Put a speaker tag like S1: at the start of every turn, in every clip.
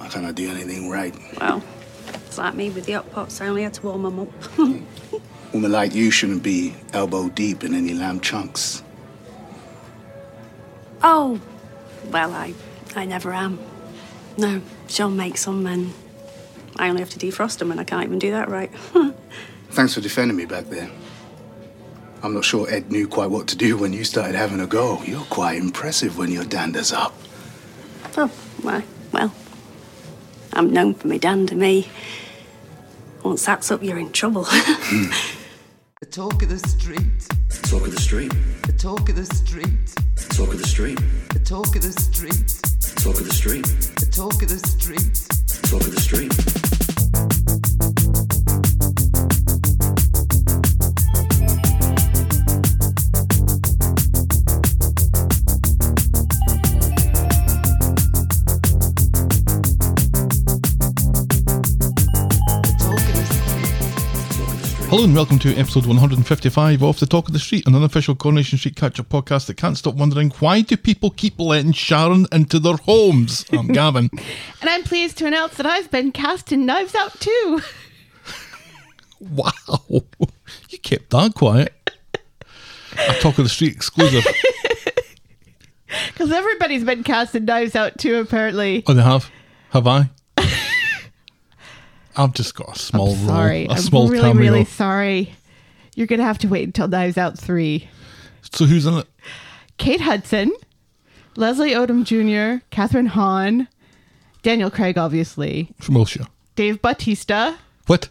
S1: I cannot do anything right.
S2: Well, it's like me with the hot pots. I only had to warm them up.
S1: Women like you shouldn't be elbow deep in any lamb chunks.
S2: oh, well, I, I never am. No, she'll make some and I only have to defrost them and I can't even do that right.
S1: Thanks for defending me back there. I'm not sure Ed knew quite what to do when you started having a go. You're quite impressive when your dander's up.
S2: oh, why? Well, I'm known for me dander, me. Once that's up, you're in trouble.
S3: The talk of the street.
S4: Talk of the street.
S3: The talk of the street.
S4: Talk of the street.
S3: The talk of the street.
S4: Talk of the street.
S3: The talk of the street.
S4: Talk of the street.
S3: The talk of the street.
S4: Talk of the street.
S5: Hello and welcome to episode 155 of The Talk of the Street, an unofficial Coronation Street Catch-Up podcast that can't stop wondering why do people keep letting Sharon into their homes? I'm Gavin.
S6: And I'm pleased to announce that I've been cast in Knives Out too.
S5: Wow. You kept that quiet. A Talk of the Street exclusive.
S6: Because everybody's been cast in Knives Out too, apparently.
S5: Oh, they have? Have I? I've just got a small
S6: I'm sorry.
S5: role, a
S6: I'm
S5: small
S6: really,
S5: cameo.
S6: really sorry. You're going to have to wait until Knives Out 3.
S5: So who's in it?
S6: Kate Hudson, Leslie Odom Jr., Catherine Hahn, Daniel Craig, obviously,
S5: From Wiltshire.
S6: Dave Bautista.
S5: What?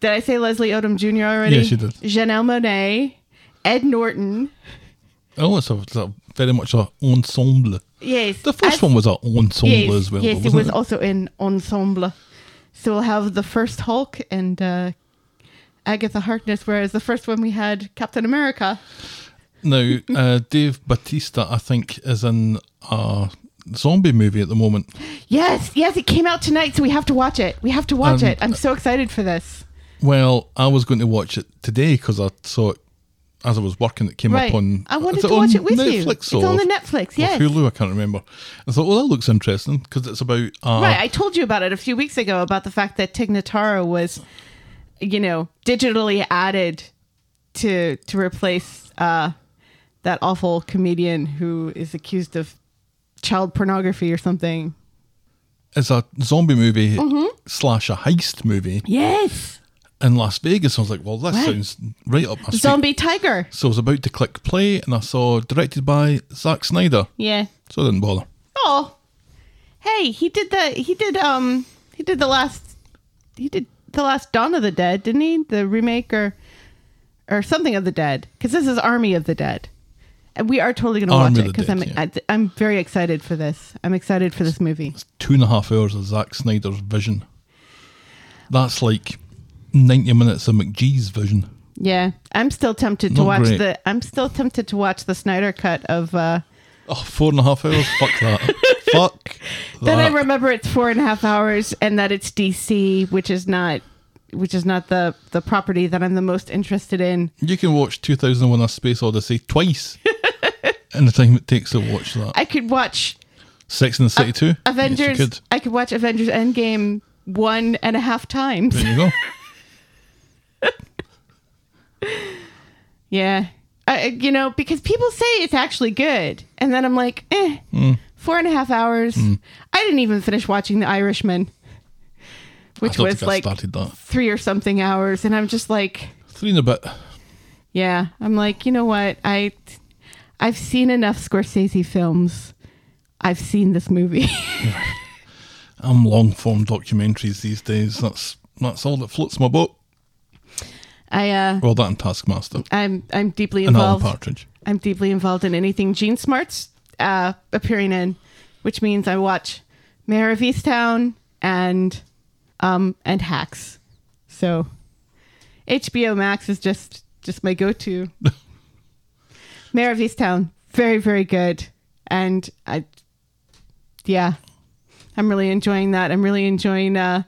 S6: Did I say Leslie Odom Jr. already?
S5: Yes, you did.
S6: Janelle Monet, Ed Norton.
S5: Oh, it's a, it's a very much a ensemble.
S6: Yes.
S5: The first
S6: I've-
S5: one was an ensemble
S6: yes,
S5: as well.
S6: Yes,
S5: though,
S6: it
S5: wasn't
S6: was also in ensemble. So we'll have the first Hulk and uh, Agatha Harkness, whereas the first one we had Captain America.
S5: Now, uh, Dave Batista, I think, is in a zombie movie at the moment.
S6: Yes, yes, it came out tonight, so we have to watch it. We have to watch
S5: Um,
S6: it. I'm so excited for this.
S5: Well, I was going to watch it today because I saw it as I was working. It came
S6: Right.
S5: up on.
S6: I wanted
S5: is
S6: to watch
S5: on
S6: it with you.
S5: Netflix
S6: It's
S5: or-
S6: on the Netflix,
S5: or
S6: yes.
S5: Hulu, I can't remember. I thought, well, that looks interesting because it's about. Uh,
S6: right, I told you about it a few weeks ago about the fact that Tignataro was, you know, digitally added to to replace uh, that awful comedian who is accused of child pornography or something.
S5: It's a zombie movie
S6: Mm-hmm.
S5: slash a heist movie
S6: Yes.
S5: in Las Vegas. I was like, well, that
S6: Right.
S5: sounds right up my street.
S6: Zombie Tiger.
S5: So I was about to click play and I saw directed by Zack Snyder.
S6: Yeah.
S5: So I didn't bother.
S6: Oh. Hey, he did the he did um he did the last he did the last Dawn of the Dead, didn't he? The remake or or something of the Dead because this is Army of the Dead. And we are totally going to
S5: Army
S6: watch
S5: of
S6: it
S5: the
S6: because
S5: Dead,
S6: I'm
S5: yeah.
S6: I, I'm very excited for this. I'm excited for this movie.
S5: two and a half hours of Zack Snyder's vision. That's like ninety minutes of McGee's vision.
S6: Yeah, I'm still tempted to
S5: Not
S6: watch
S5: great.
S6: the I'm still tempted to watch the Snyder cut of uh
S5: Oh, four and a half hours. Fuck that. Fuck.
S6: Then I
S5: that.
S6: remember it's four and a half hours, and that it's DC, which is not, which is not the the property that I'm the most interested in.
S5: You can watch 2001: A Space Odyssey twice in the time it takes to watch that.
S6: I could watch
S5: Six in the City Two. Yes,
S6: Avengers.
S5: you could.
S6: I could watch Avengers Endgame one and a half times.
S5: There you go.
S6: yeah, I, you know, because people say it's actually good, and then I'm like, eh,
S5: Hmm.
S6: four and a half hours. I didn't even finish watching The Irishman,
S5: I
S6: which
S5: don't
S6: was
S5: think I
S6: like
S5: started that.
S6: three or something hours, and I'm just like.
S5: Three and a bit.
S6: Yeah, I'm like, you know what? I I've seen enough Scorsese films. I've seen this movie.
S5: I'm long form documentaries these days. That's that's all that floats my boat.
S6: I uh
S5: Well, that and Taskmaster
S6: I'm I'm deeply
S5: and Alan
S6: involved.
S5: Partridge.
S6: I'm deeply involved in anything Gene Smart's uh appearing in, which means I watch Mayor of Easttown and um and Hacks. So HBO Max is just just my go-to. Mayor of Easttown, very very good, and I, yeah, I'm really enjoying that. I'm really enjoying uh,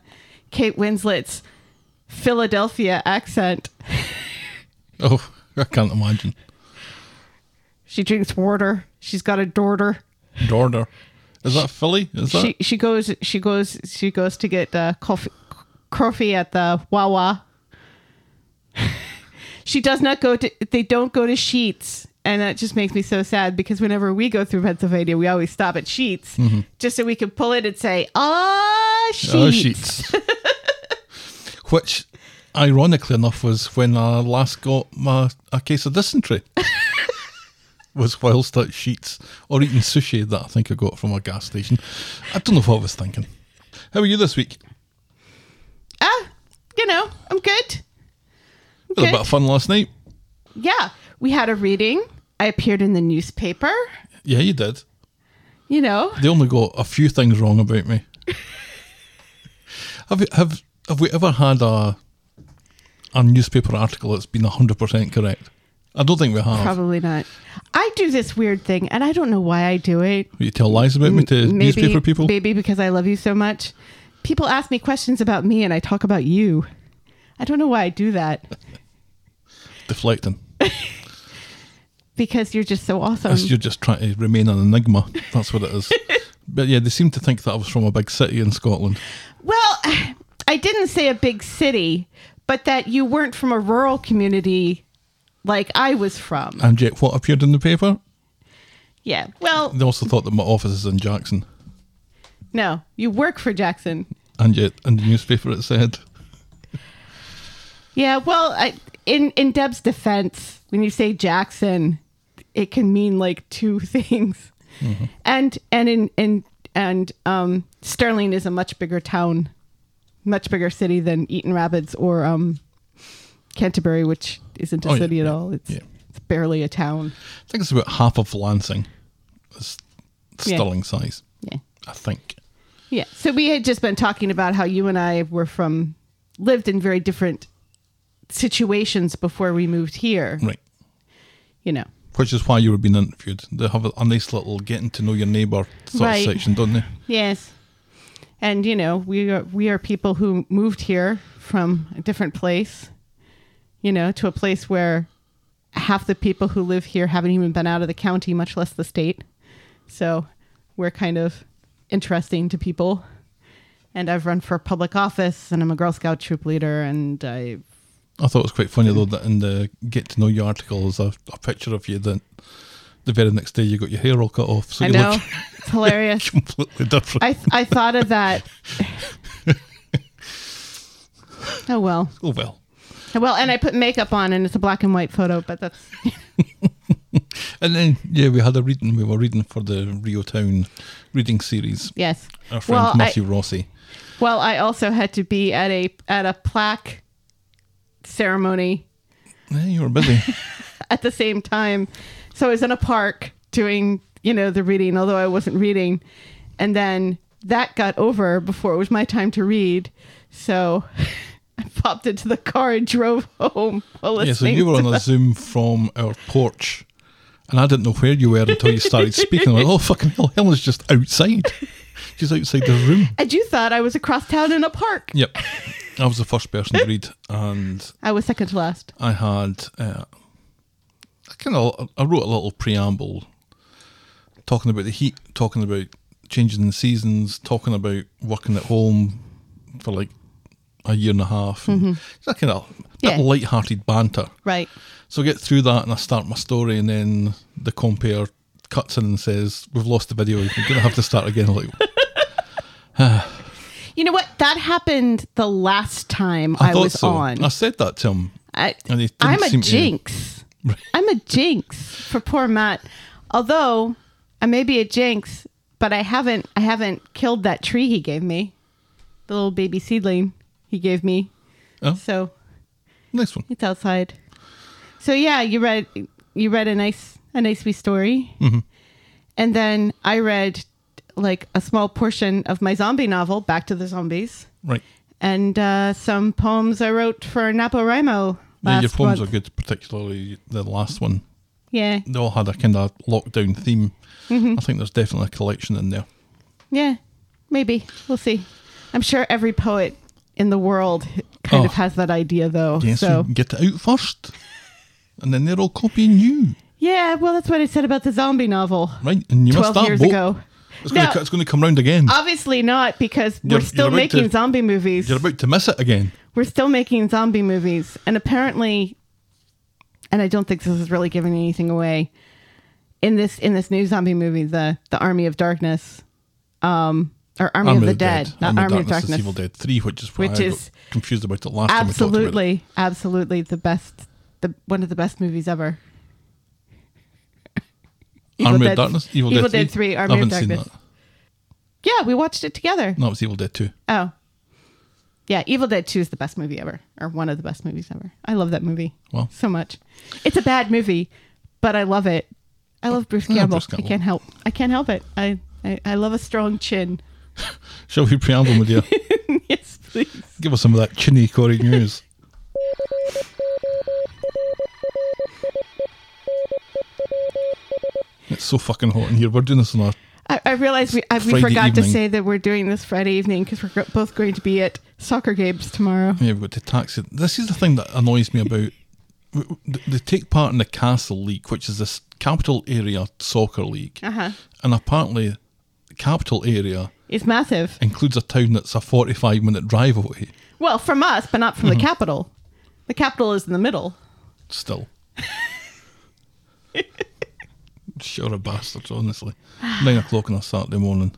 S6: Kate Winslet's Philadelphia accent.
S5: Oh, I can't imagine.
S6: She drinks water. She's got a daughter.
S5: Dorder. Is that Philly? Is that?
S6: she she goes she goes she goes to get uh, coffee coffee at the Wawa. she does not go to they don't go to Sheets and that just makes me so sad because whenever we go through Pennsylvania we always stop at Sheets just so we can pull it and say ah Sheets.
S5: Oh, sheets. Which, ironically enough, was when I last got my a case of dysentery. was whilst at sheets or eating sushi that I think I got from a gas station. I don't know what I was thinking. How are you this week?
S6: Ah, you know I'm good.
S5: Had a
S6: Good.
S5: bit of fun last night.
S6: Yeah, we had a reading. I appeared in the newspaper.
S5: Yeah, you did.
S6: You know,
S5: They only got a few things wrong about me. have you- have have we ever had a a newspaper article that's been hundred percent correct? I don't think we have.
S6: probably not. I do this weird thing, and I don't know why I do it.
S5: You tell lies about me to newspaper people.
S6: Maybe because I love you so much. People ask me questions about me and I talk about you. I don't know why I do that
S5: deflecting.
S6: um, because you're just so awesome.
S5: That's- you're just trying to remain an enigma. That's what it is. but yeah, they seem to think that I was from a big city in Scotland.
S6: well, I didn't say a big city, but that you weren't from a rural community like I was from.
S5: And yet, what appeared in the paper?
S6: Yeah. Well,
S5: They also thought that my office is in Jackson.
S6: no, you work for Jackson.
S5: And yet, in the newspaper, it said,
S6: Yeah, well, I, in in Deb's defense, when you say Jackson, it can mean like two things,
S5: Mm-hmm.
S6: and and in in and um, Sterling is a much bigger town, much bigger city than Eaton Rapids or um, Canterbury, which isn't a
S5: Oh, yeah,
S6: city at
S5: yeah,
S6: all. It's,
S5: yeah.
S6: it's barely a town.
S5: I think it's about half of Lansing. It's
S6: Yeah.
S5: stilling size,
S6: Yeah,
S5: I think.
S6: yeah. So we had just been talking about how you and I were from lived in very different situations before we moved here.
S5: Right.
S6: You know.
S5: Which is why you were being interviewed. They have a, a nice little getting to know your neighbour sort
S6: Right.
S5: of section, don't they?
S6: Yes. And you know, we are we are people who moved here from a different place, you know, to a place where half the people who live here haven't even been out of the county, much less the state. So we're kind of interesting to people. And I've run for public office and I'm a Girl Scout troop leader and I
S5: I thought it was quite funny though that in the get to know you article there's a, a picture of you that the very next day you got your hair all cut off. So
S6: I
S5: you
S6: know
S5: look
S6: it's hilarious.
S5: completely different.
S6: I I thought of that. oh well.
S5: oh well.
S6: Well, and I put makeup on, and it's a black and white photo, but that's
S5: And then yeah, we had a reading. We were reading for the Rio Town reading series.
S6: yes.
S5: Our friend
S6: well,
S5: Matthew
S6: I,
S5: Rossi.
S6: well, I also had to be at a at a plaque ceremony
S5: Yeah, you were busy.
S6: at the same time, so I was in a park doing you know the reading, although I wasn't reading, and then that got over before it was my time to read, so I popped into the car and drove home. While
S5: yeah, so
S6: listening
S5: you were
S6: to
S5: on a Zoom from our porch, and I didn't know where you were until you started speaking. I'm like, oh fucking hell, Helen's just outside. She's outside the room.
S6: And you thought I was across town in a park.
S5: Yep. I was the first person to read, and
S6: I was second to last.
S5: I had uh, I kind of I wrote a little preamble talking about the heat, talking about changing the seasons, talking about working at home for like a year and a half. And It's like kind of
S6: Mm-hmm. Yeah.
S5: that light-hearted banter.
S6: Right.
S5: So I get through that and I start my story, and then the compere cuts in and says, "We've lost the video. You're going to have to start again." I'm like
S6: You know what? That happened the last time
S5: I,
S6: I,
S5: thought
S6: was
S5: so.
S6: on.
S5: I said that to him.
S6: I,
S5: And it didn't
S6: I'm a
S5: seem to-
S6: jinx. I'm a jinx for poor Matt. Although I may be a jinx, but I haven't I haven't killed that tree he gave me, the little baby seedling he gave me.
S5: Oh.
S6: So
S5: Next one.
S6: it's outside. So yeah, you read you read a nice a nice wee story,
S5: Mm-hmm.
S6: and then I read like a small portion of my zombie novel, Back to the Zombies
S5: Right.
S6: and uh, some poems I wrote for NaPoWriMo
S5: Yeah,
S6: last
S5: your poems
S6: month.
S5: are good, particularly the last one.
S6: Yeah,
S5: they all had a kind of lockdown theme.
S6: Mm-hmm.
S5: I think there's definitely a collection in there.
S6: yeah, maybe we'll see. I'm sure every poet in the world kind
S5: Oh.
S6: of has that idea, though.
S5: Yes,
S6: so
S5: we get it out first, and then they're all copying you,
S6: yeah, well, that's what I said about the zombie novel
S5: right? And you must
S6: twelve
S5: start
S6: years
S5: vote.
S6: ago.
S5: It's going,
S6: No.
S5: to, it's going to come round again.
S6: Obviously not, because we're
S5: You're-
S6: still
S5: you're about
S6: making
S5: to-
S6: zombie movies.
S5: You're about to miss it again.
S6: we're still making zombie movies, and apparently, and I don't think this is really giving anything away. In this in this new zombie movie, the the Army of Darkness, um, or Army, of the, Dead, not Army, of
S5: is
S6: Darkness.
S5: Evil Dead 3, which is why
S6: Which
S5: I
S6: is-
S5: got confused about it last time we talked about it.
S6: absolutely, absolutely the best, the one of the best movies ever. Evil
S5: Army
S6: Dead-
S5: of Darkness? Evil,
S6: Evil
S5: Dead
S6: Dead
S5: 3?
S6: 3, Army
S5: I
S6: of
S5: haven't seen
S6: Darkness.
S5: that.
S6: Yeah, we watched it together.
S5: No, it was Evil Dead 2.
S6: Oh. Yeah, Evil Dead 2 is the best movie ever, or one of the best movies ever. I love that movie
S5: Wow.
S6: so much. It's a bad movie, but I love it. I love Bruce
S5: Yeah,
S6: Campbell.
S5: Bruce Campbell.
S6: I can't help. I can't help it. I, I, I love a strong chin.
S5: Shall we preamble, my dear?
S6: yes, please.
S5: Give us some of that chinny Corey news. It's so fucking hot in here. We're doing this on our
S6: I, I realize we I, we
S5: Friday
S6: forgot to
S5: evening.
S6: say that we're doing this Friday evening because we're go- both going to be at soccer games tomorrow.
S5: Yeah, we've got to tax it. This is the thing that annoys me about. w- w- They take part in the Castle League, which is this capital area soccer league.
S6: Uh-huh.
S5: And apparently, the capital area
S6: It's massive.
S5: includes a town that's a 45 minute drive away
S6: Well, from us, but not from
S5: Mm-hmm.
S6: the capital. The capital is in the middle.
S5: still. sure, a bastard, honestly. Nine o'clock on a Saturday morning.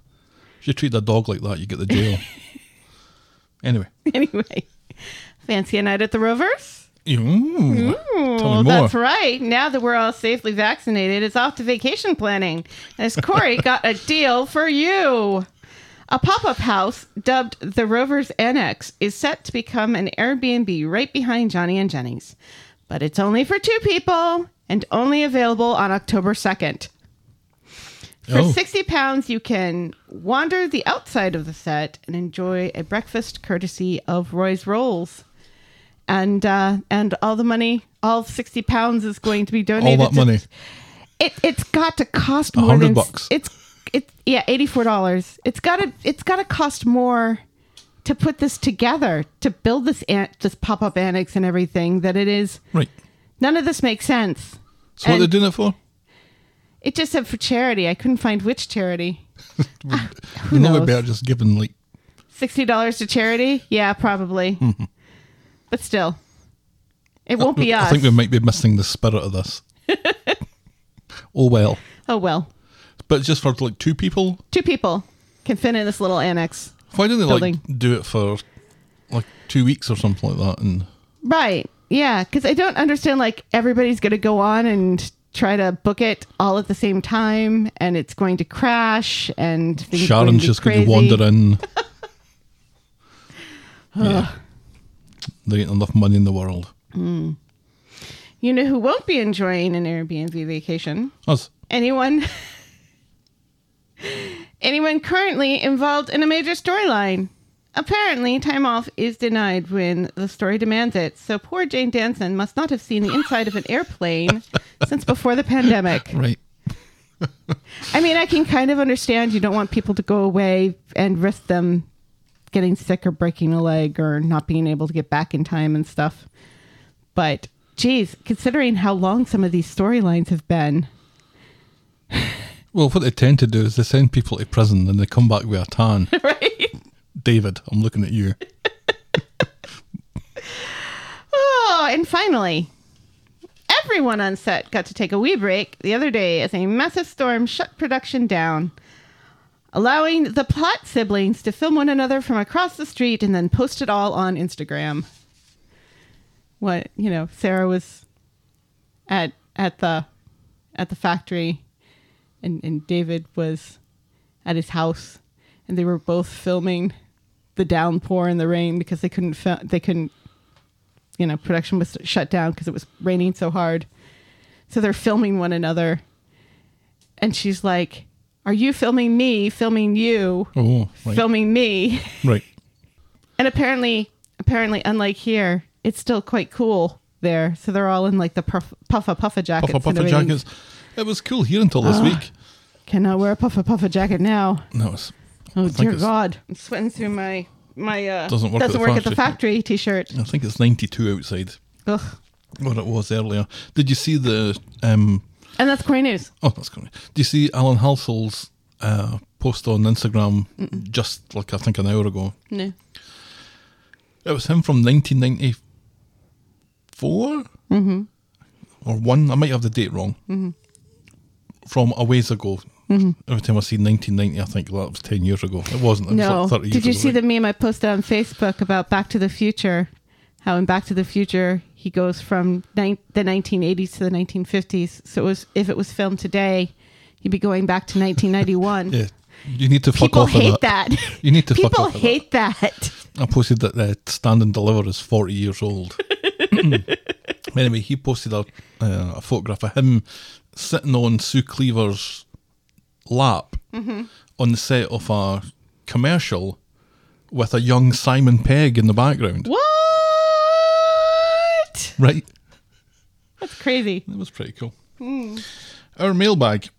S5: If you treat a dog like that, you get the jail. anyway.
S6: anyway, fancy a night at the Rovers?
S5: Ooh, mm, tell me more.
S6: Well, Oh, that's right. Now that we're all safely vaccinated, it's off to vacation planning. As Corey got a deal for you. A pop up house dubbed the Rover's Annex is set to become an Airbnb right behind Johnny and Jenny's. But it's only for two people and only available on October 2nd. For
S5: Oh.
S6: 60 pounds, you can wander the outside of the set and enjoy a breakfast courtesy of Roy's Rolls. And uh, and all the money, all 60 pounds is going to be
S5: Oh, All
S6: donated.
S5: that
S6: to-
S5: money.
S6: It, it's got to cost
S5: A
S6: more
S5: hundred
S6: than,
S5: bucks.
S6: It's, it, yeah, $84. It's got to, it's got to cost more to put this together, to build this, an- this pop up annex and everything that it is.
S5: Right.
S6: None of this makes sense.
S5: So, what
S6: And-
S5: they're doing it for?
S6: It just said for charity. I couldn't find which charity.
S5: Who
S6: knows?
S5: better just giving like
S6: Sixty dollars to charity? Yeah, probably. but still, it won't be
S5: I
S6: us.
S5: think we might be missing the spirit of this. oh well.
S6: oh well,
S5: But just for like two people?
S6: two people can fit in this little annex,
S5: Why don't they
S6: Building.
S5: like do it for like two weeks or something like that and
S6: right? Yeah, because I don't understand. Like everybody's going to go on and try to book it all at the same time, and it's going to crash. And things are going
S5: Sharon's
S6: to be
S5: just
S6: crazy.
S5: gonna wander in. yeah. There ain't enough money in the world.
S6: You know who won't be enjoying an Airbnb vacation?
S5: Us.
S6: anyone anyone currently involved in a major storyline. Apparently, time off is denied when the story demands it. So poor Jane Danson must not have seen the inside of an airplane since before the pandemic.
S5: Right.
S6: I mean, I can kind of understand you don't want people to go away and risk them getting sick or breaking a leg or not being able to get back in time and stuff. But geez, considering how long some of these storylines have been,
S5: Well what they tend to do is they send people to prison and they come back with a tan.
S6: right?
S5: David, I'm looking at you.
S6: Oh, and finally, everyone on set got to take a wee break the other day as a massive storm shut production down, allowing the plot siblings to film one another from across the street and then post it all on Instagram. What you know, Sarah was at at the at the factory, and and David was at his house, and they were both filming the downpour and the rain because they couldn't fi- they couldn't you know, production was shut down because it was raining so hard. So they're filming one another. And she's like, Are you filming me? Filming you?
S5: Oh, right.
S6: Filming me?
S5: Right.
S6: And apparently, apparently, unlike here, it's still quite cool there. So they're all in like the puff, puffa puffa jackets.
S5: Puffer
S6: and
S5: puffer
S6: everything.
S5: jackets. It was cool here until
S6: Ah.
S5: this week.
S6: Cannot wear a puffa puffa jacket now.
S5: No, it's
S6: Oh
S5: think
S6: dear
S5: it's-
S6: God! I'm sweating through my my uh,
S5: Doesn't work at the
S6: factory t-shirt.
S5: I think it's 92 outside.
S6: Ugh.
S5: what it was earlier. Did you see the um
S6: And that's Corey news.
S5: oh that's going Do you see Alan Halsell's uh, post on Instagram just like I think an hour ago.
S6: No.
S5: It was him from 1994
S6: Mm-hmm.
S5: or one. I might have the date wrong. From a ways ago.
S6: Mm-hmm.
S5: Every time I see 1990, I think well, that was 10 years ago. It wasn't. It
S6: No.
S5: was like 30
S6: Did you
S5: years
S6: see
S5: ago.
S6: the meme I posted on Facebook about Back to the Future? How in Back to the Future he goes from nine the 1980s to the 1950s. So it was if it was filmed today, he'd be going back to 1991.
S5: Yeah. You need to fuck
S6: People
S5: off with
S6: hate that.
S5: You need to fuck
S6: People
S5: off with
S6: hate that.
S5: I posted that uh, Stand and Deliver is 40 years old. anyway, he posted a, uh, a photograph of him sitting on Sue Cleaver's lap on the set of a commercial with a young Simon Pegg in the background.
S6: What?
S5: Right?
S6: That's crazy.
S5: That was pretty cool. Our mailbag.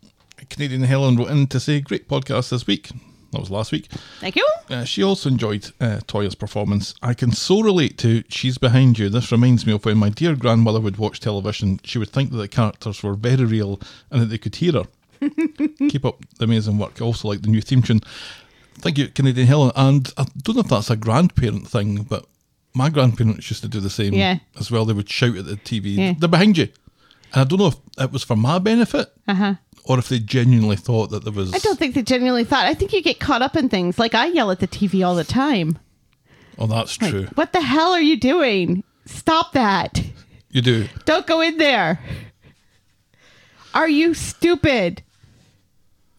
S5: Canadian Helen wrote in to say, Great podcast this week. That was last week.
S6: Thank you.
S5: Uh, she also enjoyed uh, Toya's performance. I can so relate to She's Behind You. This reminds me of when my dear grandmother would watch television. She would think that the characters were very real and that they could hear her. Keep up the amazing work. I also like the new theme tune. Thank you, Canadian Helen. And I don't know if that's a grandparent thing, but my grandparents used to do the same
S6: Yeah.
S5: as well. They would shout at the TV,
S6: Yeah.
S5: they're behind you. And I don't know if it was for my benefit or if they genuinely thought that there was.
S6: Uh-huh. I don't think they genuinely thought. I think you get caught up in things. Like I yell at the TV all the time.
S5: Oh, that's
S6: Like,
S5: true.
S6: what the hell are you doing? Stop that.
S5: You do.
S6: Don't go in there. Are you stupid?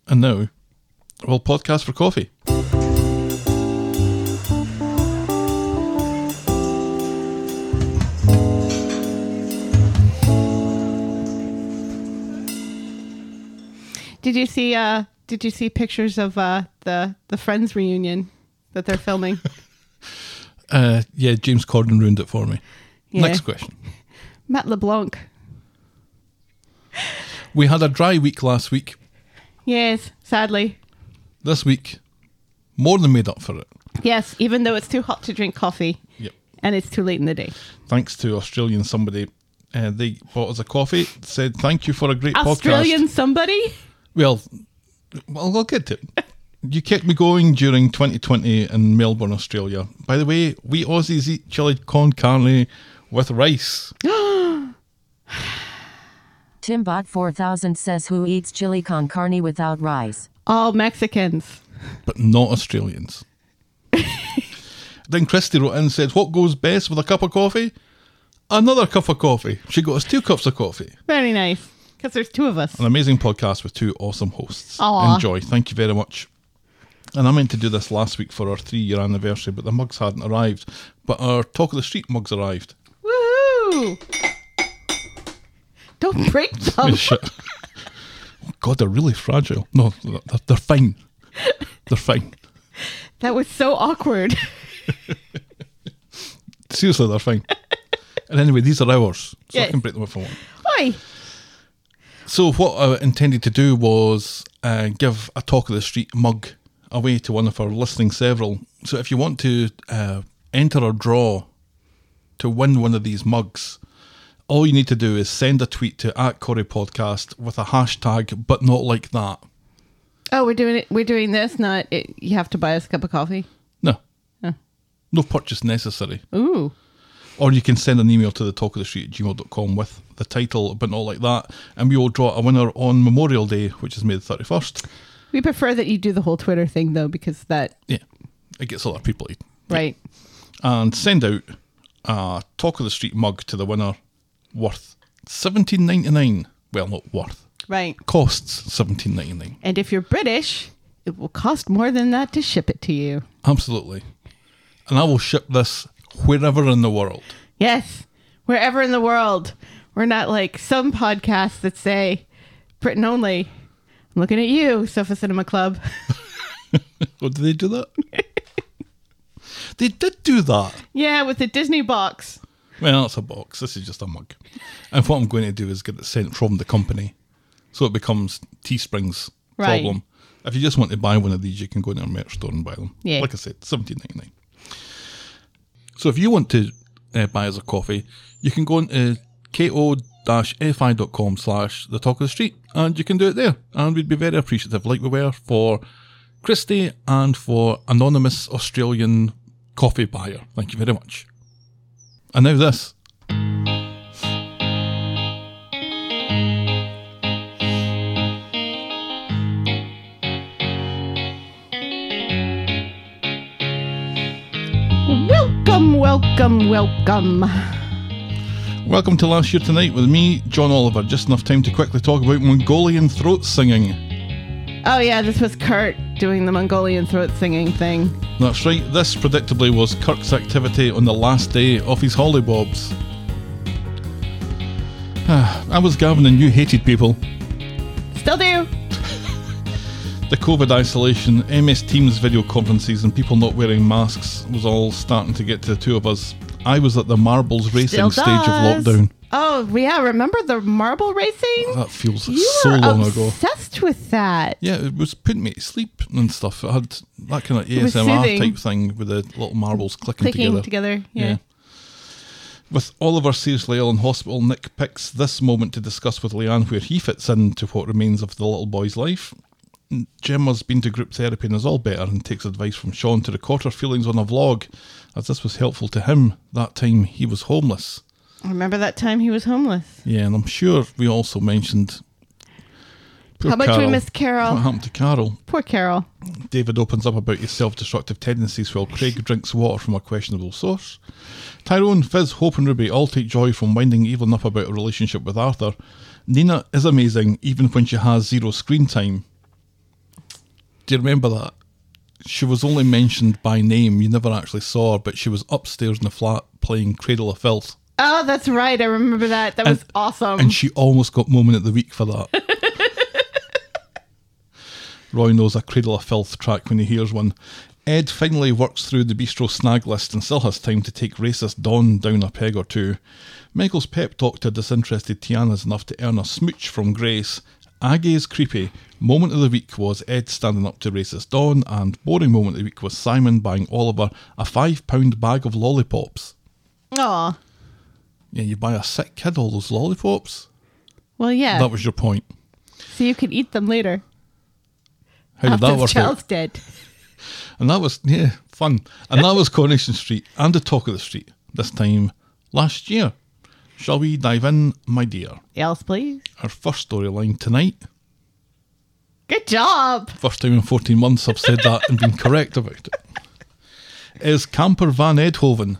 S5: And now, well, podcast for coffee.
S6: Did you see uh did you see pictures of uh the the Friends reunion that they're filming?
S5: Uh, yeah, James Corden ruined it for me.
S6: Yeah.
S5: Next question.
S6: Matt LeBlanc.
S5: We had a dry week last week.
S6: Yes, sadly.
S5: This week, more than made up for it.
S6: Yes, even though it's too hot to drink coffee
S5: Yep.
S6: and it's too late in the day.
S5: Thanks to Australian somebody. Uh, they bought us a coffee, said thank you for a great
S6: Australian
S5: podcast.
S6: somebody?
S5: Well, well, I'll get to it. You kept me going during 2020 in Melbourne, Australia. By the way, we Aussies eat chili con carne with rice.
S7: Timbot4000 says who eats chili con carne without rice?
S6: All Mexicans.
S5: but not Australians. then Christy wrote in and said, What goes best with a cup of coffee? Another cup of coffee. She got us two cups of coffee.
S6: Very nice. Because there's two of us.
S5: An amazing podcast with two awesome hosts.
S6: Aw.
S5: Enjoy. Thank you very much. And I meant to do this last week for our three year anniversary, but the mugs hadn't arrived. But our Talk of the Street mugs arrived.
S6: Woohoo! Don't break them.
S5: Shit. God, they're really fragile. No, they're, they're fine. They're fine.
S6: that was so awkward.
S5: Seriously, they're fine. and anyway, these are ours, so I
S6: Yes.
S5: can break them if I want.
S6: Why?
S5: So what I intended to do was uh, give a talk of the street mug away to one of our listening several. So if you want to uh, enter or draw to win one of these mugs, all you need to do is send a tweet to at Corey Podcast with a hashtag, but not like that.
S6: Oh, we're doing it. We're doing this. Not it, you have to buy us a cup of coffee.
S5: No, no purchase necessary.
S6: Ooh,
S5: Or you can send an email to the talk of the street at gmail.com with the title, but not like that. And we will draw a winner on Memorial Day, which is May the 31st.
S6: we prefer that you do the whole Twitter thing though, because that
S5: Yeah, it gets a lot of people to
S6: right.
S5: and send out a Talk of the Street mug to the winner worth seventeen ninety nine. Well, not worth.
S6: Right.
S5: Costs seventeen ninety nine.
S6: And if you're British, it will cost more than that to ship it to you.
S5: Absolutely. And I will ship this wherever in the world.
S6: Yes, wherever in the world, we're not like some podcasts that say Britain only. I'm looking at you, Sofa Cinema Club.
S5: Oh, did they do that? they did do that.
S6: yeah, with the Disney box.
S5: Well, it's a box. This is just a mug. And what I'm going to do is get it sent from the company, so it becomes Teespring's
S6: Right.
S5: problem. If you just want to buy one of these, you can go to a merch store and buy them.
S6: Yeah.
S5: Like I said, seventeen ninety nine. So if you want to uh, buy us a coffee, you can go into ko fi.com slash the talk of the street and you can do it there and we'd be very appreciative like we were for christy and for anonymous australian coffee buyer thank you very much and now this
S6: Welcome, welcome, welcome. Oh,
S5: welcome to last year tonight with me john oliver just enough time to quickly talk about mongolian throat singing
S6: Oh, yeah, this was Kurt doing the Mongolian throat singing thing.
S5: That's right, this predictably was Kirk's activity on the last day of his hollybobs. Ah, I was Gavin and you hated people.
S6: Still do.
S5: The COVID isolation, MS Teams video conferences, and people not wearing masks was all starting to get to the two of us. I was at the marbles racing
S6: Still
S5: stage
S6: does.
S5: of lockdown.
S6: Oh, yeah, remember the marble racing?
S5: That feels
S6: you
S5: so
S6: were
S5: long ago.
S6: obsessed with that.
S5: Yeah, it was putting me to sleep and stuff. It had that kind of
S6: was
S5: ASMR
S6: soothing.
S5: type thing with the little marbles clicking,
S6: Clicking
S5: together.
S6: together. Yeah.
S5: With Oliver seriously ill in hospital, Nick picks this moment to discuss with Leanne where he fits into what remains of the little boy's life. Gemma's been to group therapy and is all better and takes advice from Sean to record her feelings on a vlog, as this was helpful to him that time he was homeless.
S6: Remember that time he was homeless?
S5: Yeah, and I'm sure we also mentioned. poor
S6: How much we
S5: Carol.
S6: missed Carol.
S5: What happened to Carol?
S6: Poor Carol.
S5: David opens up about his self destructive tendencies while Craig drinks water from a questionable source. Tyrone, Fizz, Hope, and Ruby all take joy from winding Evelyn up about her relationship with Arthur. Nina is amazing, even when she has zero screen time. Do you remember that? She was only mentioned by name, you never actually saw her, but she was upstairs in the flat playing Cradle of Filth.
S6: Oh, that's right. I remember that. That was
S5: And-
S6: awesome.
S5: And she almost got moment of the week for that. Roy knows a cradle of filth track when he hears one. Ed finally works through the bistro snag list and still has time to take racist Don down a peg or two. Michael's pep talk to disinterested Tiana is enough to earn a smooch from Grace. Aggie is creepy. Moment of the week was Ed standing up to racist Don, and boring moment of the week was Simon buying Oliver a £5 bag of lollipops.
S6: Aw.
S5: Yeah, you buy a sick kid all those lollipops.
S6: Well, yeah.
S5: That was your point.
S6: so you could eat them later
S5: How did
S6: after
S5: that
S6: the
S5: work
S6: child's
S5: out?
S6: dead.
S5: And that was yeah, fun. And that was Coronation Street and the talk of the street this time last year. Shall we dive in, my dear?
S6: Else, please.
S5: Our first storyline tonight.
S6: Good job.
S5: First time in fourteen months I've said that and been correct about it. Is Camper Van Edhoven.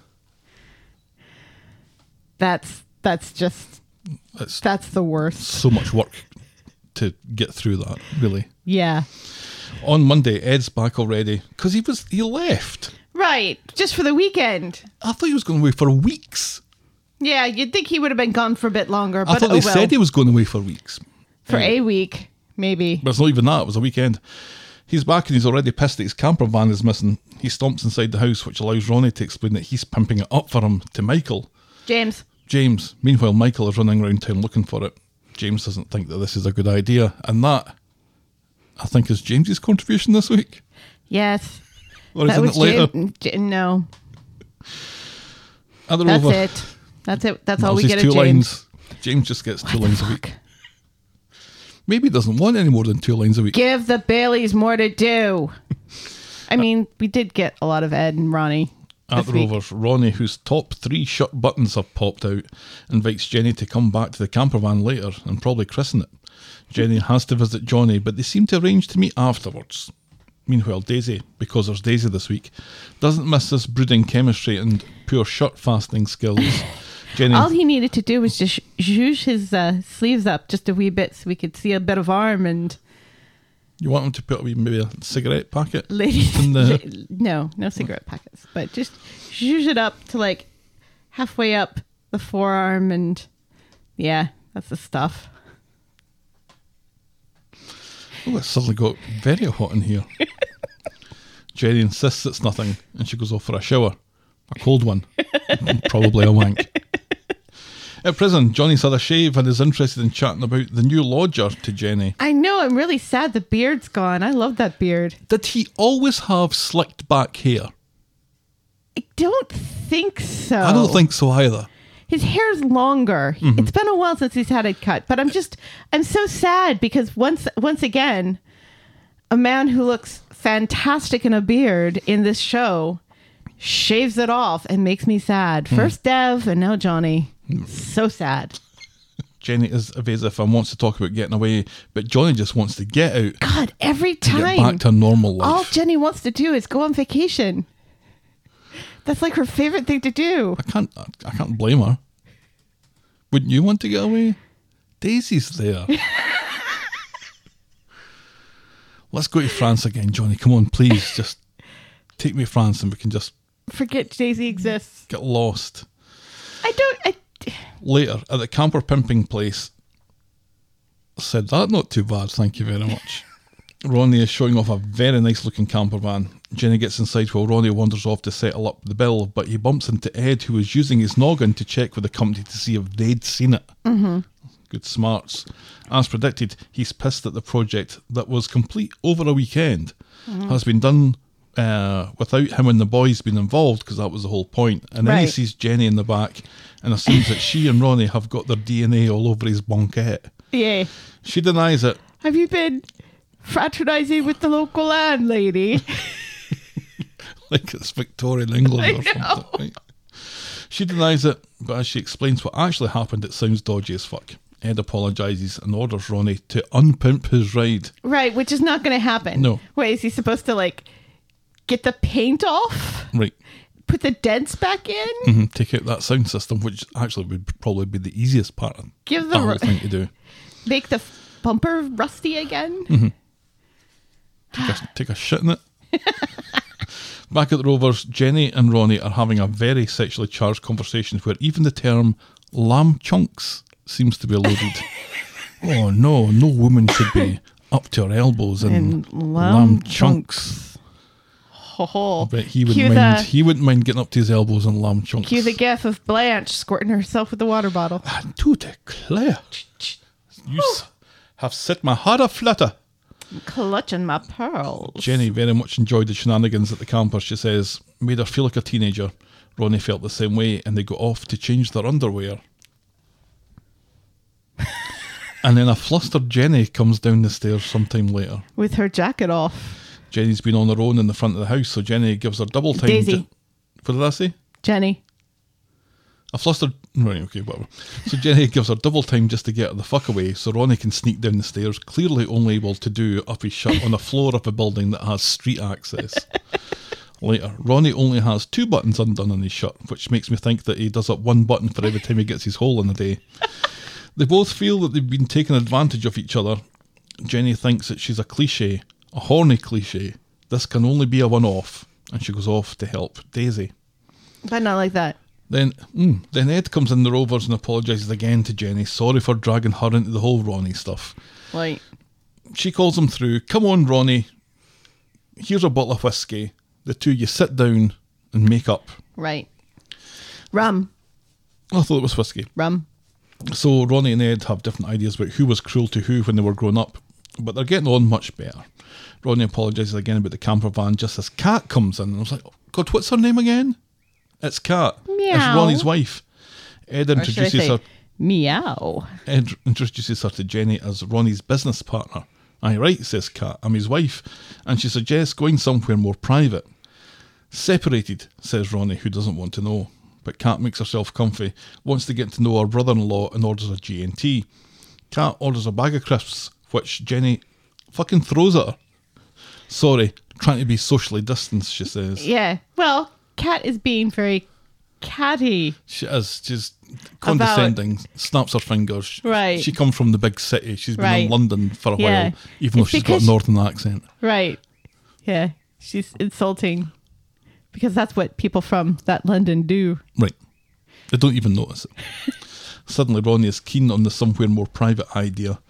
S6: That's that's just
S5: It's
S6: that's the worst.
S5: so much work to get through that, really.
S6: Yeah.
S5: On Monday, Ed's back already because he was he left.
S6: Right. Just for the weekend.
S5: I thought he was going away for weeks.
S6: Yeah, you'd think he would have been gone for a bit longer, but
S5: I thought
S6: oh
S5: they
S6: well.
S5: said he was going away for weeks.
S6: for a week, maybe.
S5: But it's not even that, it was a weekend. He's back and he's already pissed that his camper van is missing. He stomps inside the house, which allows Ronnie to explain that he's pimping it up for him to Michael.
S6: James.
S5: James, meanwhile, Michael is running around town looking for it. James doesn't think that this is a good idea, and that, I think, is James's contribution this week.
S6: Yes.
S5: Or isn't it later?
S6: Jam- J- no.
S5: Either
S6: That's
S5: over.
S6: it. That's it. That's
S5: That
S6: all
S5: was
S6: we
S5: his
S6: get of
S5: two
S6: James.
S5: lines. James just gets two lines a week. Maybe he doesn't want any more than two lines a week.
S6: Give the Baileys more to do. I mean, we did get a lot of Ed and Ronnie.
S5: At
S6: this
S5: the
S6: week.
S5: Rovers, Ronnie, whose top three shirt buttons have popped out, invites Jenny to come back to the camper van later and probably christen it. Jenny has to visit Johnny, but they seem to arrange to meet afterwards. Meanwhile, Daisy, because there's Daisy this week, doesn't miss this brooding chemistry and poor shirt fastening skills. Jenny,
S6: All he needed to do was just sh- zhuzh his uh, sleeves up just a wee bit so we could see a bit of arm and
S5: you want him to put a wee- maybe a cigarette packet
S6: ladies.
S5: in the
S6: no, no cigarette packets, but just zhuzh it up to like halfway up the forearm and yeah, that's the stuff.
S5: Oh, it's suddenly got very hot in here. Jenny insists it's nothing, and she goes off for a shower. A cold one. Probably a wank. At prison, Johnny's had a shave and is interested in chatting about the new lodger to Jenny.
S6: I know. I'm really sad the beard's gone. I love that beard.
S5: Did he always have slicked back hair?
S6: I don't think so. Oh.
S5: I don't think so either.
S6: his hair's longer.
S5: Mm-hmm.
S6: It's been a while since he's had it cut, but I'm just I'm so sad because once once again, a man who looks fantastic in a beard in this show shaves it off and makes me sad.
S5: Hmm.
S6: First Dev and now Johnny. So sad.
S5: Jenny is evasive and wants to talk about getting away, but Johnny just wants to get out,
S6: God, every
S5: get
S6: time
S5: back to normal life.
S6: all Jenny wants to do is go on vacation. That's like her favorite thing to do.
S5: I can't. I, I can't blame her. Wouldn't you want to get away? Daisy's there. Let's go to France again, Johnny. Come on, please. Just take me to France, and we can just
S6: Forget Daisy exists.
S5: get lost.
S6: I don't. I,
S5: Later, at the camper pimping place, said that not too bad. Thank you very much. Ronnie is showing off a very nice looking camper van. Jenny gets inside while Ronnie wanders off to settle up the bill, but he bumps into Ed, who is using his noggin to check with the company to see if they'd seen it. Mm-hmm. Good smarts. As predicted, he's pissed that the project that was complete over a weekend has been done uh, without him and the boys being involved, because that was the whole point. And then he
S6: Right.
S5: sees Jenny in the back and assumes that she and Ronnie have got their DNA all over his bonket.
S6: yeah.
S5: She denies it,
S6: Have you been fraternizing with the local landlady?
S5: like it's Victorian England or
S6: I know.
S5: something. Right? She denies it, but as she explains what actually happened, it sounds dodgy as fuck. Ed apologises and orders Ronnie to unpimp his ride.
S6: right, which is not going to happen.
S5: No.
S6: Wait, is he supposed to like get the paint off,
S5: Right,
S6: put the dents back in,
S5: mhm, take out that sound system, which actually would probably be the easiest part of
S6: Give
S5: the
S6: the
S5: whole
S6: ro-
S5: thing to do. Mm.
S6: make the bumper rusty again?
S5: Mm-hmm. Take a, take a shit in it. Back at the Rovers, Jenny and Ronnie are having a very sexually charged conversation where even the term lamb chunks seems to be alluded. oh no, no woman should be up to her elbows in
S6: In
S5: lamb,
S6: lamb
S5: chunks.
S6: Ho ho.
S5: But he wouldn't
S6: Cue
S5: mind
S6: the-
S5: he wouldn't mind getting up to his elbows in lamb chunks. Ah,
S6: Cue the gif of Blanche squirting herself with the water bottle.
S5: And to declare you s- have set my heart aflutter.
S6: Clutching my pearls.
S5: Jenny very much enjoyed the shenanigans at the camper, she says. Made her feel like a teenager. Ronnie felt the same way, and they got off to change their underwear. and then a flustered Jenny comes down the stairs sometime later.
S6: With her jacket off.
S5: Jenny's been on her own in the front of the house, so Jenny gives her double time.
S6: Daisy.
S5: ju- what did I say?
S6: Jenny.
S5: A flustered. Right, okay, whatever. So Jenny gives her double time just to get her the fuck away, so Ronnie can sneak down the stairs, clearly only able to do up his shirt on the floor of a building that has street access. Later, Ronnie only has two buttons undone on his shirt, which makes me think that he does up one button for every time he gets his hole in a day. They both feel that they've been taking advantage of each other. Jenny thinks that she's a cliche, a horny cliche. This can only be a one off, and she goes off to help Daisy.
S6: But not like that.
S5: Then, mm, then Ed comes in the Rovers and apologises again to Jenny. Sorry for dragging her into the whole Ronnie stuff.
S6: Like,
S5: She calls him through. Come on, Ronnie. Here's a bottle of whiskey. The two you sit down and make up.
S6: right. Rum.
S5: I thought it was whiskey.
S6: Rum.
S5: So Ronnie and Ed have different ideas about who was cruel to who when they were grown up, but they're getting on much better. Ronnie apologises again about the camper van just as Kat comes in and I was like, "Oh, God, what's her name again? It's Kat. It's
S6: Meow.
S5: Ronnie's wife. Ed
S6: Or should I
S5: introduces
S6: say,
S5: her
S6: meow.
S5: Ed introduces her to Jenny as Ronnie's business partner. Aye, right, says Kat, I'm his wife, and she suggests going somewhere more private. Separated, says Ronnie, who doesn't want to know. But Kat makes herself comfy, wants to get to know her brother-in-law and orders a G&T. Kat orders a bag of crisps, which Jenny fucking throws at her. Sorry, trying to be socially distanced, she says.
S6: Yeah. Well, Cat is being very catty.
S5: She is. She's condescending. snaps her fingers.
S6: Right.
S5: She comes from the big city. She's been in
S6: Right.
S5: London for a
S6: Yeah.
S5: while, even though
S6: It's
S5: she's got a
S6: because-
S5: northern accent.
S6: Right. Yeah. She's insulting because that's what people from that London do.
S5: Right. They don't even notice it. Suddenly, Ronnie is keen on the somewhere more private idea.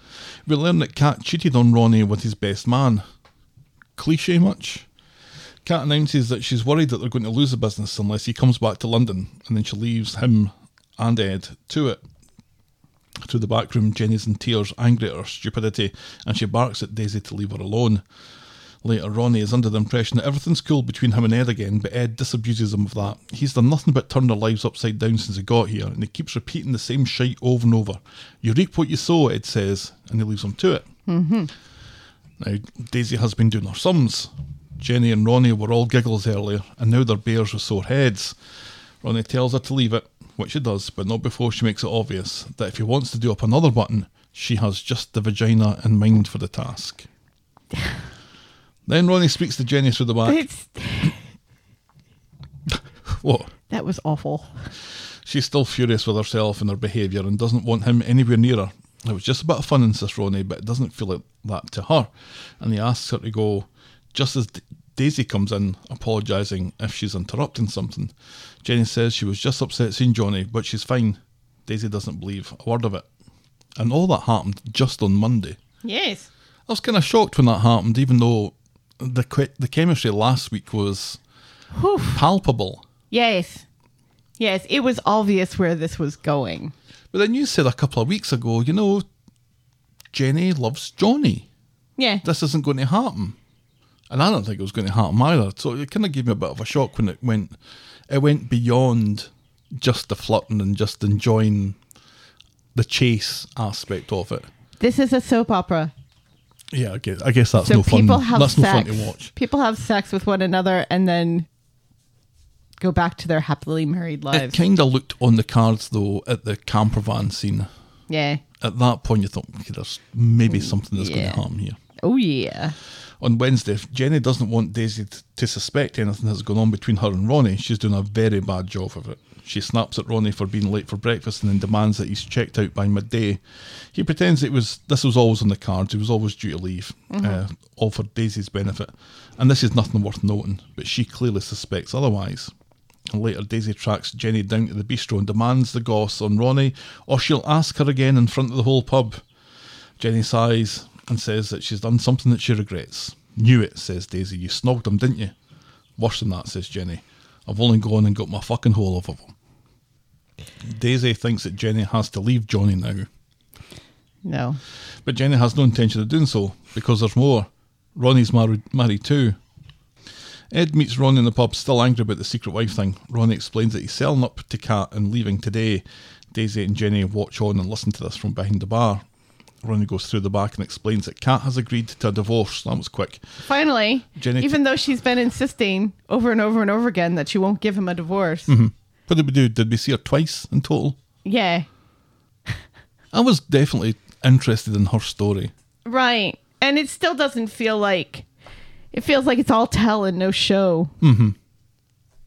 S5: We learn that Kat cheated on Ronnie with his best man. Cliche much? Kat announces that she's worried that they're going to lose the business unless he comes back to London, and then she leaves him and Ed to it. Through the back room, Jenny's in tears, angry at her stupidity, and she barks at Daisy to leave her alone. Later, Ronnie is under the impression that everything's cool between him and Ed again, but Ed disabuses him of that. He's done nothing but turn their lives upside down since he got here, and he keeps repeating the same shite over and over. You reap what you sow, Ed says, and he leaves him to it. Now, Daisy has been doing her sums. Jenny and Ronnie were all giggles earlier, and now they're bears with sore heads. Ronnie tells her to leave it, which she does, but not before she makes it obvious that if he wants to do up another button, she has just the vagina in mind for the task. then Ronnie speaks to Jenny through the back.
S6: It's
S5: What?
S6: that was awful.
S5: She's still furious with herself and her behaviour and doesn't want him anywhere near her. It was just a bit of fun, insists Ronnie, but it doesn't feel like that to her. And he asks her to go just as D- Daisy comes in, apologising if she's interrupting something. Jenny says she was just upset seeing Johnny, but she's fine. Daisy doesn't believe a word of it. And all that happened just on Monday.
S6: Yes.
S5: I was kind of shocked when that happened, even though the que- the chemistry last week was palpable.
S6: Yes. Yes. It was obvious where this was going.
S5: But then you said a couple of weeks ago, you know, Jenny loves Johnny.
S6: Yeah.
S5: This isn't going to happen. And I don't think it was going to happen either. So it kind of gave me a bit of a shock when it went, it went beyond just the flirting and just enjoying the chase aspect of it.
S6: This is a soap opera.
S5: Yeah, I guess, I guess that's
S6: So
S5: no fun.
S6: people have
S5: that's
S6: sex.
S5: no fun to watch.
S6: People have sex with one another and then go back to their happily married
S5: It
S6: lives.
S5: kind of looked on the cards though at the camper van scene.
S6: yeah.
S5: At that point, you thought okay, there's maybe something that's going
S6: Mm, Yeah.
S5: to happen here.
S6: Oh yeah.
S5: On Wednesday, if Jenny doesn't want Daisy t- to suspect anything that's gone on between her and Ronnie, she's doing a very bad job of it. She snaps at Ronnie for being late for breakfast and then demands that he's checked out by midday. He pretends it was this was always on the cards. He was always due to leave, uh, all for Daisy's benefit. And this is nothing worth noting, but she clearly suspects otherwise. And later, Daisy tracks Jenny down to the bistro and demands the goss on Ronnie, or she'll ask her again in front of the whole pub. Jenny sighs and says that she's done something that she regrets. Knew it, says Daisy. You snogged him, didn't you? Worse than that, says Jenny. I've only gone and got my fucking hole off of him. Daisy thinks that Jenny has to leave Johnny now,
S6: No.
S5: but Jenny has no intention of doing so because there's more. Ronnie's married, married too. Ed meets Ronnie in the pub, still angry about the secret wife thing. Ronnie explains that he's selling up to Kat and leaving today. Daisy and Jenny watch on and listen to this from behind the bar. Ronnie goes through the back and explains that Kat has agreed to a divorce. That was quick.
S6: Finally,
S5: Jenny-
S6: even though she's been insisting over and over and over again that she won't give him a divorce.
S5: Mm-hmm. What did we do? Did we see her twice in total?
S6: Yeah.
S5: I was definitely interested in her story.
S6: Right. And it still doesn't feel like it feels like it's all tell and no show.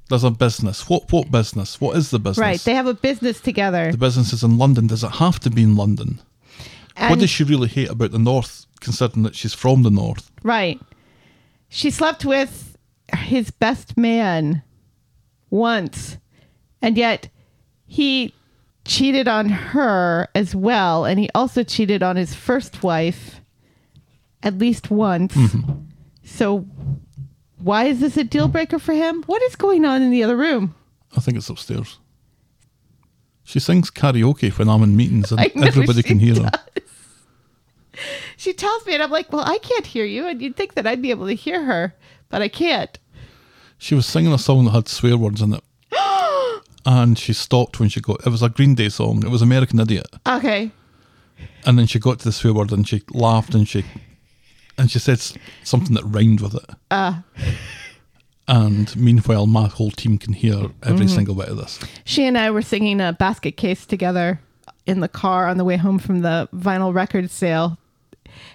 S5: There's a business. What what business? What is the business?
S6: Right. They have a business together.
S5: the business is in London. Does it have to be in London? what
S6: and-
S5: does she really hate about the North, considering that she's from the North?
S6: Right. She slept with his best man once, and yet he cheated on her as well, and he also cheated on his first wife at least once.
S5: Mm-hmm.
S6: So, why is this a deal breaker for him? What is going on in the other room?
S5: I think it's upstairs. She sings karaoke when I'm in meetings and
S6: I know
S5: everybody
S6: she
S5: can hear her.
S6: She tells me, and I'm like, Well, I can't hear you, and you'd think that I'd be able to hear her, but I can't.
S5: She was singing a song that had swear words in it. and she stopped when she got it was a Green Day song. It was American Idiot.
S6: Okay.
S5: And then she got to the swear word and she laughed and she and she said s- something that rhymed with it. Ah. And meanwhile, my whole team can hear
S6: Mm-hmm.
S5: every single bit of this.
S6: She and I were singing a basket case together in the car on the way home from the vinyl record sale,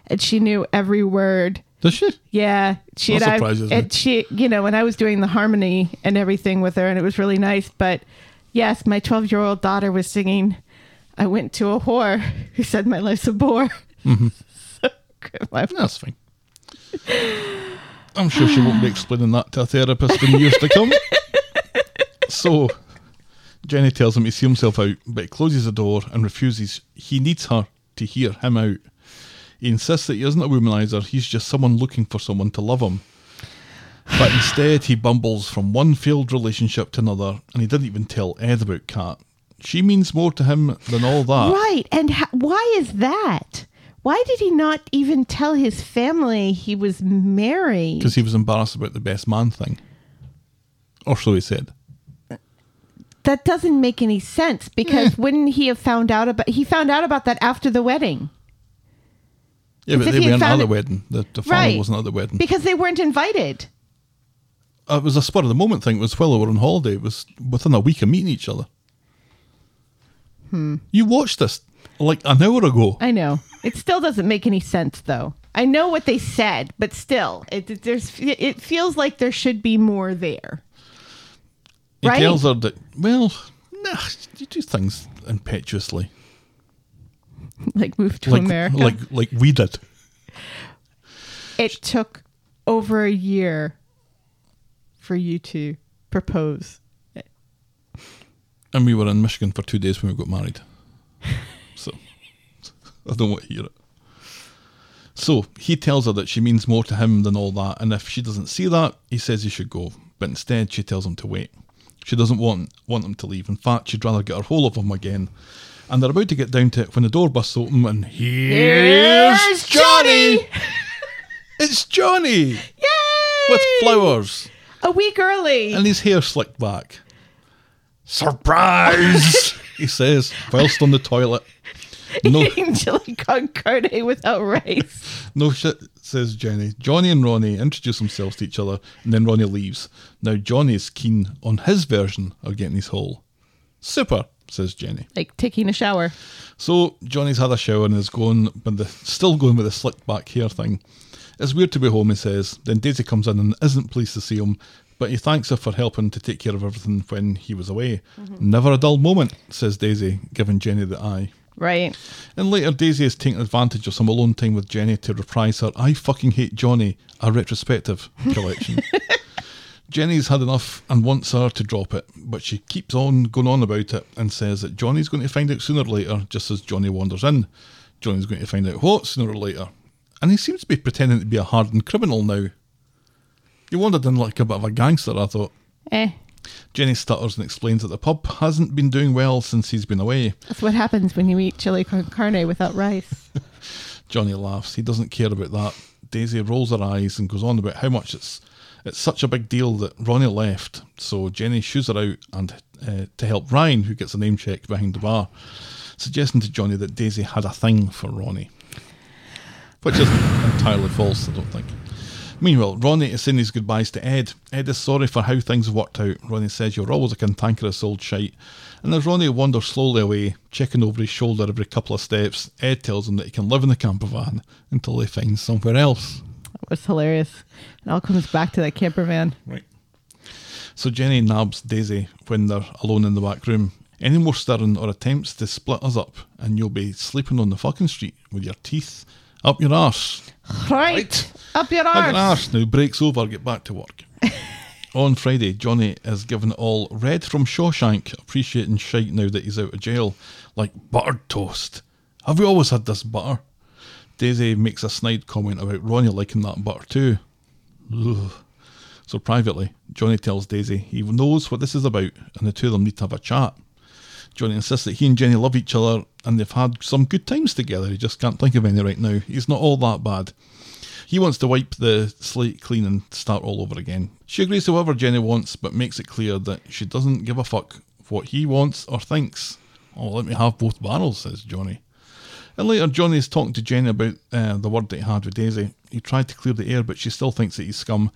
S6: and she knew every word.
S5: Does she?
S6: Yeah, she
S5: That
S6: and I,
S5: surprises me.
S6: and she, you know, when I was doing the harmony and everything with her, and it was really nice. But yes, my twelve-year-old daughter was singing. I went to a whore who said my life's a bore. so, my-
S5: That's fine. I'm sure she won't be explaining that to a therapist in years to come. So, Jenny tells him to see himself out, but he closes the door and refuses. He needs her to hear him out. He insists that he isn't a womanizer, he's just someone looking for someone to love him. But instead, he bumbles from one failed relationship to another, and he didn't even tell Ed about Kat. She means more to him than all that.
S6: Right, and ha- why is that? Why did he not even tell his family he was married?
S5: because he was embarrassed about the best man thing. Or so he said.
S6: That doesn't make any sense because wouldn't he have found out about he found out about that after the wedding?
S5: Yeah,
S6: As
S5: but
S6: if
S5: they
S6: he had
S5: weren't at
S6: found
S5: the
S6: it-
S5: wedding. The, the father
S6: Right.
S5: wasn't at the wedding.
S6: Because they weren't invited.
S5: Uh, it was a spur of the moment thing. It was while they were on holiday. It was within a week of meeting each other. Hmm. You watched this like an hour ago.
S6: I know. It still doesn't make any sense though. I know what they said, but still it it- there's it feels like there should be more there.
S5: He
S6: Right.
S5: tells her that, well, nah, you do things impetuously.
S6: Like move to
S5: Like,
S6: America.
S5: like, like we did.
S6: it took over a year for you to propose.
S5: And we were in Michigan for two days when we got married. So I don't want to hear it. So he tells her that she means more to him than all that, and if she doesn't see that, he says he should go. But instead, she tells him to wait. She doesn't want want him to leave. In fact, she'd rather get her hold of him again. And they're about to get down to it when the door busts open, and here's Johnny. It's Johnny
S6: Yay!
S5: with flowers
S6: a week early.
S5: and his hair slicked back. Surprise! he says, whilst on the toilet. No,
S6: eating chili con carne without rice.
S5: no shit, says Jenny. Johnny and Ronnie introduce themselves to each other, and then Ronnie leaves. Now Johnny is keen on his version of getting his hole. Super, says Jenny.
S6: Like taking a shower.
S5: So Johnny's had a shower and is going, but the, still going with the slicked back hair thing. It's weird to be home, he says. Then Daisy comes in and isn't pleased to see him, but he thanks her for helping to take care of everything when he was away. Never a dull moment, says Daisy, giving Jenny the eye.
S6: Right.
S5: And later, Daisy is taking advantage of some alone time with Jenny to reprise her I fucking hate Johnny, a retrospective collection. Jenny's had enough and wants her to drop it, but she keeps on going on about it and says that Johnny's going to find out sooner or later, just as Johnny wanders in. Johnny's going to find out what sooner or later. And he seems to be pretending to be a hardened criminal now. He wandered in like a bit of a gangster, I thought.
S6: Eh.
S5: Jenny stutters and explains that the pub hasn't been doing well since he's been away.
S6: That's what happens when you eat chili con carne without rice.
S5: Johnny laughs. He doesn't care about that. Daisy rolls her eyes and goes on about how much it's it's such a big deal that Ronnie left. So Jenny shoos her out and uh, to help Ryan, who gets a name check behind the bar, suggesting to Johnny that Daisy had a thing for Ronnie, which is entirely false. I don't think. Meanwhile, Ronnie is saying his goodbyes to Ed. Ed is sorry for how things worked out. Ronnie says, You're always a cantankerous old shite. And as Ronnie wanders slowly away, checking over his shoulder every couple of steps, Ed tells him that he can live in the camper van until they find somewhere else.
S6: That was hilarious. It all comes back to that camper van.
S5: Right. So Jenny nabs Daisy when they're alone in the back room. Any more stirring or attempts to split us up, and you'll be sleeping on the fucking street with your teeth up your arse.
S6: Right.
S5: Right.
S6: Up your
S5: Like an
S6: arse.
S5: arse now, breaks over, get back to work. On Friday, Johnny is given all red from Shawshank, appreciating shite now that he's out of jail, like buttered toast. Have we always had this butter? Daisy makes a snide comment about Ronnie liking that butter too. Ugh. So privately, Johnny tells Daisy he knows what this is about and the two of them need to have a chat. Johnny insists that he and Jenny love each other and they've had some good times together. He just can't think of any right now. He's not all that bad. He wants to wipe the slate clean and start all over again. She agrees to whatever Jenny wants, but makes it clear that she doesn't give a fuck what he wants or thinks. Oh, let me have both barrels, says Johnny. And later, Johnny is talking to Jenny about uh, the word that he had with Daisy. He tried to clear the air, but she still thinks that he's scum.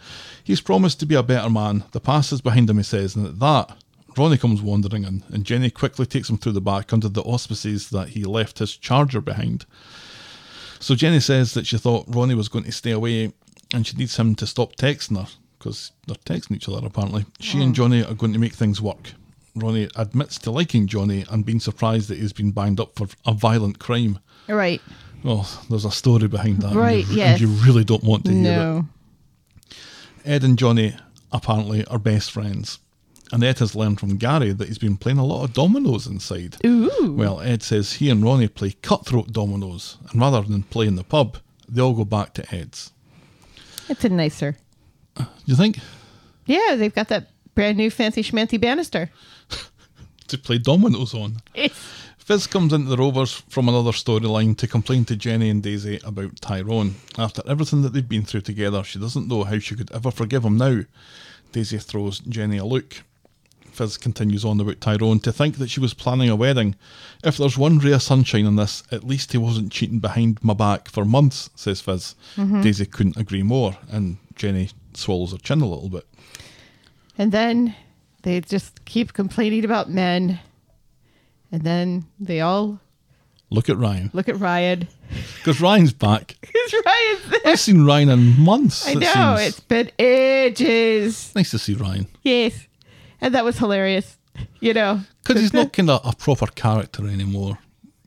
S5: He's promised to be a better man. The past is behind him, he says, and at that, Ronnie comes wandering in, and Jenny quickly takes him through the back under the auspices that he left his charger behind. So Jenny says that she thought Ronnie was going to stay away and she needs him to stop texting her because they're texting each other apparently. She
S6: Hmm.
S5: and Johnny are going to make things work. Ronnie admits to liking Johnny and being surprised that he's been banged up for a violent crime.
S6: Right.
S5: Oh, there's a story behind that. and you-
S6: Right,
S5: and you,
S6: yes.
S5: really don't want to hear
S6: No.
S5: it. Ed and Johnny apparently are best friends. And Ed has learned from Gary that he's been playing a lot of dominoes inside.
S6: Ooh.
S5: Well, Ed says he and Ronnie play cutthroat dominoes, and rather than play in the pub, they all go back to Ed's.
S6: It's a nicer.
S5: You think
S6: Yeah, they've got that brand new fancy schmancy banister.
S5: to play dominoes on?
S6: It's
S5: Fizz comes into the Rovers from another storyline to complain to Jenny and Daisy about Tyrone. After everything that they've been through together, she doesn't know how she could ever forgive him now. Daisy throws Jenny a look. Fizz continues on about Tyrone to think that she was planning a wedding. If there's one ray of sunshine in this, at least he wasn't cheating behind my back for months, says Fizz.
S6: Mm-hmm.
S5: Daisy couldn't agree more, and Jenny swallows her chin a little bit.
S6: And then they just keep complaining about men. And then they all
S5: Look at Ryan.
S6: look at Ryan.
S5: Because Ryan's back.
S6: Because Ryan's there.
S5: I've seen Ryan in months.
S6: I
S5: it
S6: know.
S5: seems.
S6: It's been ages.
S5: nice to see Ryan.
S6: Yes. And that was hilarious. You know.
S5: Because he's not kind of a proper character anymore.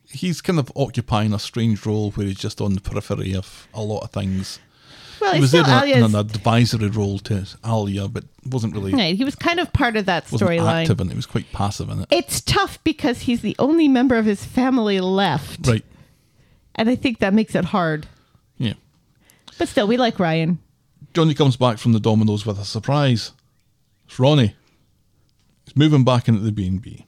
S5: He's kind of occupying a strange role where he's just on the periphery of a lot of things.
S6: Well,
S5: He was
S6: he's
S5: there
S6: still
S5: in, a- in
S6: Alia's.
S5: an advisory role to Alia, but wasn't really
S6: Right, He was kind of part of that
S5: wasn't active
S6: storyline.
S5: in it. He was quite passive in it.
S6: It's tough because he's the only member of his family left.
S5: Right.
S6: And I think that makes it hard.
S5: Yeah.
S6: But still, we like Ryan.
S5: Johnny comes back from the Dominoes with a surprise. It's Ronnie. He's moving back into the B&B.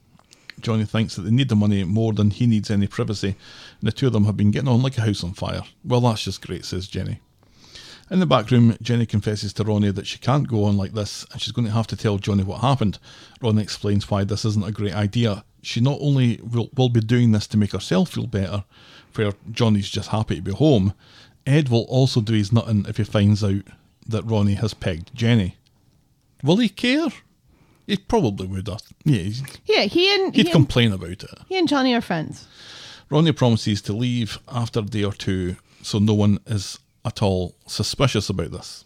S5: Johnny thinks that they need the money more than he needs any privacy, and the two of them have been getting on like a house on fire. Well, that's just great, says Jenny. In the back room, Jenny confesses to Ronnie that she can't go on like this, and she's going to have to tell Johnny what happened. Ronnie explains why this isn't a great idea. She not only will, will be doing this to make herself feel better, where Johnny's just happy to be home, Ed will also do his nutting if he finds out that Ronnie has pegged Jenny. Will he care? He probably would. uh, Yeah, he's-
S6: Yeah, he and he
S5: he'd
S6: and,
S5: complain about it.
S6: he and Johnny are friends.
S5: Ronnie promises to leave after a day or two, so no one is at all suspicious about this.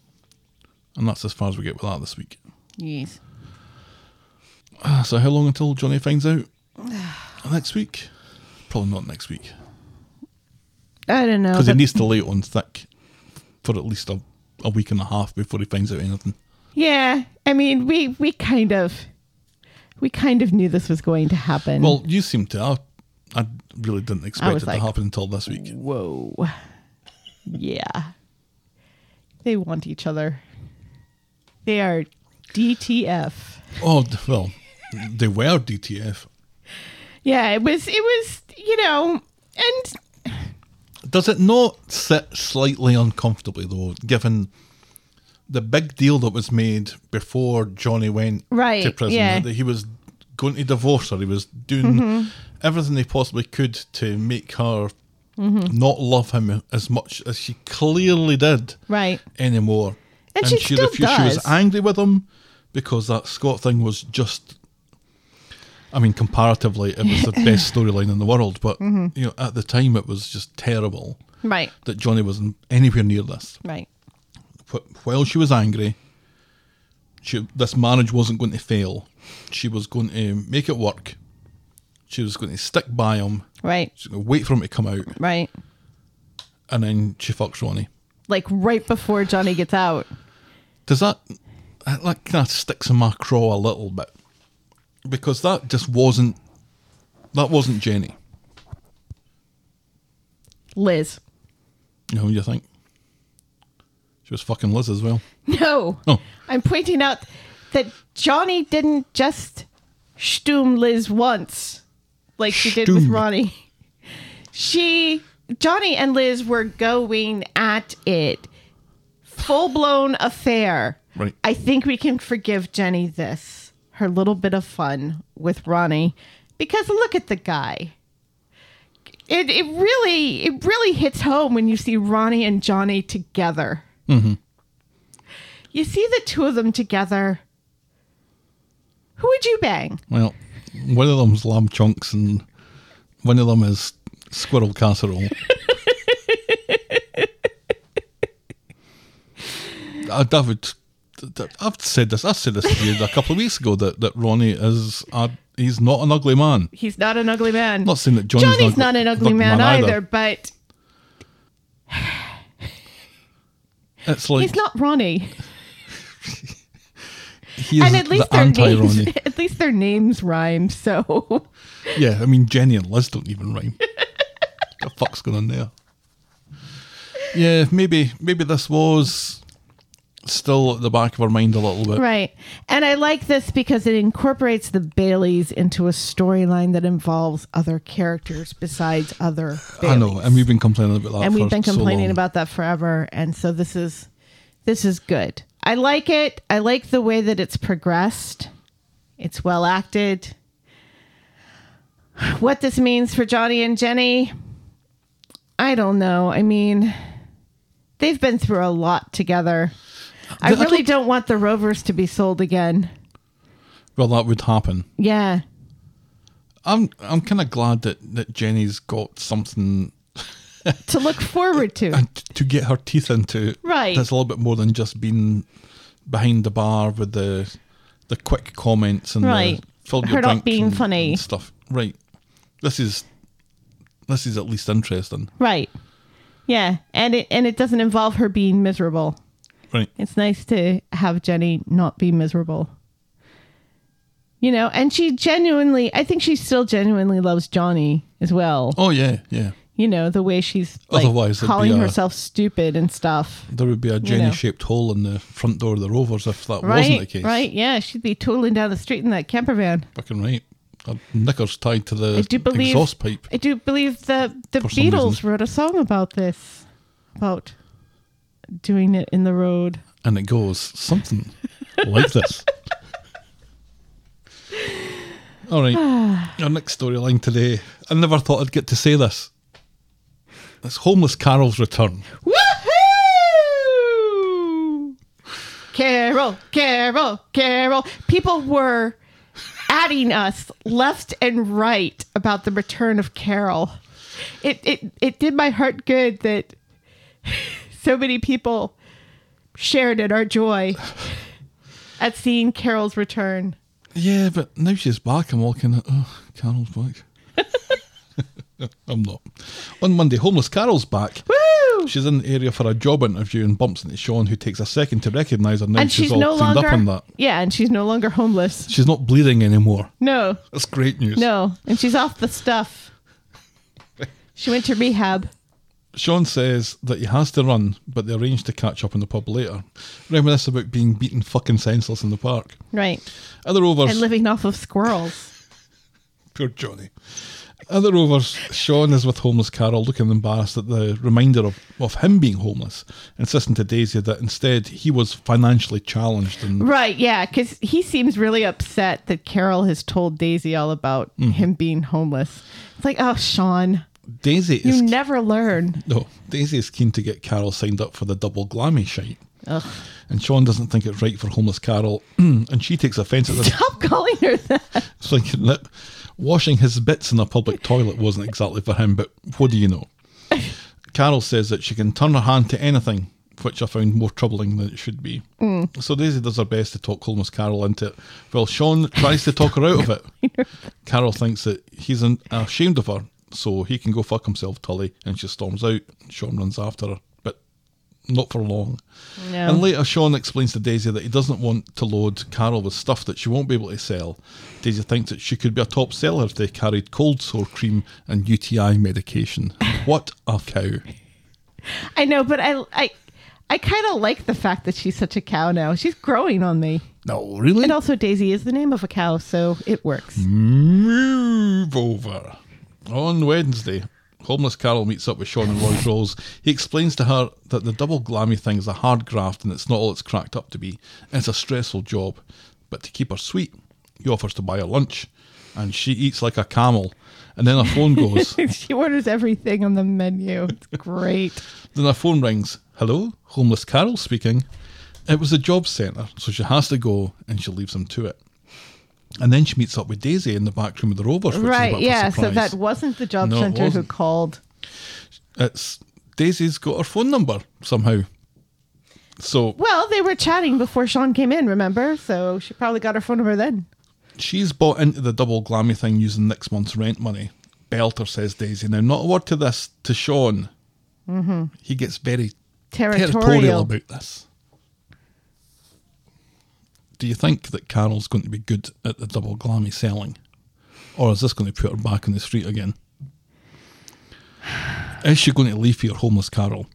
S5: And that's as far as we get with that this week.
S6: Yes.
S5: Ah, So, how long until Johnny finds out? next week? Probably not next week.
S6: I don't know.
S5: Because he
S6: but-
S5: needs to lay it on thick for at least a, a week and a half before he finds out anything.
S6: yeah, I mean, we we kind of we kind of knew this was going to happen.
S5: Well, you seem to. I, I really didn't expect
S6: Hmm. was
S5: it
S6: like-
S5: to happen until this week.
S6: whoa, yeah, they want each other. They are DTF.
S5: Oh, d- well, they were DTF.
S6: Yeah, it was it was you know, and
S5: Does it not sit slightly uncomfortably though, given the big deal that was made before Johnny went to
S6: Right,
S5: prison
S6: yeah. Mm-hmm.
S5: that he was going to divorce her, he was doing everything he possibly could to make her
S6: Mm-hmm.
S5: not love him as much as she clearly did
S6: Right.
S5: anymore.
S6: And she still
S5: She was
S6: does.
S5: angry with him because that Scott thing was just I mean, comparatively, it was the best storyline in the world, but
S6: Mm-hmm.
S5: you know, at the time, it was just terrible
S6: right,
S5: that Johnny wasn't anywhere near this.
S6: right,
S5: Wh- While she was angry, she, this marriage wasn't going to fail. She was going to make it work. She was going to stick by him.
S6: right,
S5: She was going to wait for him to come out,
S6: right.
S5: and then she fucks Ronnie.
S6: Like right before Johnny gets out.
S5: Does that that, that kind of sticks in my craw a little bit because that just wasn't that wasn't Jenny.
S6: Liz.
S5: You know, you think she was fucking Liz as well.
S6: No.
S5: Oh.
S6: I'm pointing out that Johnny didn't just stoom Liz once like she did with
S5: Stoom.
S6: Ronnie. She Johnny and Liz were going at it. Full blown affair.
S5: Right.
S6: I think we can forgive Jenny this. Her little bit of fun with Ronnie. Because look at the guy. It it really it really hits home when you see Ronnie and Johnny together
S5: Mm-hmm.
S6: you see the two of them together, who would you bang?
S5: Well, one of them's lamb chunks and one of them is squirrel casserole. I, I would. I've said this. I said this to you a couple of weeks ago that, that Ronnie is a, he's not an ugly man.
S6: He's not an ugly man.
S5: I'm not saying that Johnny's,
S6: Johnny's
S5: an
S6: not an ugly man, either, but
S5: It's like
S6: he's not Ronnie.
S5: he is
S6: And at least
S5: the
S6: their
S5: anti
S6: names,
S5: Ronnie.
S6: at least their names rhyme. So
S5: Yeah, I mean Jenny and Liz don't even rhyme. the fuck's going on there? Yeah, maybe maybe this was still at the back of her mind a little bit.
S6: Right. And I like this because it incorporates the Baileys into a storyline that involves other characters besides other
S5: I
S6: Baileys.
S5: know, and we've been complaining about that.
S6: And we've
S5: Uh, for
S6: been
S5: so
S6: complaining
S5: long.
S6: about that forever. And so this is this is good. I like it. I like the way that it's progressed. It's well acted. What this means for Johnny and Jenny, I don't know. I mean, they've been through a lot together. I
S5: The- I
S6: really don't want the Rovers to be sold again.
S5: Well, that would happen.
S6: Yeah.
S5: I'm I'm kind of glad that that Jenny's got something
S6: To look forward to.
S5: and t- to get her teeth into.
S6: Right.
S5: That's a little bit more than just being behind the bar with the the quick comments and
S6: Right.
S5: the filled your
S6: Her not
S5: drink
S6: being
S5: and-
S6: funny.
S5: and stuff. Right. This is this is at least interesting.
S6: Right. Yeah. And it and it doesn't involve her being miserable.
S5: Right.
S6: It's nice to have Jenny not be miserable. You know, and she genuinely, I think she still genuinely loves Johnny as well.
S5: Oh yeah, yeah.
S6: You know, the way she's like
S5: Otherwise it'd be uh,
S6: calling
S5: a-
S6: herself stupid and stuff.
S5: There would be a
S6: know.
S5: Jenny-shaped hole in the front door of the Rovers if that wasn't the
S6: Right.
S5: case.
S6: Right. Yeah. She'd be tooling down the street in that camper van.
S5: Fucking right. A knickers tied to the
S6: I do believe.
S5: exhaust pipe.
S6: I do believe the, the
S5: For some
S6: Beatles
S5: reason.
S6: wrote a song about this, about doing it in the road.
S5: and it goes something like this. All right, our next storyline today. I never thought I'd get to say this. It's homeless Carol's return.
S6: Woohoo! Carol, Carol, Carol. People were adding us left and right about the return of Carol. It it it did my heart good that so many people shared in our joy at seeing Carol's return.
S5: Yeah, but now she's back. I'm walking. Oh, Carol's back. I'm not. On Monday, homeless Carol's back.
S6: Woo!
S5: She's in the area for a job interview and bumps into Sean, who takes a second to recognise her. Now
S6: And she's,
S5: all
S6: no
S5: cleaned up in
S6: longer
S5: that.
S6: Yeah, and she's no longer homeless.
S5: She's not bleeding anymore.
S6: No.
S5: That's great news.
S6: No, and she's off the stuff. She went to rehab.
S5: Sean says that he has to run, but they arrange to catch up in the pub later. Reminisce about being beaten fucking senseless in the park.
S6: Right.
S5: Other rovers,
S6: And living off of squirrels.
S5: poor Johnny. Other rovers, Sean is with homeless Carol, looking embarrassed at the reminder of, of him being homeless, insisting to Daisy that instead he was financially challenged. And
S6: Right, yeah, because he seems really upset that Carol has told Daisy all about
S5: Mm-hmm.
S6: him being homeless. It's like, oh, Sean,
S5: Daisy
S6: you
S5: is
S6: never learn.
S5: no, Daisy is keen to get Carol signed up for the double glammy shite. And Sean doesn't think it's right for homeless Carol, and she takes offence at this.
S6: Stop calling her that.
S5: thinking that washing his bits in a public toilet wasn't exactly for him, but what do you know? Carol says that she can turn her hand to anything, which I found more troubling than it should be. So Daisy does her best to talk homeless Carol into it, while Sean tries to talk her out of it. Carol thinks that he's an, ashamed of her, so he can go fuck himself, Tully, and she storms out. Sean runs after her, but not for long. And later, Sean explains to Daisy that he doesn't want to load Carol with stuff that she won't be able to sell. Daisy thinks that she could be a top seller if they carried cold sore cream and UTI medication. What a cow.
S6: I know, but I, I, I kind of like the fact that she's such a cow now. She's growing on me.
S5: No, really?
S6: And also, Daisy is the name of a cow, so it works.
S5: Mm-hmm. Move over. On Wednesday, homeless Carol meets up with Sean and Roy's Rolls. He explains to her that the double glammy thing is a hard graft and it's not all it's cracked up to be. It's a stressful job. But to keep her sweet, he offers to buy her lunch. And she eats like a camel. And then her phone goes.
S6: she orders everything on the menu. It's great.
S5: Then her phone rings. Hello, homeless Carol speaking. It was the job centre, so she has to go and she leaves him to it. And then she meets up with Daisy in the back room of the Rovers, which is a
S6: right,
S5: bit of a
S6: yeah. So
S5: surprise.
S6: that wasn't the job
S5: No, it
S6: center who
S5: wasn't.
S6: called.
S5: it's Daisy's got her phone number somehow. So
S6: Well, they were chatting before Sean came in, remember? So she probably got her phone number then.
S5: she's bought into the double glammy thing using next month's rent money. Belter says Daisy. Now, not a word to this to Sean. Mm-hmm. He gets very
S6: Territorial.
S5: territorial about this. Do you think that Carol's going to be good at the double glammy selling? Or is this going to put her back on the street again? Is she going to leave here homeless, Carol?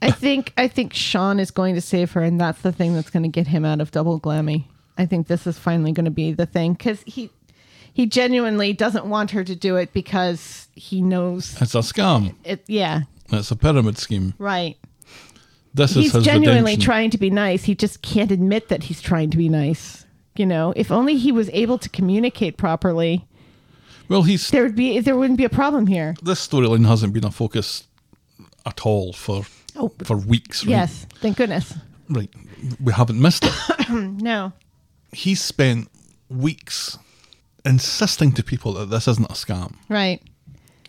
S6: I think I think Sean is going to save her, and that's the thing that's going to get him out of double glammy. I think this is finally going to be the thing because he he genuinely doesn't want her to do it because he knows
S5: It's a scam.
S6: it. Yeah,
S5: It's a pyramid scheme.
S6: right.
S5: This is
S6: He's
S5: his
S6: genuinely
S5: redemption.
S6: trying to be nice. He just can't admit that he's trying to be nice. You know, if only he was able to communicate properly,
S5: well, he's
S6: there would be there wouldn't be a problem here.
S5: this storyline hasn't been a focus at all for
S6: Oh,
S5: for weeks. Right?
S6: Yes, thank goodness.
S5: right. We haven't missed it.
S6: No,
S5: he spent weeks insisting to people that this isn't a scam,
S6: right.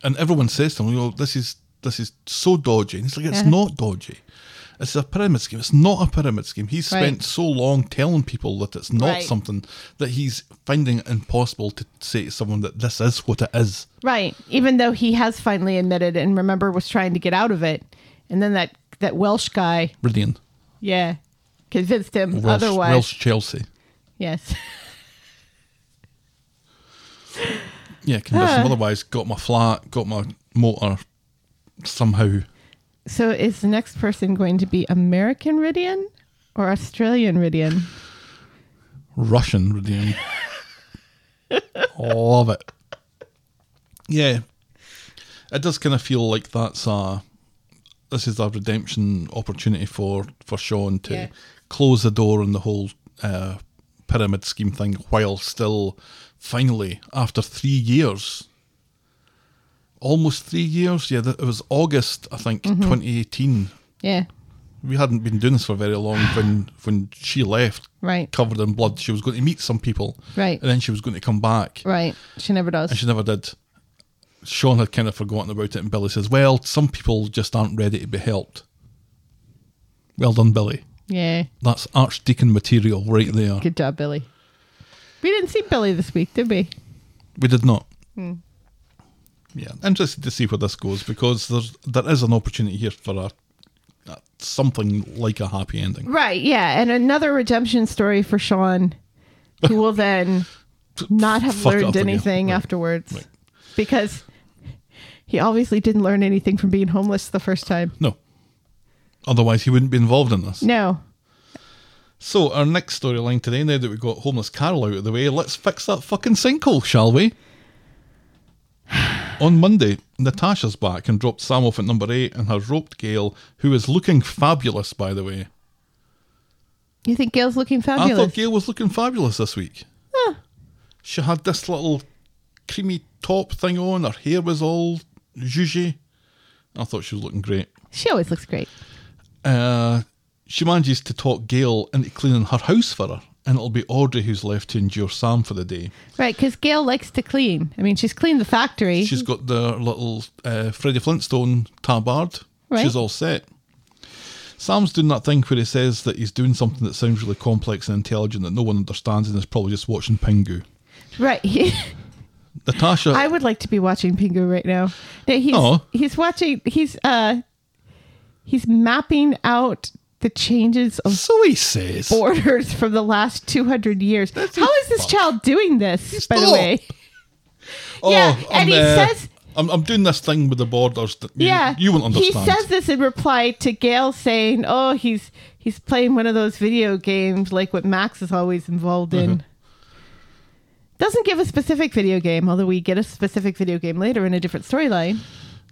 S5: and everyone says to him, "You know, this is this is so dodgy." And he's like, "It's
S6: Uh-huh.
S5: not dodgy." It's a pyramid scheme. It's not a pyramid scheme. He's spent
S6: Right.
S5: so long telling people that it's not
S6: Right.
S5: something that he's finding it impossible to say to someone that this is what it is.
S6: Right. Even though he has finally admitted and remember was trying to get out of it. And then that, that Welsh guy,
S5: Brilliant.
S6: yeah, convinced him
S5: Welsh,
S6: otherwise.
S5: Welsh Chelsea.
S6: Yes.
S5: Yeah, convinced him otherwise. Got my flat, got my motor somehow.
S6: So is the next person going to be American Ridian or Australian Ridian?
S5: Russian redeem. Love it. Yeah. It does kind of feel like that's a this is a redemption opportunity for for Sean to
S6: Yeah.
S5: close the door on the whole uh, pyramid scheme thing while still finally after 3 years almost 3 years yeah that, it was August I think 2018
S6: Yeah.
S5: we hadn't been doing this for very long when when she left
S6: Right.
S5: covered in blood she was going to meet some people
S6: Right.
S5: and then she was going to come back
S6: Right. She never does.
S5: and she never did sean had kind of forgotten about it and billy says well some people just aren't ready to be helped well done billy
S6: yeah.
S5: that's archdeacon material right there
S6: Good job, Billy. We didn't see Billy this week, did we?
S5: we did not
S6: Hmm.
S5: yeah interested to see where this goes because there's there is an opportunity here for a, a something like a happy ending
S6: Right. Yeah. And another redemption story for Sean, who will then not have
S5: Fuck up
S6: learned
S5: again.
S6: anything
S5: Right.
S6: afterwards
S5: Right.
S6: because he obviously didn't learn anything from being homeless the first time.
S5: no otherwise he wouldn't be involved in this
S6: No.
S5: So our next storyline today, now that we've got homeless Carol out of the way, let's fix that fucking sinkhole, shall we? On Monday, Natasha's back and dropped Sam off at number eight and has roped Gail, who is looking fabulous, by the way.
S6: You think Gail's looking
S5: I thought
S6: fabulous?
S5: Gail was looking fabulous this week. She had this little creamy top thing on, her hair was all zhuzhy. I thought she was looking great.
S6: she always looks great.
S5: Uh, she manages to talk Gail into cleaning her house for her, and it'll be Audrey who's left to endure Sam for the day.
S6: Right, because Gail likes to clean. I mean, she's cleaned the factory.
S5: She's got the little uh, Freddie Flintstone tabard.
S6: Right.
S5: She's all set. Sam's doing that thing where he says that he's doing something that sounds really complex and intelligent that no one understands and is probably just watching Pingu.
S6: right.
S5: Natasha,
S6: I would like to be watching Pingu right now. No, he's
S5: Oh.
S6: he's watching he's uh he's mapping out the changes of
S5: so he says.
S6: borders from the last 200 years. How is this child doing this, by the
S5: not.
S6: way? yeah, and he
S5: Oh, uh,
S6: says-
S5: I'm, I'm doing this thing with the borders that you,
S6: yeah.
S5: you won't
S6: He
S5: understand.
S6: says this in reply to Gail saying, oh, he's he's playing one of those video games like what Max is always involved in.
S5: Mm-hmm.
S6: Doesn't give a specific video game, although we get a specific video game later in a different storyline.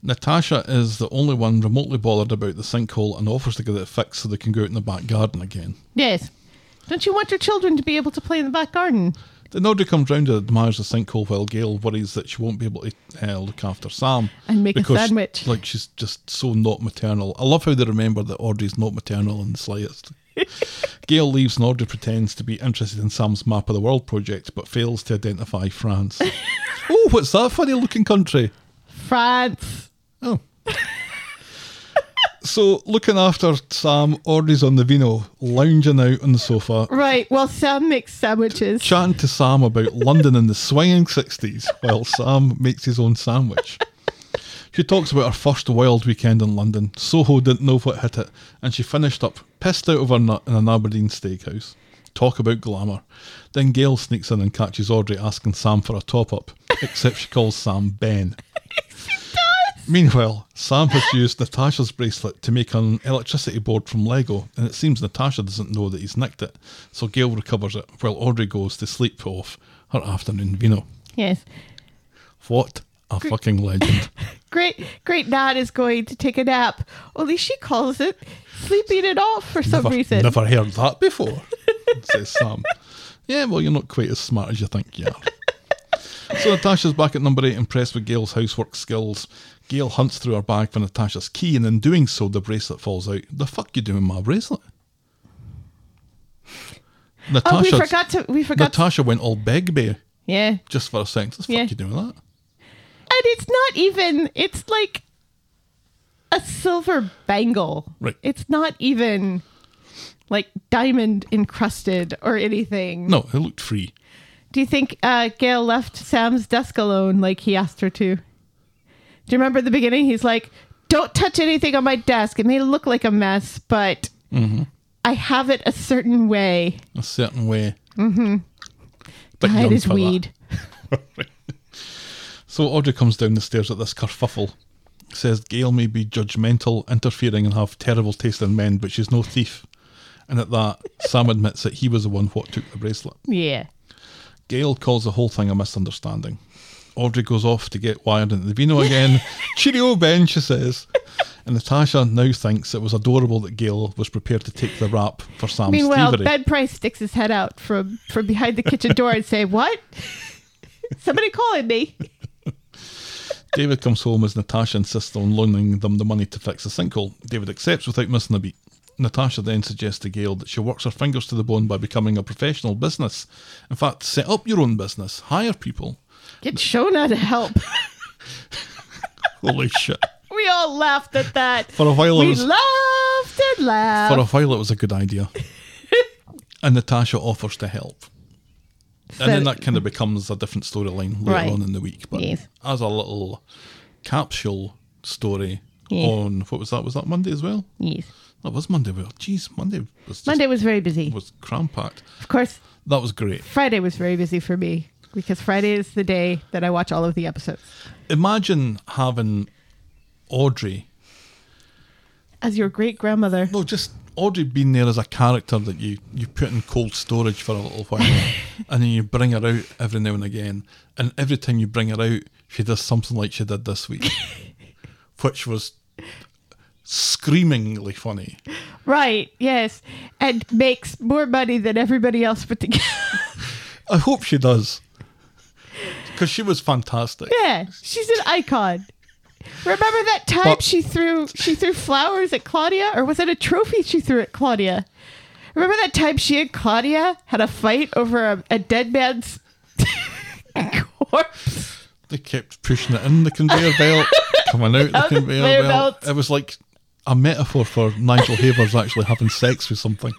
S5: Natasha is the only one remotely bothered about the sinkhole and offers to get it fixed so they can go out in the back garden again.
S6: Yes. Don't you want your children to be able to play in the back garden?
S5: Then Audrey comes round and admires the sinkhole while Gail worries that she won't be able to uh, look after Sam.
S6: And make a
S5: because,
S6: sandwich.
S5: Like, she's just so not maternal. I love how they remember that Audrey's not maternal in the slightest. Gail leaves and Audrey pretends to be interested in Sam's Map of the World project but fails to identify France. oh, what's that funny looking country?
S6: France.
S5: Oh. so, looking after Sam, Audrey's on the Vino, lounging out on the sofa,
S6: Right. Well, Sam makes sandwiches.
S5: chatting to Sam about London in the swinging 60s while Sam makes his own sandwich. She talks about her first wild weekend in London. Soho didn't know what hit it, and she finished up pissed out of her nut in an Aberdeen steakhouse. Talk about glamour. Then Gail sneaks in and catches Audrey asking Sam for a top up, except she calls Sam Ben. Meanwhile, Sam has used Natasha's bracelet to make an electricity board from Lego, and it seems Natasha doesn't know that he's nicked it, so Gail recovers it while Audrey goes to sleep off her afternoon vino.
S6: Yes.
S5: What a fucking legend.
S6: Great, great Dad is going to take a nap. Only she calls it sleeping it off for some
S5: never,
S6: reason.
S5: never heard that before, says Sam. Yeah, well, you're not quite as smart as you think you are. so Natasha's back at number eight, impressed with Gail's housework skills. Gail hunts through her bag for Natasha's key, and in doing so, the bracelet falls out. The fuck you doing with my bracelet? Natasha,
S6: Oh, we forgot to. We forgot. To,
S5: Natasha went all Begbie
S6: yeah,
S5: just for a second. What the
S6: Yeah.
S5: fuck you doing with that?
S6: and it's not even. It's like a silver bangle.
S5: Right.
S6: It's not even like diamond encrusted or anything.
S5: No, it looked free.
S6: Do you think uh, Gail left Sam's desk alone like he asked her to? Do you remember at the beginning? He's like, "Don't touch anything on my desk. It may look like a mess, but
S5: Mm-hmm.
S6: I have it a certain way.
S5: A certain way. Mm-hmm. But
S6: I
S5: young
S6: his
S5: fella.
S6: weed."
S5: So Audrey comes down the stairs at this kerfuffle, says Gail may be judgmental, interfering, and have terrible taste in men, but she's no thief. And at that, Sam admits that he was the one what took the bracelet.
S6: Yeah.
S5: Gail calls the whole thing a misunderstanding. Audrey goes off to get wired into the vino again. Cheerio, Ben, she says. And Natasha now thinks it was adorable that Gail was prepared to take the rap for Sam's
S6: Meanwhile,
S5: thievery.
S6: Ben Price sticks his head out from from behind the kitchen door and say, "What? Somebody calling me?"
S5: David comes home as Natasha insists on loaning them the money to fix the sinkhole. David accepts without missing a beat. Natasha then suggests to Gail that she works her fingers to the bone by becoming a professional business. In fact, set up your own business, hire people.
S6: Get Shona to help.
S5: Holy shit.
S6: We all laughed at that.
S5: For a while, it
S6: we
S5: was-
S6: laughed and laughed.
S5: For a while, it was a good idea. and Natasha offers to help. and then
S6: So-
S5: that kind of becomes a different storyline later
S6: Right.
S5: on in the week. But
S6: Yes.
S5: as a little capsule story
S6: Yeah.
S5: on what was that? Was that Monday as well?
S6: Yes.
S5: That was Monday. Well, geez, Monday was just
S6: Monday was very busy.
S5: was cram packed.
S6: Of course,
S5: That was great.
S6: Friday was very busy for me because Friday is the day that I watch all of the episodes
S5: Imagine having Audrey,
S6: as your great grandmother.
S5: no, just Audrey being there as a character that you, you put in cold storage for a little while and then you bring her out every now and again. And every time you bring her out, she does something like she did this week, which was screamingly funny.
S6: Right, yes. And makes more money than everybody else put together.
S5: I hope she does because she was fantastic.
S6: yeah, she's an icon. Remember that time
S5: Well-
S6: she threw she threw flowers at Claudia or was it a trophy she threw at Claudia? Remember that time she and Claudia had a fight over a, a dead man's corpse?
S5: They kept pushing it in the conveyor belt, coming out the
S6: Out the
S5: conveyor
S6: conveyor
S5: belt.
S6: belt.
S5: It was like a metaphor for Nigel Havers actually having sex with something.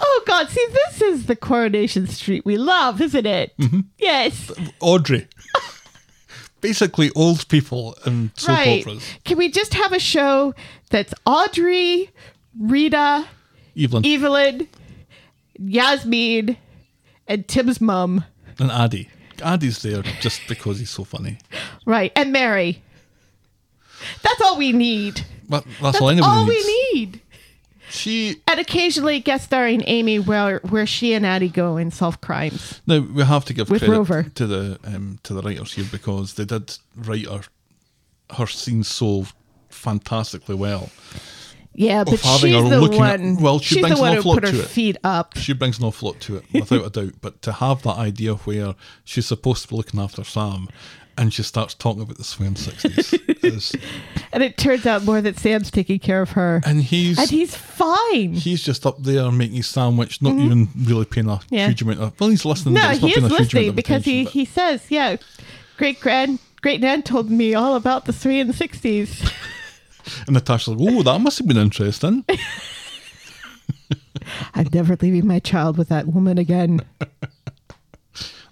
S6: Oh God! See, this is the Coronation Street we love, isn't it? Yes,
S5: Audrey. Basically, old people and soap
S6: right.
S5: operas.
S6: Can we just have a show that's Audrey, Rita,
S5: Evelyn
S6: Evelyn, Yasmin, and Tim's mum?
S5: and Addy. Addy's there just because he's so funny.
S6: Right, and Mary. That's all we need.
S5: But that's,
S6: That's
S5: all anybody
S6: all
S5: needs.
S6: we need.
S5: She
S6: And occasionally guest starring Amy, where where she and Addie go and solve crimes.
S5: now we have to give
S6: With
S5: credit
S6: Rover.
S5: to the um, to the writers here because they did write her her scenes so fantastically well.
S6: Yeah, but
S5: having
S6: she's
S5: her
S6: the
S5: looking at-
S6: one.
S5: well, she
S6: she's the
S5: brings an
S6: one who
S5: awful lot
S6: put her
S5: to it.
S6: feet up.
S5: she brings an awful lot to it, without a doubt. But to have that idea where she's supposed to be looking after Sam and she starts talking about the swim 60s. is,
S6: And it turns out more that Sam's taking care of her.
S5: and he's.
S6: And he's fine.
S5: He's just up there making his sandwich, not even really paying a
S6: Mm-hmm. Yeah.
S5: huge amount of. Well, he's listening.
S6: no,
S5: but he's
S6: he
S5: not paying
S6: is
S5: a huge amount
S6: listening
S5: of
S6: because he,
S5: attention, but-
S6: he says, yeah, great grand great nan told me all about the three and sixties.
S5: And Natasha's like, "Oh, that must have been interesting."
S6: I'm never leaving my child with that woman again.
S5: that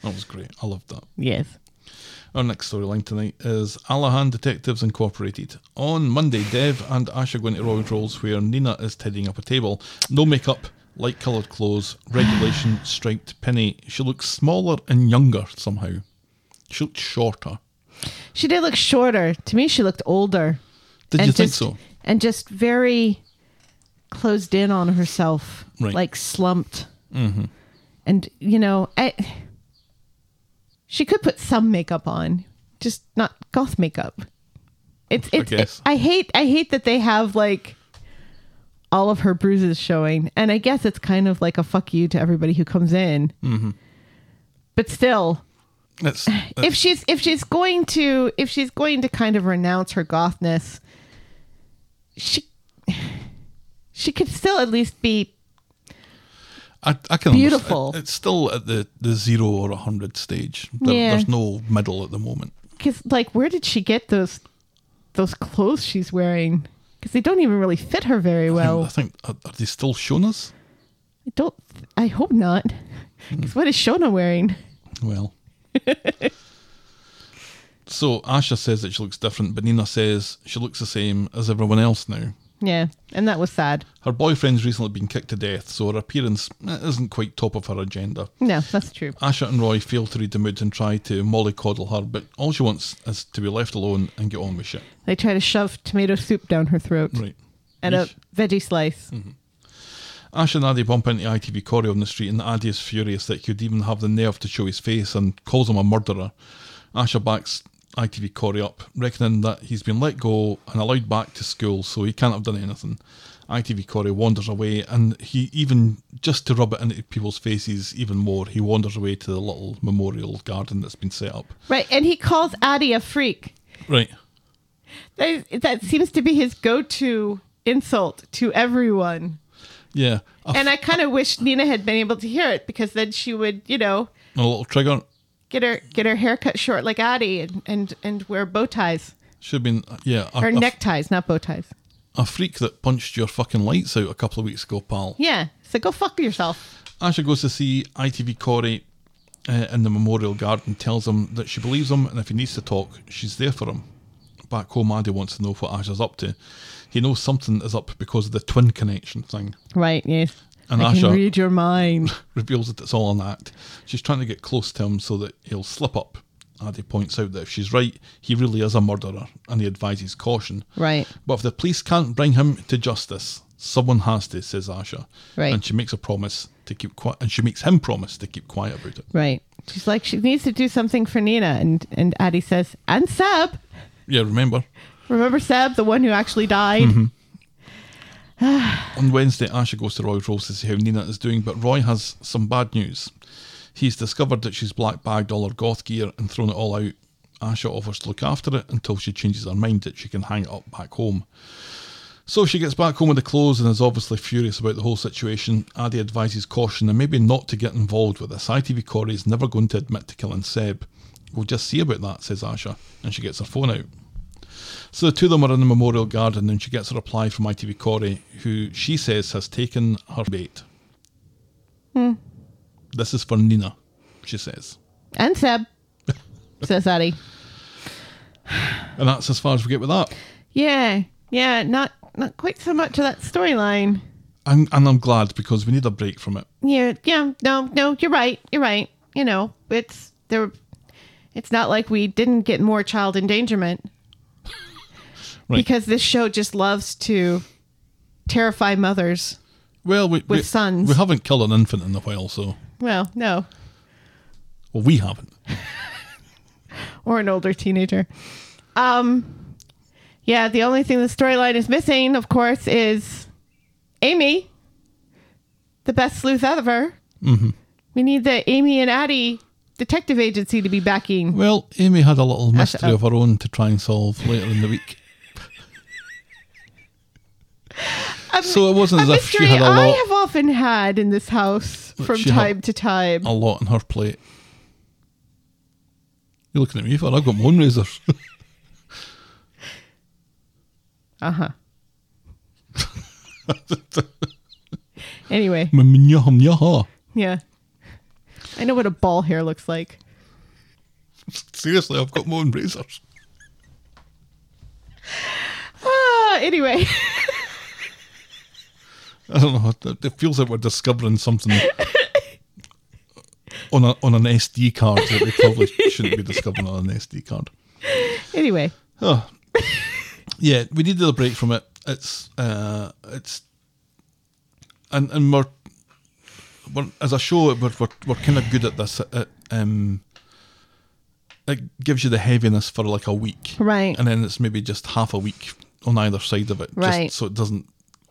S5: was great. I loved that.
S6: yes.
S5: Our next storyline tonight is Alahan Detectives Incorporated. On Monday, Dev and Ash are going to Royal Rolls where Nina is tidying up a table. No makeup, light coloured clothes, regulation, striped penny. She looks smaller and younger somehow. She looked shorter.
S6: She did look shorter. To me, she looked older.
S5: Did
S6: and
S5: you think
S6: just-
S5: so?
S6: And just very closed in on herself,
S5: Right.
S6: like slumped. Mm-hmm. And you know, I, she could put some makeup on, just not goth makeup. It's
S5: I
S6: it's.
S5: guess.
S6: I hate I hate that they have like all of her bruises showing, and I guess it's kind of like a fuck you to everybody who comes in. Mm-hmm. But still,
S5: That's,
S6: if she's if she's going to if she's going to kind of renounce her gothness she she could still at least be
S5: I, I can understand.
S6: Beautiful.
S5: It- It's still at the, the zero or a hundred stage. There,
S6: Yeah.
S5: There's no middle at the moment.
S6: because like where did she get those those clothes she's wearing because they don't even really fit her very
S5: I
S6: well
S5: think are, are they still shown us?
S6: i don't i hope not
S5: Mm.
S6: 'Cause what is shona wearing
S5: Well. so Asha says that she looks different, but Nina says she looks the same as everyone else now.
S6: yeah and that was sad
S5: Her boyfriend's recently been kicked to death, so her appearance eh, isn't quite top of her agenda.
S6: no that's true
S5: Asha and Roy fail to read the mood and try to mollycoddle her, but all she wants is to be left alone and get on with shit.
S6: they try to shove tomato soup down her throat
S5: Right.
S6: and a
S5: Yeesh. Mm.
S6: veggie slice
S5: Ash and Addy bump into ITV Corey on the street, and Addy is furious that he'd even have the nerve to show his face and calls him a murderer. Asha backs ITV Corey up, reckoning that he's been let go and allowed back to school, so he can't have done anything. ITV Corey wanders away, and he even, just to rub it into people's faces even more, he wanders away to the little memorial garden that's been set up.
S6: right and he calls addie a freak
S5: Right.
S6: That, that seems to be his go-to insult to everyone.
S5: Yeah. A,
S6: And I kind of wish Nina had been able to hear it because then she would, you know,
S5: a little trigger.
S6: get her get her hair cut short like Addie and and, and wear bow ties
S5: Should have been, yeah. A,
S6: or
S5: a-
S6: neckties, not bow ties.
S5: a freak that punched your fucking lights out a couple of weeks ago, pal.
S6: Yeah, so go fuck yourself.
S5: Asha goes to see ITV Corey uh, in the memorial garden, tells him that she believes him, and if he needs to talk, she's there for him. Back home, Addy wants to know what Asha's up to. He knows something is up because of the twin connection thing.
S6: Right. Yes.
S5: And
S6: I can
S5: Asha-
S6: read your mind.
S5: Reveals that it's all an act. She's trying to get close to him so that he'll slip up. Addy points out that if she's right, he really is a murderer, and he advises caution.
S6: Right.
S5: But if the police can't bring him to justice, someone has to, says Asha.
S6: Right.
S5: And she makes a promise to keep quiet, and she makes him promise to keep quiet about it.
S6: Right. She's like she needs to do something for Nina, and and Addie says, "And Seb,
S5: Yeah, remember.
S6: remember Seb, the one who actually died."
S5: On Wednesday, Asha goes to Roy Rose to see how Nina is doing, but Roy has some bad news. He's discovered that she's black bagged all her goth gear and thrown it all out. Asha offers to look after it until she changes her mind that she can hang it up back home. So she gets back home with the clothes and is obviously furious about the whole situation. Addy advises caution and maybe not to get involved with this. ITV Corey is never going to admit to killing Seb. We'll just see about that, says Asha, and she gets her phone out. So the two of them are in the memorial garden, and she gets a reply from ITV Corey, who she says has taken her bait.
S6: Hmm.
S5: This is for Nina, she says.
S6: And Seb, says Addie.
S5: And that's as far as we get with that.
S6: Yeah, yeah, not not quite so much of that storyline.
S5: And, and I'm glad because we need a break from it.
S6: Yeah, yeah, no, no, you're right, you're right. You know, it's there. It's not like we didn't get more child endangerment
S5: Right.
S6: because this show just loves to terrify mothers.
S5: Well, we, we,
S6: With sons.
S5: we haven't killed an infant in a while, so.
S6: Well, no,
S5: Well, we haven't.
S6: or an older teenager. Um, yeah, the only thing the storyline is missing, of course, is Amy, the best sleuth ever. Mm-hmm. We need the Amy and Addie detective agency to be backing.
S5: Well, Amy had a little mystery
S6: up.
S5: of her own to try and solve later in the week.
S6: A-
S5: So it wasn't
S6: a
S5: as if she
S6: mystery
S5: had a
S6: I
S5: lot,
S6: have often had in this house
S5: But
S6: from
S5: she had-
S6: time to time.
S5: a lot on her plate. You're looking at me for I've got my own razors.
S6: Uh huh. Anyway,
S5: Mnyaha,
S6: yeah. I know what a ball hair looks like.
S5: mnyaha. Seriously, I've got my own razors.
S6: Ah, anyway.
S5: I don't know. It, it feels like we're discovering something on a on an SD card that we probably shouldn't be discovering on an SD card.
S6: Anyway,
S5: Oh, yeah, we need a break from it. It's uh, it's and and we're, we're as a show we're we're, we're kind of good at this. It, it, um, it gives you the heaviness for like a week,
S6: Right.
S5: And then it's maybe just half a week on either side of it, just
S6: Right.
S5: so it doesn't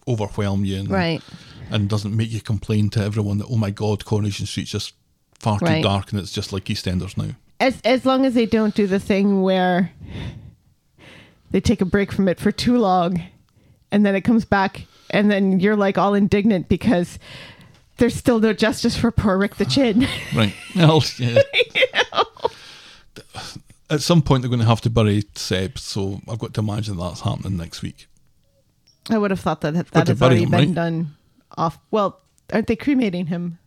S5: overwhelm you, and,
S6: Right.
S5: And doesn't make you complain to everyone that oh my god, Coronation Street's just far too
S6: Right.
S5: dark and it's just like EastEnders now.
S6: as as long as they don't do the thing where they take a break from it for too long and then it comes back and then you're like all indignant because there's still no justice for poor Rick the Chin.
S5: Right. Well, yeah. At some point, they're going to have to bury Seb, so I've got to imagine that's happening next week.
S6: I would have thought that that
S5: to
S6: has
S5: bury
S6: already
S5: him,
S6: been
S5: right?
S6: done off. Well, aren't they cremating him?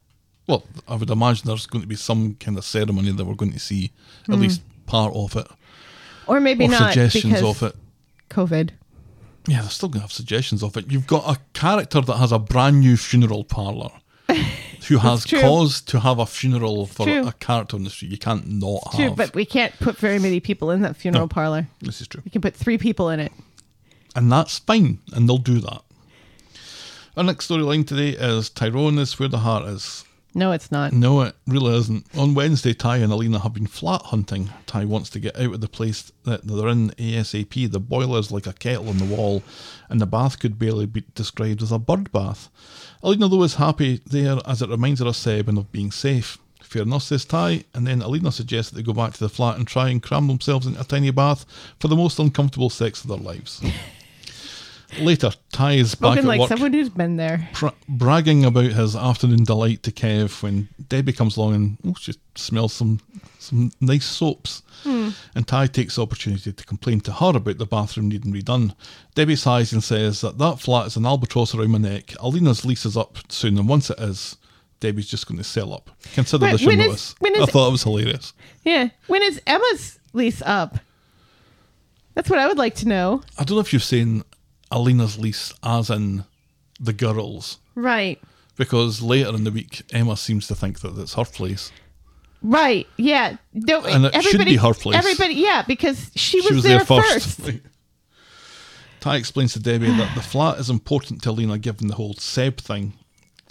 S5: Well, I would imagine there's going to be some kind of ceremony that we're going to see, at least part of it,
S6: Or Mm. maybe
S5: or
S6: not
S5: suggestions
S6: because
S5: of it.
S6: COVID.
S5: Yeah, they're still going to have suggestions of it. You've got a character that has a brand new funeral parlour. Who has
S6: true.
S5: cause to have a funeral for
S6: true.
S5: a character in the street? You can't not
S6: True,
S5: have.
S6: but we can't put very many people in that funeral
S5: No.
S6: parlor.
S5: this is true.
S6: We can put three people in it.
S5: and that's fine, and they'll do that. Our next storyline today is Tyrone is where the heart is.
S6: No, it's not.
S5: No, it really isn't. On Wednesday, Ty and Alina have been flat hunting. Ty wants to get out of the place that they're in ASAP. The boiler's like a kettle on the wall, and the bath could barely be described as a bird bath. Alina, though, is happy there as it reminds her of Seb and of being safe. Fair enough, says Ty, and then Alina suggests that they go back to the flat and try and cram themselves into a tiny bath for the most uncomfortable sex of their lives. Later, Ty is back
S6: Spoken
S5: at
S6: like
S5: work
S6: someone who's been there.
S5: bra- bragging about his afternoon delight to Kev when Debbie comes along and oh, she smells some some nice soaps.
S6: Hmm.
S5: And Ty takes the opportunity to complain to her about the bathroom needing redone. Debbie sighs and says that that flat is an albatross around my neck. Alina's lease is up soon, and once it is, Debbie's just going to sell up. Consider
S6: Right,
S5: this your
S6: when is-
S5: notice.
S6: when
S5: I
S6: is-
S5: thought it was hilarious.
S6: Yeah. When is Emma's lease up? That's what I would like to know.
S5: I don't know if you've seen Alina's lease as in the girls,
S6: Right.
S5: because later in the week, Emma seems to think that it's her place.
S6: Right. Yeah. No,
S5: And it should
S6: everybody-
S5: be her place.
S6: Everybody. Yeah, because she was, there, first.
S5: Ty explains to Debbie that the flat is important to Alina given the whole Seb thing.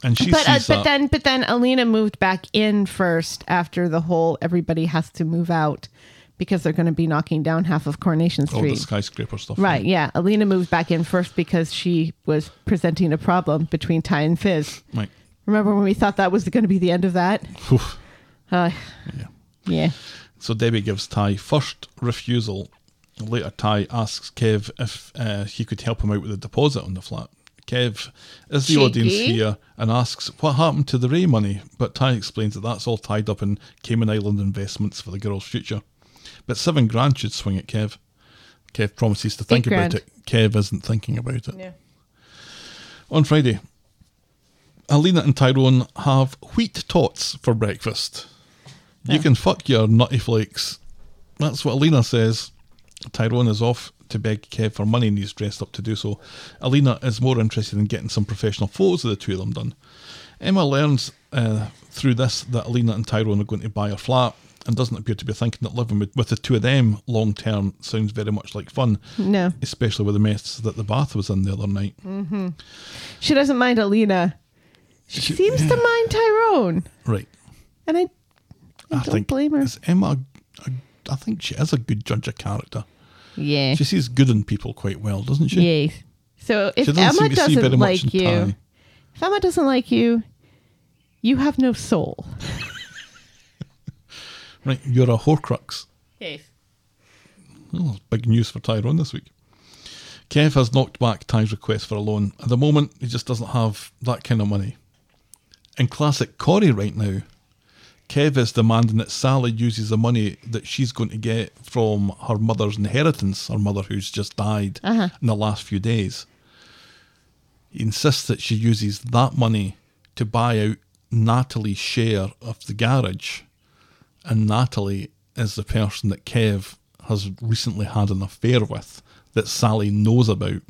S5: And she
S6: But uh,
S5: sees
S6: but
S5: that.
S6: then but then Alina moved back in first after the whole everybody has to move out because they're going to be knocking down half of Coronation
S5: all the
S6: Street.
S5: skyscraper stuff.
S6: Right, yeah. Alina moved back in first because she was presenting a problem between Ty and Fizz.
S5: Right.
S6: Remember when we thought that was going to be the end of that?
S5: Oof.
S6: Uh,
S5: Yeah.
S6: yeah.
S5: So Debbie gives Ty first refusal. Later, Ty asks Kev if uh, he could help him out with the deposit on the flat. Kev is the audience
S6: Cheeky.
S5: here and asks what happened to the Ray money, but Ty explains that that's all tied up in Cayman Island investments for the girl's future. But seven grand should swing it, Kev. Kev promises to think
S6: Eight
S5: about
S6: grand.
S5: it. Kev isn't thinking about it. On Friday, Alina and Tyrone have wheat tots for breakfast. You can fuck your nutty flakes. That's what Alina says. Tyrone is off to beg Kev for money and he's dressed up to do so. Alina is more interested in getting some professional photos of the two of them done. Emma learns uh, through this that Alina and Tyrone are going to buy a flat and doesn't appear to be thinking that living with, with the two of them long term sounds very much like fun.
S6: No.
S5: Especially with the mess that the bath was in the other night.
S6: Mm. She doesn't mind Alina. She, seems to mind Tyrone.
S5: Right.
S6: And I
S5: I,
S6: don't blame her.
S5: Is Emma, a- a- I think she is a good judge of character.
S6: yeah.
S5: She sees good in people quite well, doesn't she?
S6: Yes. So if
S5: She doesn't seem to
S6: Emma
S5: see very
S6: doesn't
S5: much
S6: like
S5: in
S6: you,
S5: Thai.
S6: if Emma doesn't like you, you have no soul.
S5: Right, you're a Horcrux.
S6: Yes.
S5: Well, big news for Tyrone this week. Kev has knocked back Ty's request for a loan. At the moment, he just doesn't have that kind of money. In classic Corey right now, Kev is demanding that Sally uses the money that she's going to get from her mother's inheritance, her mother who's just died in the last few days. He insists that she uses that money to buy out Natalie's share of the garage and Natalie is the person that Kev has recently had an affair with that Sally knows about.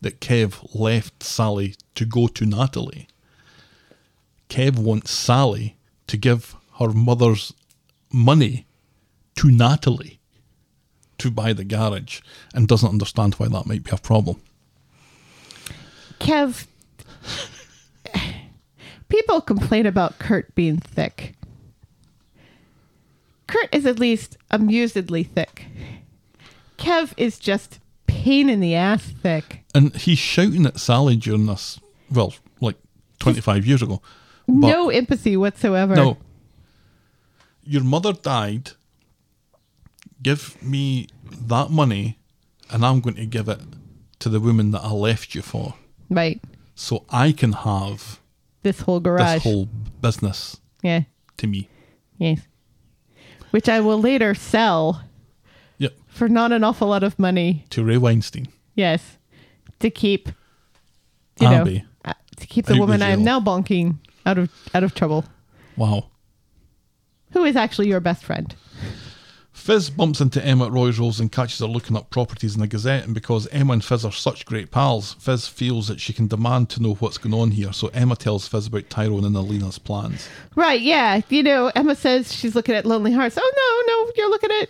S5: That Kev left Sally to go to Natalie. Kev wants Sally to give her mother's money to Natalie to buy the garage and doesn't understand why that might be a problem.
S6: Kev, people complain about Kurt being thick. Kurt is at least amusedly thick. Kev is just pain in the ass thick.
S5: And he's shouting at Sally during this, well, like 25 years ago. But
S6: no empathy whatsoever.
S5: No. Your mother died. Give me that money, and I'm going to give it to the woman that I left you for,
S6: Right.
S5: so I can have
S6: This whole garage.
S5: this whole business
S6: yeah.
S5: to me.
S6: Yes. Which I will later sell
S5: Yep,
S6: for not an awful lot of money.
S5: to Ray Weinstein.
S6: Yes. To keep you know,
S5: Abby.
S6: uh, to keep
S5: Out
S6: the
S5: with
S6: woman I am
S5: you.
S6: now bonking out of out of trouble.
S5: Wow.
S6: Who is actually your best friend?
S5: Fizz bumps into Emma at Roy's Rolls and catches her looking up properties in the Gazette. And because Emma and Fizz are such great pals, Fizz feels that she can demand to know what's going on here. So Emma tells Fizz about Tyrone and Alina's plans.
S6: Right, yeah. You know, Emma says she's looking at Lonely Hearts. Oh no, no, you're looking at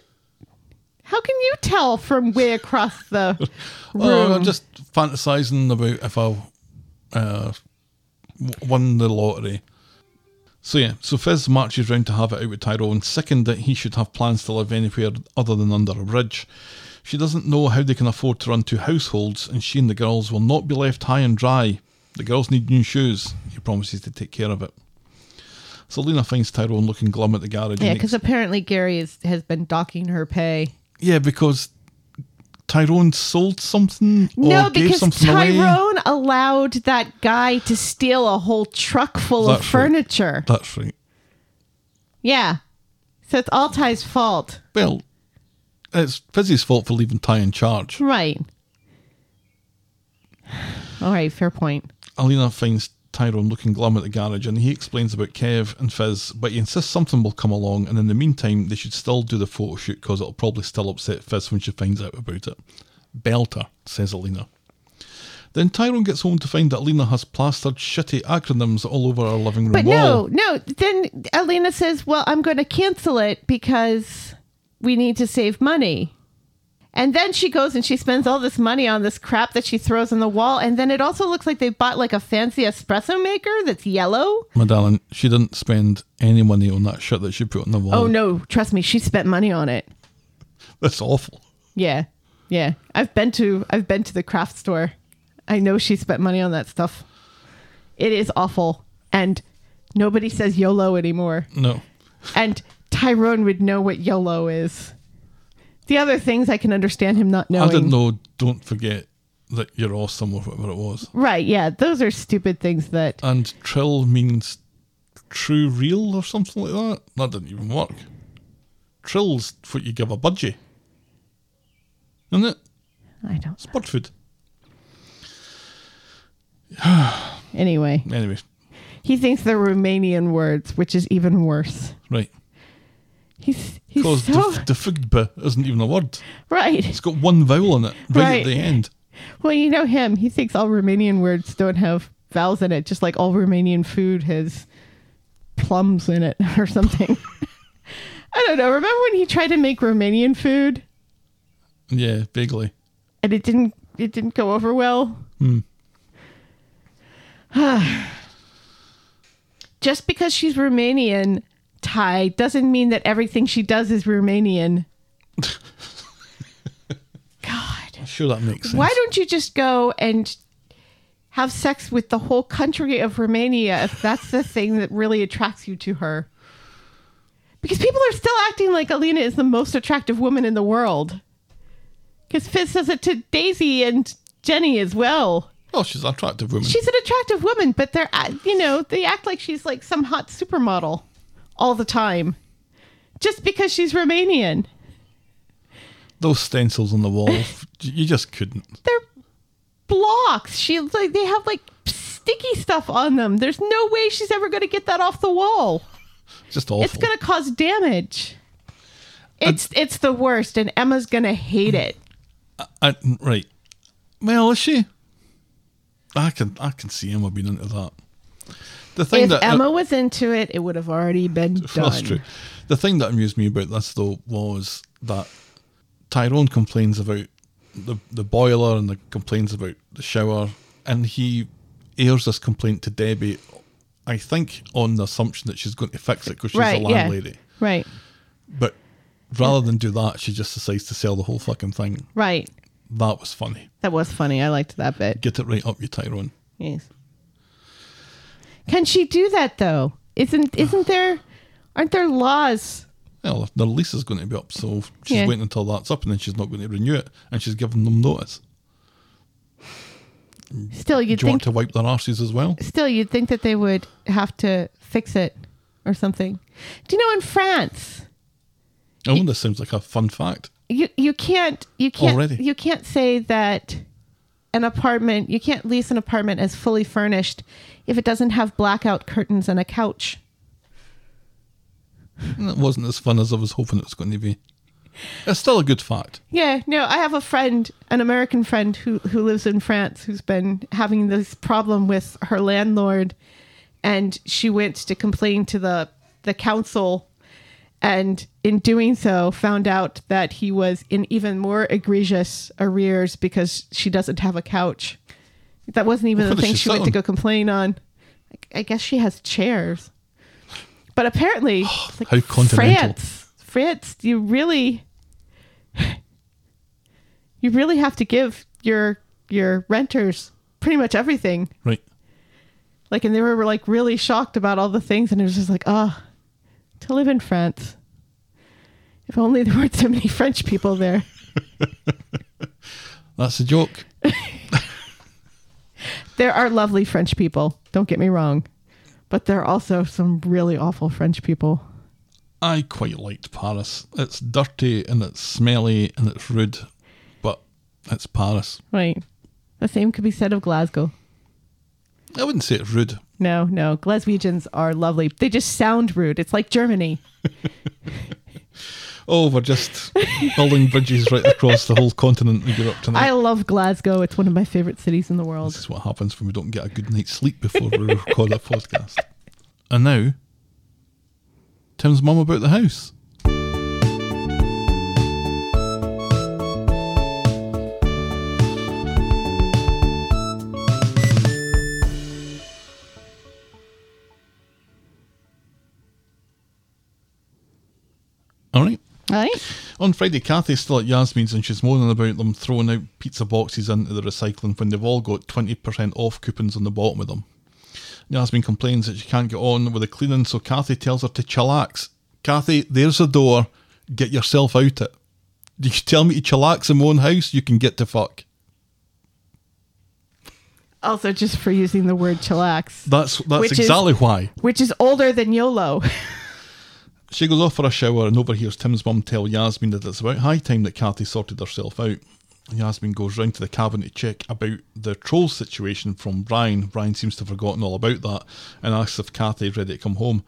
S6: how can you tell from way across the room?
S5: Oh, I'm just fantasizing about if I uh, w- won the lottery. So yeah, so Fizz marches round to have it out with Tyrone, sickened that he should have plans to live anywhere other than under a bridge. She doesn't know how they can afford to run two households, and she and the girls will not be left high and dry. The girls need new shoes. He promises to take care of it. Selena finds Tyrone looking glum at the garage.
S6: yeah,
S5: and
S6: because apparently Gary is, has been docking her pay.
S5: yeah, because Tyrone sold something or
S6: no,
S5: gave
S6: because
S5: something away.
S6: Tyrone allowed that guy to steal a whole truck full of
S5: That's right.
S6: furniture.
S5: That's right.
S6: Yeah. So it's all Ty's fault.
S5: Well, it's Fizzy's fault for leaving Ty in charge.
S6: Right. All right, fair point.
S5: Alina finds Tyrone looking glum at the garage and he explains about Kev and Fizz, but he insists something will come along and in the meantime they should still do the photo shoot because it'll probably still upset Fizz when she finds out about it. Belter, says Alina. Then Tyrone gets home to find that Alina has plastered shitty acronyms all over her living room
S6: But
S5: wall.
S6: no, no. Then Alina says, Well, I'm going to cancel it because we need to save money. And then she goes and she spends all this money on this crap that she throws on the wall. And then it also looks like they bought like a fancy espresso maker that's yellow.
S5: My darling, she didn't spend any money on that shit that she put on the wall.
S6: Oh, no. Trust me, she spent money on it.
S5: That's awful.
S6: Yeah. Yeah. I've been to I've been to the craft store. I know she spent money on that stuff. It is awful. And nobody says YOLO anymore.
S5: No.
S6: And Tyrone would know what YOLO is. The other things I can understand him not knowing.
S5: I didn't know. Don't forget that you're awesome or whatever it was.
S6: Right, yeah. Those are stupid things that
S5: And trill means true real or something like that. That didn't even work. Trill's what you give a budgie, isn't it?
S6: I don't
S5: It's bird food.
S6: anyway.
S5: Anyway,
S6: He thinks they're Romanian words, which is even worse.
S5: right.
S6: He's he's
S5: Because
S6: so
S5: defigba isn't even a word.
S6: right.
S5: It's got one vowel in it right,
S6: Right.
S5: at the end.
S6: Well, you know him. He thinks all Romanian words don't have vowels in it, just like all Romanian food has plums in it or something. I don't know. Remember when he tried to make Romanian food
S5: Yeah, vaguely.
S6: and it didn't it didn't go over well? just because she's Romanian, Thai, doesn't mean that everything she does is Romanian. God.
S5: Sure, that makes sense.
S6: Why don't you just go and have sex with the whole country of Romania if that's the thing that really attracts you to her? Because people are still acting like Alina is the most attractive woman in the world. Because Fizz says it to Daisy and Jenny as well.
S5: well, Oh, she's an attractive woman.
S6: She's an attractive woman, but they're, act- you know, they act like she's like some hot supermodel all the time just because she's Romanian.
S5: Those stencils on the wall, you just couldn't.
S6: they're blocks. She like they have like sticky stuff on them. There's no way she's ever going to get that off the wall.
S5: Just awful.
S6: It's going to cause damage. It's it's the worst, and Emma's going to hate it.
S5: I, right. Well, is she? I can I can see Emma being into that. The thing
S6: If
S5: that uh,
S6: Emma was into it, it would have already been done.
S5: That's true. The thing that amused me about this though was that Tyrone complains about the the boiler and the complains about the shower, and he airs this complaint to Debbie. I think on the assumption that she's going to fix it because she's
S6: Right,
S5: a
S6: yeah.
S5: landlady.
S6: Right.
S5: But rather than do that, she just decides to sell the whole fucking thing.
S6: Right.
S5: That was funny.
S6: That was funny. I liked that bit.
S5: Get it right up, you Tyrone.
S6: Yes. Can she do that though? Isn't isn't there aren't there laws?
S5: Well, the lease is going to be up, so she's
S6: Yeah.
S5: waiting until that's up, and then she's not going to renew it, and she's giving them notice.
S6: Still you'd
S5: Do you want
S6: think
S5: to wipe their arses as well?
S6: still you'd think that they would have to fix it or something. Do you know in France
S5: Oh, this sounds like a fun fact.
S6: you you can't you can't
S5: Already.
S6: you can't say that an apartment you can't lease an apartment as fully furnished if it doesn't have blackout curtains and a couch.
S5: And It wasn't as fun as I was hoping it was going to be. It's still a good fact.
S6: Yeah, no, I have a friend, an American friend who who lives in France who's been having this problem with her landlord and she went to complain to the the council and in doing so found out that he was in even more egregious arrears because she doesn't have a couch. That wasn't even
S5: What
S6: the
S5: does
S6: thing
S5: she
S6: she went
S5: sell?
S6: to go complain on. I I guess she has chairs. But apparently like
S5: How continental.
S6: France France, you really you really have to give your your renters pretty much everything.
S5: Right.
S6: Like, and they were like really shocked about all the things, and it was just like, ah, to live in France. If only there weren't so many French people there.
S5: That's a joke.
S6: There are lovely French people. Don't get me wrong, but there are also some really awful French people.
S5: I quite liked Paris. It's dirty and it's smelly and it's rude, but it's Paris.
S6: Right. The same could be said of Glasgow.
S5: I wouldn't say it's rude.
S6: No, no, Glaswegians are lovely. They just sound rude. It's like Germany.
S5: Oh, we're just building bridges right across the whole continent and get up to
S6: I
S5: that.
S6: love Glasgow. It's one of my favorite cities in the
S5: This
S6: world.
S5: is what happens when we don't get a good night's sleep before we record a podcast. And now, Tim's mum about the house. All right.
S6: Right?
S5: On Friday, Kathy's still at Yasmin's and she's moaning about them throwing out pizza boxes into the recycling when they've all got 20% off coupons on the bottom of them. Yasmin complains that she can't get on with the cleaning, so Kathy tells her to chillax. Kathy, there's a door. Get yourself out it. You tell me to chillax in my own house, you can get to fuck.
S6: Also, just for using the word chillax,
S5: That's that's
S6: Which is-
S5: exactly why.
S6: which is older than YOLO.
S5: She goes off for a shower and overhears Tim's mum tell Yasmin that it's about high time that Kathy sorted herself out. Yasmin goes round to the cabin to check about the troll situation from Ryan. Ryan seems to have forgotten all about that and asks if Kathy is ready to come home.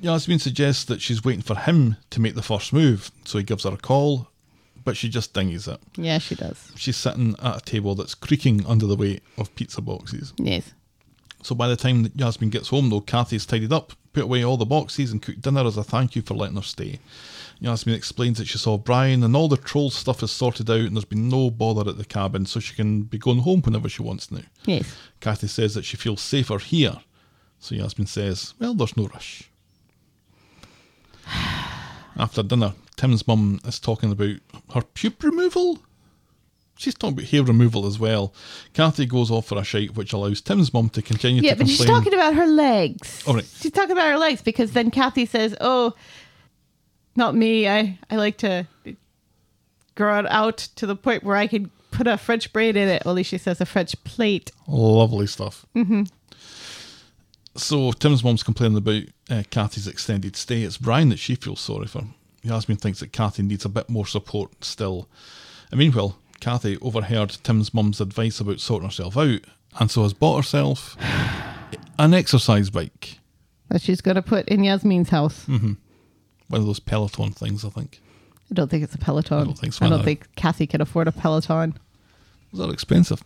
S5: Yasmin suggests that she's waiting for him to make the first move, so he gives her a call, but she just dingies it.
S6: yeah, she does.
S5: She's sitting at a table that's creaking under the weight of pizza boxes.
S6: Yes.
S5: So by the time that Yasmin gets home, though, Kathy's tidied up, put away all the boxes, and cooked dinner as a thank you for letting her stay. Yasmin explains that she saw Brian and all the troll stuff is sorted out, and there's been no bother at the cabin, so she can be going home whenever she wants now.
S6: Yes.
S5: Kathy says that she feels safer here. So Yasmin says, Well, there's no rush. After dinner, Tim's mum is talking about her pube removal. She's talking about hair removal as well. Kathy goes off for a shite, which allows Tim's mum to continue
S6: Yeah,
S5: to
S6: but
S5: complain.
S6: she's talking about her legs.
S5: Oh, right.
S6: She's talking about her legs because then Kathy says, "Oh, not me. I I like to grow it out to the point where I could put a French braid in it." Only she says a French plate.
S5: Lovely stuff. Mm-hmm. So Tim's mom's complaining about uh, Kathy's extended stay. It's Brian that she feels sorry for. Yasmin thinks that Kathy needs a bit more support still. And meanwhile, Kathy overheard Tim's mum's advice about sorting herself out, and so has bought herself an exercise bike,
S6: That she's gonna put in Yasmin's house.
S5: one of those Peloton things, I think.
S6: I don't think it's a Peloton. I
S5: don't think so,
S6: I don't
S5: no.
S6: think Kathy can afford a Peloton.
S5: They're expensive.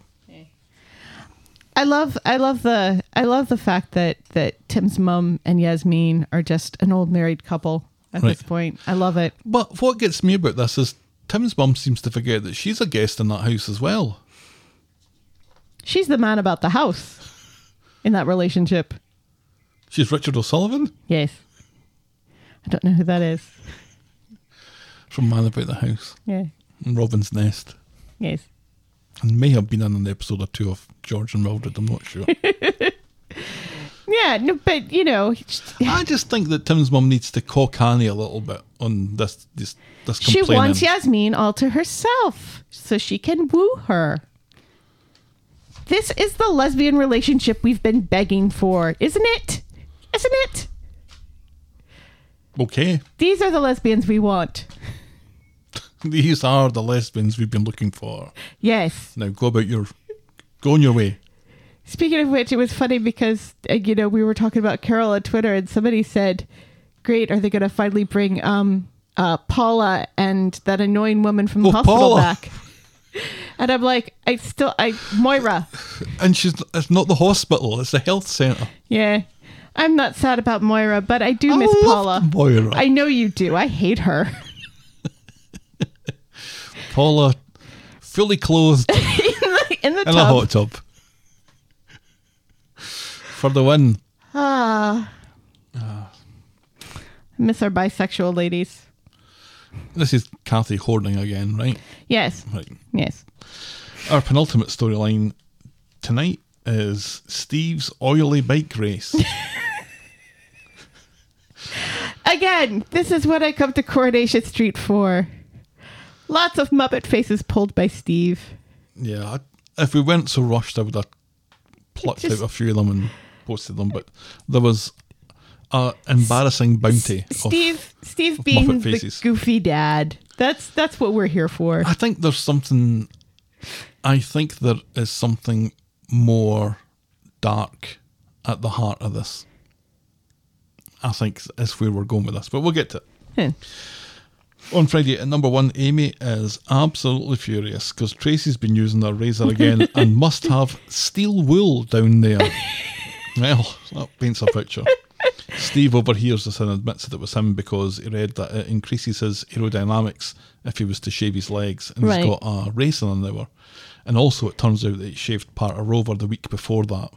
S6: I love I love the I love the fact that that Tim's mum and Yasmin are just an old married couple at
S5: Right.
S6: this point. I love it.
S5: But what gets me about this is Tim's mum seems to forget that she's a guest in that house as well.
S6: She's the man about the house in that relationship.
S5: She's Richard O'Sullivan
S6: Yes. I don't know who that is.
S5: from Man About the House
S6: Yeah.
S5: and Robin's Nest.
S6: Yes.
S5: And may have been in an episode or two of George and Mildred, I'm not sure.
S6: Yeah, no, but you know, she,
S5: I just think that Tim's mum needs to cock Annie a little bit on this this this
S6: she
S5: complaining.
S6: wants Yasmin all to herself so she can woo her. This is the lesbian relationship we've been begging for, isn't it? Isn't it?
S5: Okay.
S6: These are the lesbians we want.
S5: These are the lesbians we've been looking for.
S6: Yes.
S5: Now go about your go on your way.
S6: Speaking of which, it was funny because uh, you know we were talking about Carol on Twitter, and somebody said, "Great, are they going to finally bring um, uh, Paula and that annoying woman from the
S5: Oh,
S6: hospital
S5: Paula.
S6: back?" And I'm like, I still, I Moira,
S5: And she's it's not the hospital, it's the health centre.
S6: yeah, I'm not sad about Moira, but I do miss
S5: I love
S6: Paula.
S5: Moira.
S6: I know you do. I hate her.
S5: Paula fully clothed
S6: in the, in the
S5: in a
S6: tub.
S5: hot tub. For the win.
S6: Ah, I miss our bisexual ladies.
S5: This is Kathy Horning again, right?
S6: Yes,
S5: Right.
S6: yes.
S5: Our penultimate storyline tonight is Steve's oily bike race.
S6: Again, this is what I come to Coronation Street for. Lots of Muppet faces pulled by Steve.
S5: yeah, I, if we weren't so rushed, I would have plucked
S6: Just-
S5: out a few of them and posted them, but there was a embarrassing bounty. Of,
S6: Steve, Steve
S5: of
S6: being
S5: Muppet
S6: the
S5: faces.
S6: goofy dad. That's that's what we're here for.
S5: I think there's something. I think there is something more dark at the heart of this. I think is where we're going with this, but we'll get to it.
S6: Hmm.
S5: On Friday at number one, Amy is absolutely furious because Tracy's been using her razor again and must have steel wool down there. well, that paints a picture. Steve overhears this and admits that it was him because he read that it increases his aerodynamics if he was to shave his legs, and
S6: Right.
S5: he's got a race in an hour. And also, it turns out that he shaved part of Rover the week before that,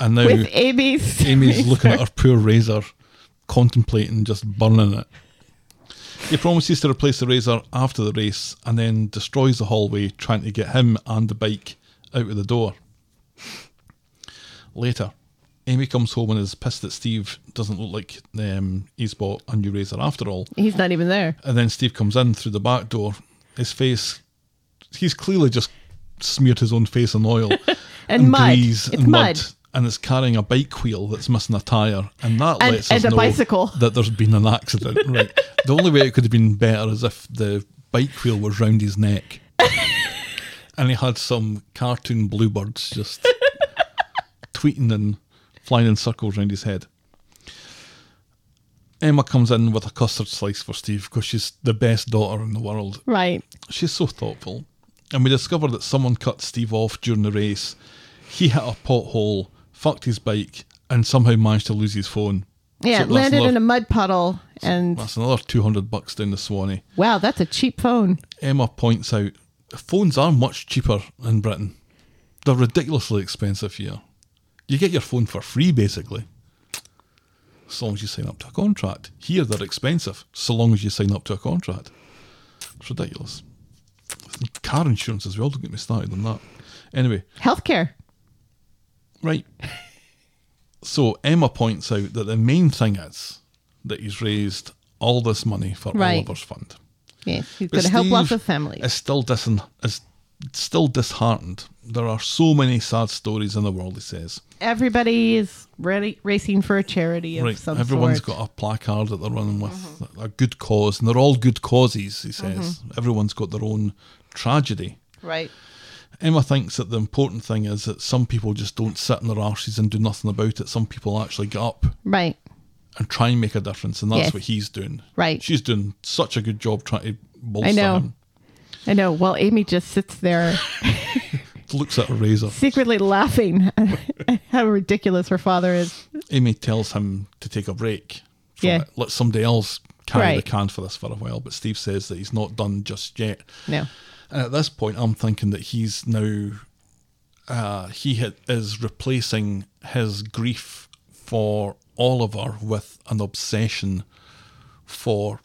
S5: and now
S6: With Amy's
S5: Amy's looking at her poor razor, contemplating just burning it. He promises to replace the razor after the race and then destroys the hallway trying to get him and the bike out of the door. Later, Amy comes home and is pissed that Steve doesn't look like um, he's bought a new razor after all.
S6: He's not even there.
S5: And then Steve comes in through the back door. His face, he's clearly just smeared his own face in oil and,
S6: And mud.
S5: grease
S6: It's
S5: and mud.
S6: mud.
S5: And is carrying a bike wheel that's missing a tyre, and that
S6: And-
S5: lets us
S6: and a
S5: know
S6: bicycle.
S5: that there's been an accident. Right. the only way it could have been better is if the bike wheel was round his neck, and he had some cartoon bluebirds just tweeting and flying in circles round his head. Emma comes in with a custard slice for Steve because she's the best daughter in the world.
S6: Right.
S5: She's so thoughtful. And we discover that someone cut Steve off during the race. He hit a pothole, fucked his bike, and somehow managed to lose his phone.
S6: Yeah,
S5: So that's
S6: landed in
S5: another-
S6: a mud puddle and
S5: That's another 200 bucks down the Swanee.
S6: wow, that's a cheap phone.
S5: Emma points out phones are much cheaper in Britain. They're ridiculously expensive here. You get your phone for free, basically, as long as you sign up to a contract. Here, they're expensive, so long as you sign up to a contract. It's ridiculous. Car insurance as well, don't get me started on that. Anyway,
S6: Healthcare.
S5: Right. So Emma points out that the main thing is that he's raised all this money for
S6: Right.
S5: Oliver's fund.
S6: Yes. He's
S5: But
S6: gonna help lots
S5: Steve
S6: of families.
S5: Is still disin- is still disheartened. There are so many sad stories in the world. He says.
S6: Everybody is ready racing for a charity of
S5: Right,
S6: some Mm-hmm.
S5: everyone's
S6: sort.
S5: got a placard that they're running with a good cause, and they're all good causes. He
S6: Mm-hmm.
S5: says. Everyone's got their own tragedy.
S6: right.
S5: Emma thinks that the important thing is that some people just don't sit in their arses and do nothing about it. Some people actually get up
S6: Right.
S5: and try and make a difference, and that's
S6: Yes.
S5: what he's doing.
S6: Right.
S5: She's doing such a good job trying to bolster
S6: I know.
S5: him.
S6: I know. Well, Amy just sits there
S5: looks at a razor.
S6: secretly laughing at how ridiculous her father is.
S5: Amy tells him to take a break. from
S6: Yeah.
S5: it. Let somebody else carry
S6: Right.
S5: the can for this for a while. But Steve says that he's not done just yet.
S6: No.
S5: And at this point, I'm thinking that he's now uh, he ha- is replacing his grief for Oliver with an obsession for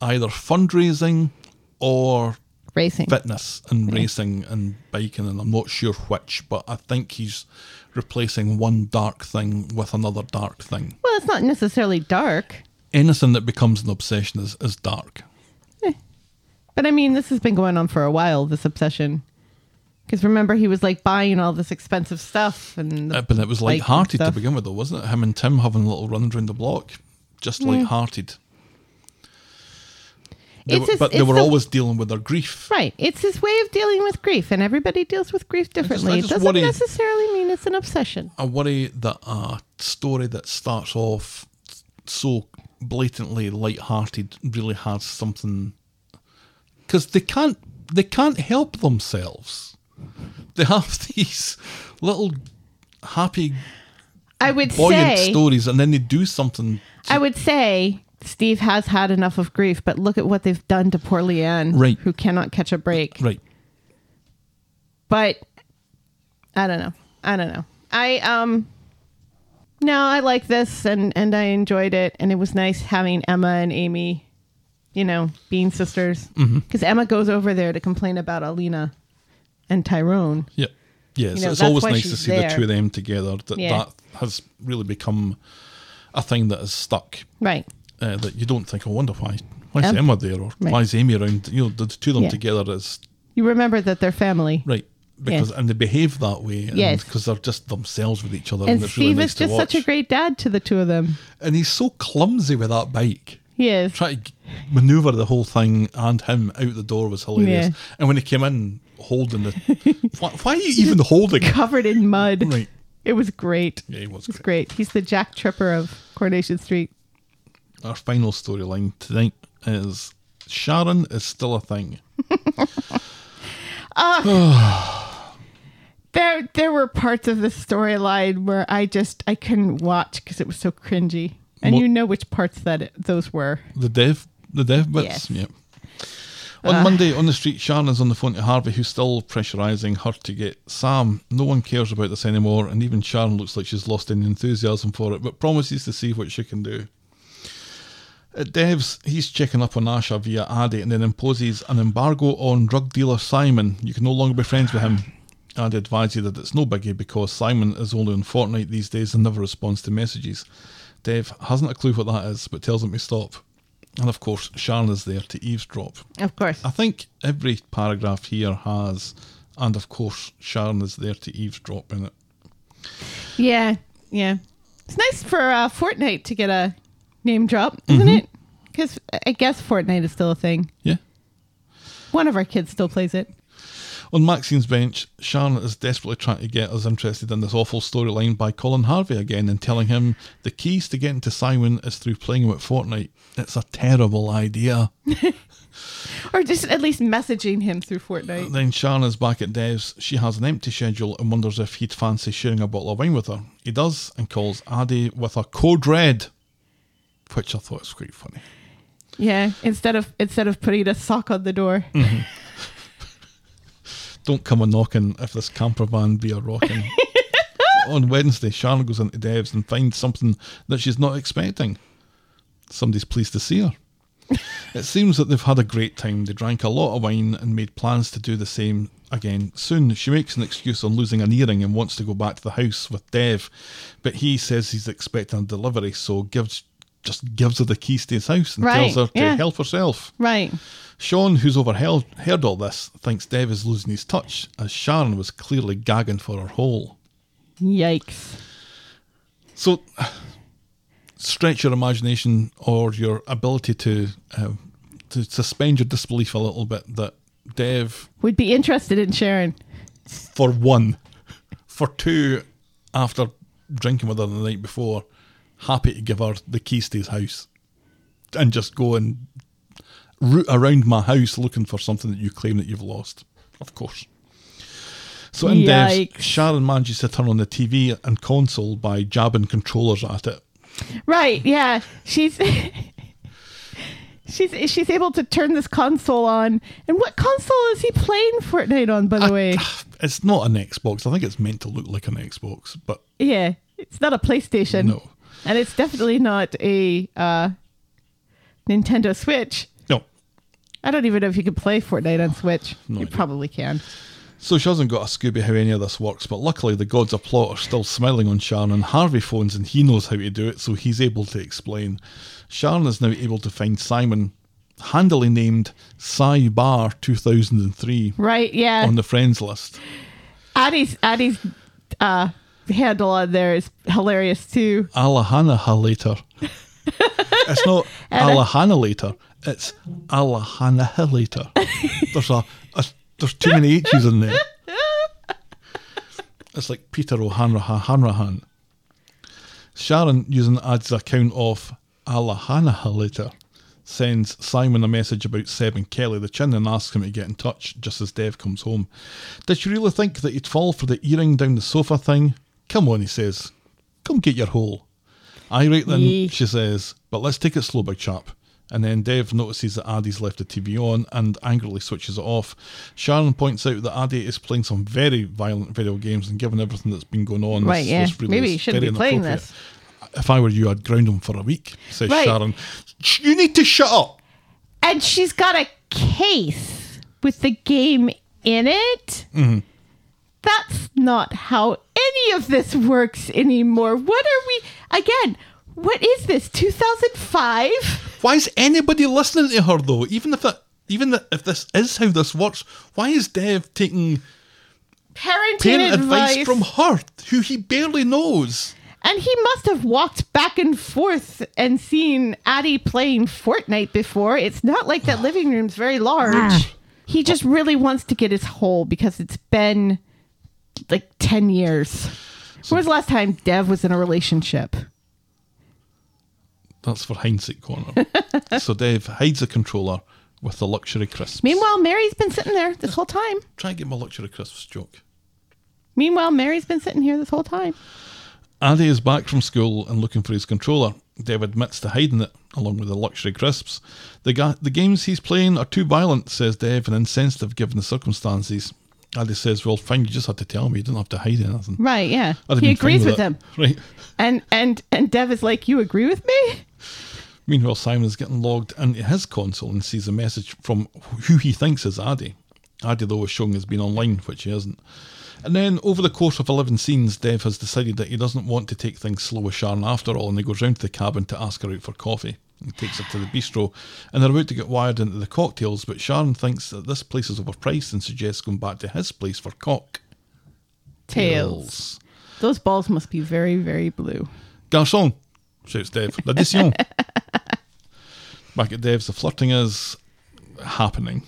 S5: either fundraising or
S6: Racing.
S5: fitness and racing and biking, and I'm not sure which, but I think he's replacing one dark thing with another dark thing.
S6: well, it's not necessarily dark,
S5: Anything that becomes an obsession is, is dark.
S6: but I mean, this has been going on for a while, this obsession. Because remember, he was like buying all this expensive stuff. and
S5: Uh, But it was
S6: Like
S5: light-hearted to
S6: stuff.
S5: begin with, though, wasn't it? Him and Tim having a little run around the block, just light-hearted. They
S6: It's
S5: were-
S6: just-
S5: but they
S6: it's
S5: were
S6: the-
S5: always dealing with their grief.
S6: Right. It's his way of dealing with grief, and everybody deals with grief differently.
S5: just
S6: it doesn't
S5: worry-
S6: necessarily mean it's an obsession.
S5: I worry that a story that starts off so blatantly light-hearted really has something because they can't they can't help themselves. They have these little happy
S6: I would
S5: buoyant
S6: say,
S5: stories, and then they do something.
S6: I would say Steve has had enough of grief, but look at what they've done to poor Leanne,
S5: Right.
S6: who cannot catch a break.
S5: Right,
S6: But I don't know. I don't know. I um no, I like this and and I enjoyed it and it was nice having Emma and Amy, you know, being sisters.
S5: Mm-hmm.
S6: Because Emma goes over there to complain about Alina and Tyrone.
S5: yeah, yeah. so
S6: know,
S5: it's
S6: that's
S5: always
S6: why
S5: nice to
S6: she's
S5: see the
S6: there.
S5: two of them together. That
S6: Yeah.
S5: that has really become a thing that has stuck.
S6: Right.
S5: uh, that you don't think, I wonder why. Why is
S6: Um,
S5: Emma there, or
S6: right.
S5: why is Amy around? You know, the two of them
S6: Yeah.
S5: together is
S6: You remember that they're family.
S5: right because and they behave that way,
S6: Yes.
S5: because they're just themselves with each other, and,
S6: And
S5: it's
S6: Steve
S5: really nice
S6: is
S5: to
S6: just
S5: watch.
S6: such a great dad to the two of them.
S5: and he's so clumsy with that bike.
S6: He is.
S5: Try to g- maneuver the whole thing, and him out the door was hilarious.
S6: Yeah.
S5: And when he came in holding the, why, why are you even holding? it?
S6: Covered in mud.
S5: Right.
S6: It was great.
S5: Yeah, he was
S6: It's
S5: great.
S6: great. He's the Jack Tripper of Coronation Street.
S5: Our final storyline tonight is Sharon is still a thing.
S6: There, there were parts of the storyline where I just I couldn't watch because it was so cringy, and
S5: Mo-
S6: you know which parts that it, those were.
S5: The dev, the dev bits.
S6: Yes.
S5: Yep. On Monday on the street, Sharon is on the phone to Harvey, who's still pressurising her to get Sam. No one cares about this anymore, and even Sharon looks like she's lost any enthusiasm for it, but promises to see what she can do. At Dev's, he's checking up on Asha via Addy and then imposes an embargo on drug dealer Simon. You can no longer be friends with him. Addy advises you that it's no biggie because Simon is only on Fortnite these days and never responds to messages. Dev hasn't a clue what that is, but tells him to stop. And of course, Sharon is there to eavesdrop.
S6: Of course,
S5: I think every paragraph here has, and of course, Sharon is there to eavesdrop in it.
S6: yeah, yeah. It's nice for uh, Fortnite to get a name drop, isn't
S5: Mm-hmm.
S6: it? Because I guess Fortnite is still a thing.
S5: Yeah.
S6: One of our kids still plays it.
S5: On Maxine's bench, Sharon is desperately trying to get us interested in this awful storyline by calling Harvey again and telling him the keys to getting to Simon is through playing him at Fortnite. It's a terrible idea.
S6: Or just at least messaging him through Fortnite.
S5: Then Sharon is back at Dev's. She has an empty schedule and wonders if he'd fancy sharing a bottle of wine with her. He does and calls Addy with a code red, which I thought was quite funny.
S6: Yeah, instead of instead of putting a sock on the door.
S5: Mm. Don't come a knocking if this camper van be a rocking. On Wednesday, Sharon goes into Dev's and finds something that she's not expecting. Somebody's pleased to see her. it seems that they've had a great time. They drank a lot of wine and made plans to do the same again. Soon, she makes an excuse on losing an earring and wants to go back to the house with Dev, but he says he's expecting a delivery, so gives just gives her the keys to his house and
S6: Right,
S5: tells her to
S6: yeah.
S5: help herself.
S6: Right.
S5: Sean, who's overheard heard all this, thinks Dev is losing his touch, as Sharon was clearly gagging for her hole.
S6: Yikes.
S5: So, stretch your imagination or your ability to uh, to suspend your disbelief a little bit that Dev,
S6: Would be interested in Sharon.
S5: for one, for two, after drinking with her the night before, happy to give her the keys to his house and just go and root around my house looking for something that you claim that you've lost. Of course. So in
S6: Yikes.
S5: devs, Sharon manages to turn on the TV and console by jabbing controllers at it.
S6: Right, yeah. She's She's she's able to turn this console on. And what console is he playing Fortnite on, by the way?
S5: It's not an Xbox. I think it's meant to look like an Xbox, but
S6: Yeah. It's not a PlayStation.
S5: no.
S6: And it's definitely not a uh, Nintendo Switch.
S5: No.
S6: I don't even know if you can play Fortnite on Switch.
S5: No
S6: you
S5: idea.
S6: probably can.
S5: So she hasn't got a Scooby how any of this works, but luckily the gods of plot are still smiling on Sharon and Harvey phones and he knows how to do it, so he's able to explain. Sharon is now able to find Simon, handily named Cy Bar 2003,
S6: Right, yeah.
S5: on the friends list.
S6: Addie's Addie's uh, handle on there is hilarious too.
S5: Alahanaha later. it's not Alahana later. It's Alahanaha later. There's a, a there's too many H's in there. It's like Peter O'Hanrahan. Hanrahan. Sharon, using Ad's account of Alahanaha later, sends Simon a message about Seb and Kelly, the chin, and asks him to get in touch just as Dev comes home. Did you really think that he'd fall for the earring down the sofa thing? Come on, he says. Come get your hole. I right then,
S6: Yee.
S5: she says, but let's take it slow, big chap. And then Dev notices that Addy's left the TV on and angrily switches it off. Sharon points out that Addy is playing some very violent video games and given everything that's been going on.
S6: Right, yeah. Maybe
S5: is
S6: you shouldn't be
S5: very
S6: playing
S5: inappropriate. If I were you, I'd ground him for a week, says
S6: Right.
S5: Sharon. "Sh- You need to shut up.
S6: And she's got a case with the game in it. That's not how any of this works anymore. What are we again? What is this? 2005?
S5: Why is anybody listening to her though? Even if that, even that, if this is how this works, why is Dev taking
S6: Parenting
S5: parent
S6: advice.
S5: advice from her, who he barely knows?
S6: and he must have walked back and forth and seen Addie playing Fortnite before. It's not like that living room's very large. He just really wants to get his hole because it's been like 10 years. When was the last time Dev was in a relationship?
S5: That's for hindsight corner. so Dev hides the controller with the luxury crisps.
S6: Meanwhile, Mary's been sitting there this whole time.
S5: try and get my luxury crisps joke.
S6: Meanwhile, Mary's been sitting here this whole time.
S5: Addy is back from school and looking for his controller. Dev admits to hiding it, along with the luxury crisps. The, ga- the games he's playing are too violent, says Dev, and insensitive given the circumstances. Addy says, Well, fine, you just had to tell me. You didn't have to hide anything.
S6: Right, yeah.
S5: I'd have
S6: He
S5: been fine
S6: agrees with
S5: that.
S6: him.
S5: Right.
S6: And and and Dev is like, "You agree with me?"
S5: Meanwhile, Simon is getting logged into his console and sees a message from who he thinks is Addy. Addy, though, is showing has been online, which he isn't. And then, over the course of 11 scenes, Dev has decided that he doesn't want to take things slow with Sharon after all, and he goes round to the cabin to ask her out for coffee. He takes her to the bistro, and they're about to get wired into the cocktails, but Sharon thinks that this place is overpriced and suggests going back to his place for cocktails.
S6: Tails. Those balls must be very very blue.
S5: Garçon, shouts Dev. L'addition. Back at Dev's, the flirting is happening.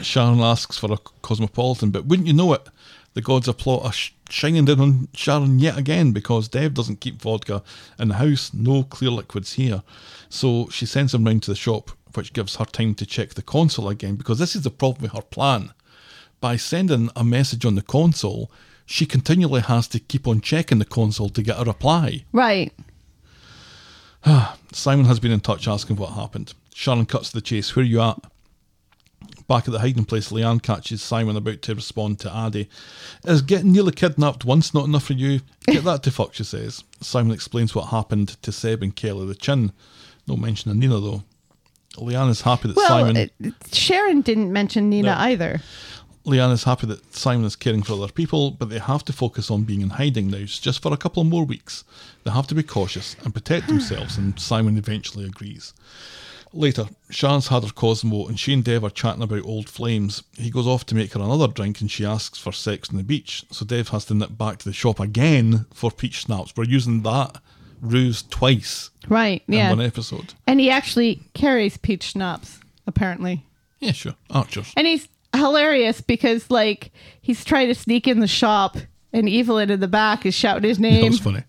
S5: Sharon asks for a cosmopolitan, but wouldn't you know it, the gods of plot are sh- shining down on Sharon yet again because Dev doesn't keep vodka in the house, no clear liquids here. So she sends him round to the shop, which gives her time to check the console again because this is the problem with her plan. By sending a message on the console, she continually has to keep on checking the console to get a reply.
S6: Right.
S5: Simon has been in touch asking what happened. Sharon cuts to the chase. Where you at? Back at the hiding place, Leanne catches Simon about to respond to Addy. Is getting nearly kidnapped once not enough for you? Get that to fuck, she says. Simon explains what happened to Seb and Kelly the chin. No mention of Nina, though. Leanne is happy that
S6: Well,
S5: Simon.
S6: it- it- Sharon didn't mention Nina
S5: No.
S6: either.
S5: Leanne is happy that Simon is caring for other people, but they have to focus on being in hiding now, s- just for a couple of more weeks. They have to be cautious and protect themselves, and Simon eventually agrees. Later, Sharon's had her Cosmo, and she and Dev are chatting about old flames. He goes off to make her another drink, and she asks for sex on the beach, so Dev has to nip back to the shop again for peach snaps. We're using that ruse twice
S6: Right. Yeah.
S5: in one episode.
S6: and he actually carries peach schnapps apparently.
S5: Yeah, sure. Archers.
S6: And he's hilarious because like he's trying to sneak in the shop and Evelyn in the back is shouting his
S5: That
S6: name.
S5: was funny.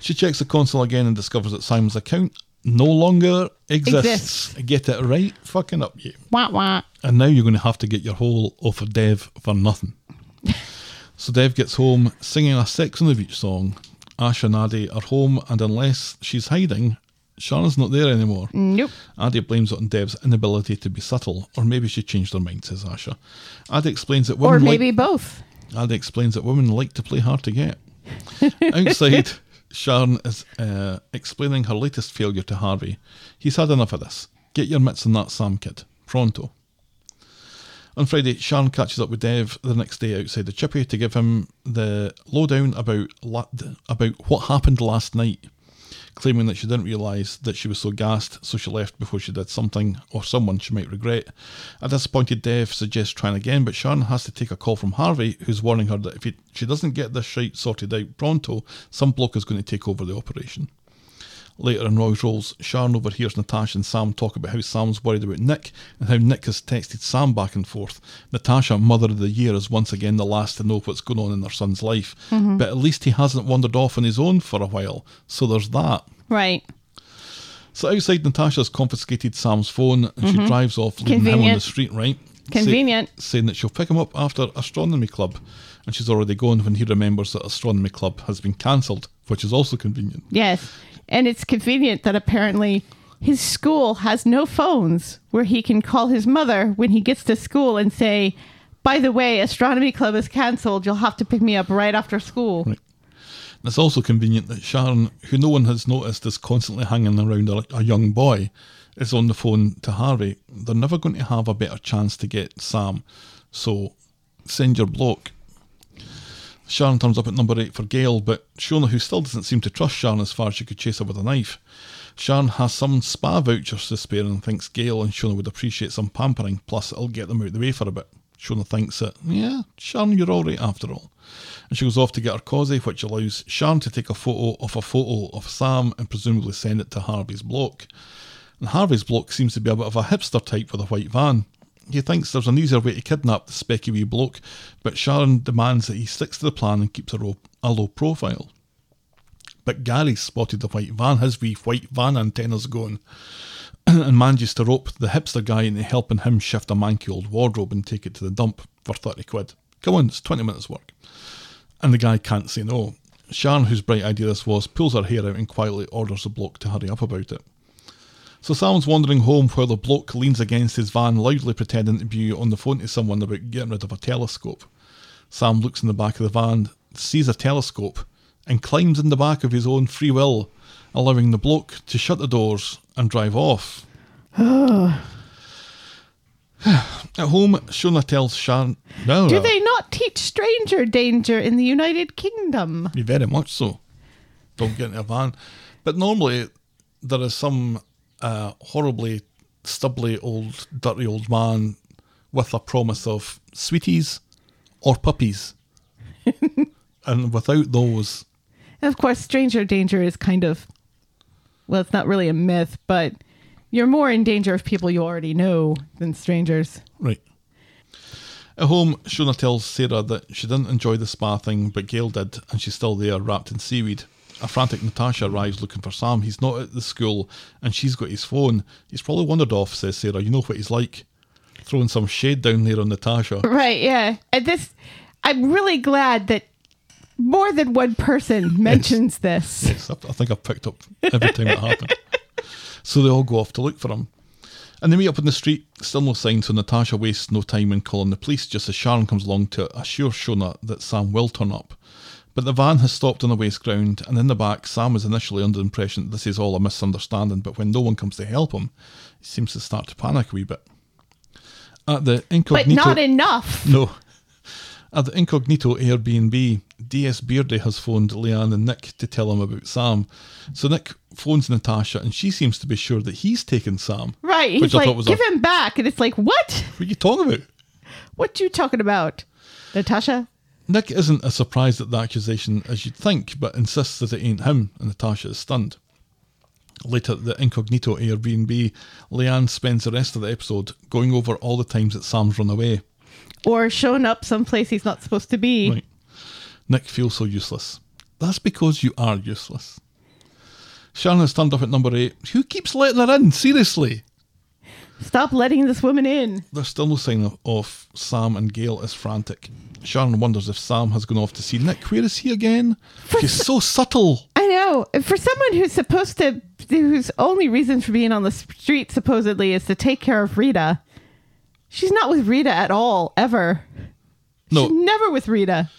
S5: She checks the console again and discovers that Simon's account no longer exists. Get it right, fucking up you.
S6: Wah wah.
S5: And now you're going to have to get your whole off of Dev for nothing. So Dev gets home singing a Sex on the Beach song. Ash and Addy are home, and unless she's hiding, Sharon's not there anymore.
S6: Nope.
S5: Addy blames it on Dev's inability to be subtle, or maybe she changed her mind, says Asha. Addy explains that
S6: Or
S5: women like-
S6: maybe both.
S5: Andy explains that women like to play hard to get. Outside, Sharon is uh, explaining her latest failure to Harvey. He's had enough of this. Get your mitts on that Sam kid. Pronto. On Friday, Sharon catches up with Dev the next day outside the chippy to give him the lowdown about la- about what happened last night, claiming that she didn't realise that she was so gassed, so she left before she did something or someone she might regret. A disappointed Dev suggests trying again, but Sharon has to take a call from Harvey, who's warning her that if he, she doesn't get this shite sorted out pronto, some bloke is going to take over the operation. Later in Roy's roles, Sharon overhears Natasha and Sam talk about how Sam's worried about Nick and how Nick has texted Sam back and forth. Natasha, mother of the year, is once again the last to know what's going on in her son's life,
S6: Mm-hmm.
S5: but at least he hasn't wandered off on his own for a while, so there's that.
S6: Right.
S5: So outside, Natasha's confiscated Sam's phone and she drives off, leaving him on the
S6: Mm-hmm. Convenient.
S5: street, right? Say-
S6: Convenient.
S5: saying that she'll pick him up after Astronomy Club, and she's already gone when he remembers that Astronomy Club has been cancelled, which is also convenient.
S6: Yes. And it's convenient that apparently his school has no phones where he can call his mother when he gets to school and say, by the way, astronomy club is canceled. You'll have to pick me up right after school.
S5: Right. And it's also convenient that Sharon, who no one has noticed is constantly hanging around a, a young boy, is on the phone to Harvey. They're never going to have a better chance to get Sam, so send your bloke. Sharon turns up at number eight for Gail, but Shona, who still doesn't seem to trust Sharon as far as she could chase her with a knife, Sharon has some spa vouchers to spare and thinks Gail and Shona would appreciate some pampering, plus it'll get them out of the way for a bit. Shona thinks that, yeah, Sharon, you're alright after all. And she goes off to get her cosy, which allows Sharon to take a photo of a photo of Sam and presumably send it to Harvey's block. And Harvey's block seems to be a bit of a hipster type with a white van. He thinks there's an easier way to kidnap the specky wee bloke, but Sharon demands that he sticks to the plan and keeps a, ro- a low profile. But Gary spotted the white van, his wee white van antennas going, and manages to rope the hipster guy into helping him shift a manky old wardrobe and take it to the dump for 30 quid. Come on, it's 20 minutes' work. And the guy can't say no. Sharon, whose bright idea this was, pulls her hair out and quietly orders the bloke to hurry up about it. So Sam's wandering home while the bloke leans against his van, loudly pretending to be on the phone to someone about getting rid of a telescope. Sam looks in the back of the van, sees a telescope, and climbs in the back of his own free will, allowing the bloke to shut the doors and drive off. At home, Shona tells Sharon. No,
S6: Do they not teach stranger danger in the United Kingdom?
S5: yeah, very much so. Don't get in a van. But normally there is some uh, horribly stubbly old, dirty old man with a promise of sweeties or puppies. and without those,
S6: And of course, stranger danger is kind of, well, it's not really a myth, but you're more in danger of people you already know than strangers.
S5: right. At home, Shona tells Sarah that she didn't enjoy the spa thing, but Gail did, and she's still there wrapped in seaweed. A frantic Natasha arrives looking for Sam. He's not at the school, and she's got his phone. He's probably wandered off, says Sarah. You know what he's like. Throwing some shade down there on Natasha.
S6: Right, yeah. And this, I'm really glad that more than one person mentions this.
S5: Yes, I, I think I've picked up every time it happened. So they all go off to look for him. And they meet up in the street, still no sign, so Natasha wastes no time in calling the police just as Sharon comes along to assure Shona that Sam will turn up. But the van has stopped on the waste ground, and in the back, Sam is initially under the impression that this is all a misunderstanding, but when no one comes to help him, he seems to start to panic a wee bit. At the
S6: But
S5: incognito.
S6: not enough.
S5: No. At the incognito Airbnb, DS Beardy has phoned Leanne and Nick to tell him about Sam. So Nick phones Natasha and she seems to be sure that he's taken Sam.
S6: Right.
S5: Which
S6: He's
S5: I
S6: like,
S5: thought was a-
S6: give him back. And it's like, what?
S5: What are you talking about?
S6: What you talking about? Natasha?
S5: Nick isn't as surprised at the accusation as you'd think, but insists that it ain't him, and Natasha is stunned. Later at the incognito Airbnb, Leanne spends the rest of the episode going over all the times that Sam's run away.
S6: Or shown up someplace he's not supposed to be.
S5: Right. Nick feels so useless. That's because you are useless. Sharon has turned up at number eight. Who keeps letting her in? Seriously.
S6: Stop letting this woman in.
S5: There's still no sign of, of Sam, and Gail is frantic. Sharon wonders if Sam has gone off to see Nick. Where is he again? She's so subtle.
S6: I know. For someone who's supposed to, whose only reason for being on the street supposedly is to take care of Rita, she's not with Rita at all, ever. She's
S5: No,
S6: never with Rita.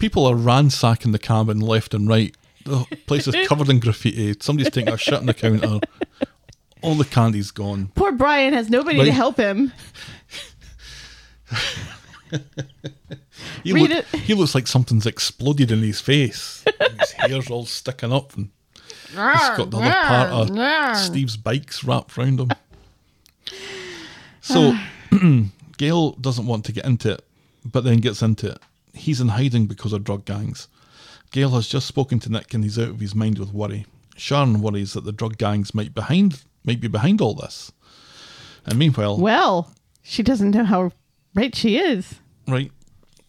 S5: people are ransacking the cabin left and right. The place is covered in graffiti. Somebody's taking a shit on the counter. All the candy's gone.
S6: Poor Brian has nobody to
S5: Right.
S6: help him.
S5: He,
S6: Read
S5: look-
S6: it.
S5: he looks like something's exploded in his face. his hair's all sticking up, and he's got the other part of Steve's bikes wrapped round him. So Gail doesn't want to get into it, but then gets into it. He's in hiding because of drug gangs. Gail has just spoken to Nick and he's out of his mind with worry. Sharon worries that the drug gangs might behind might be behind all this. And meanwhile,
S6: Well, she doesn't know how right she is.
S5: Right.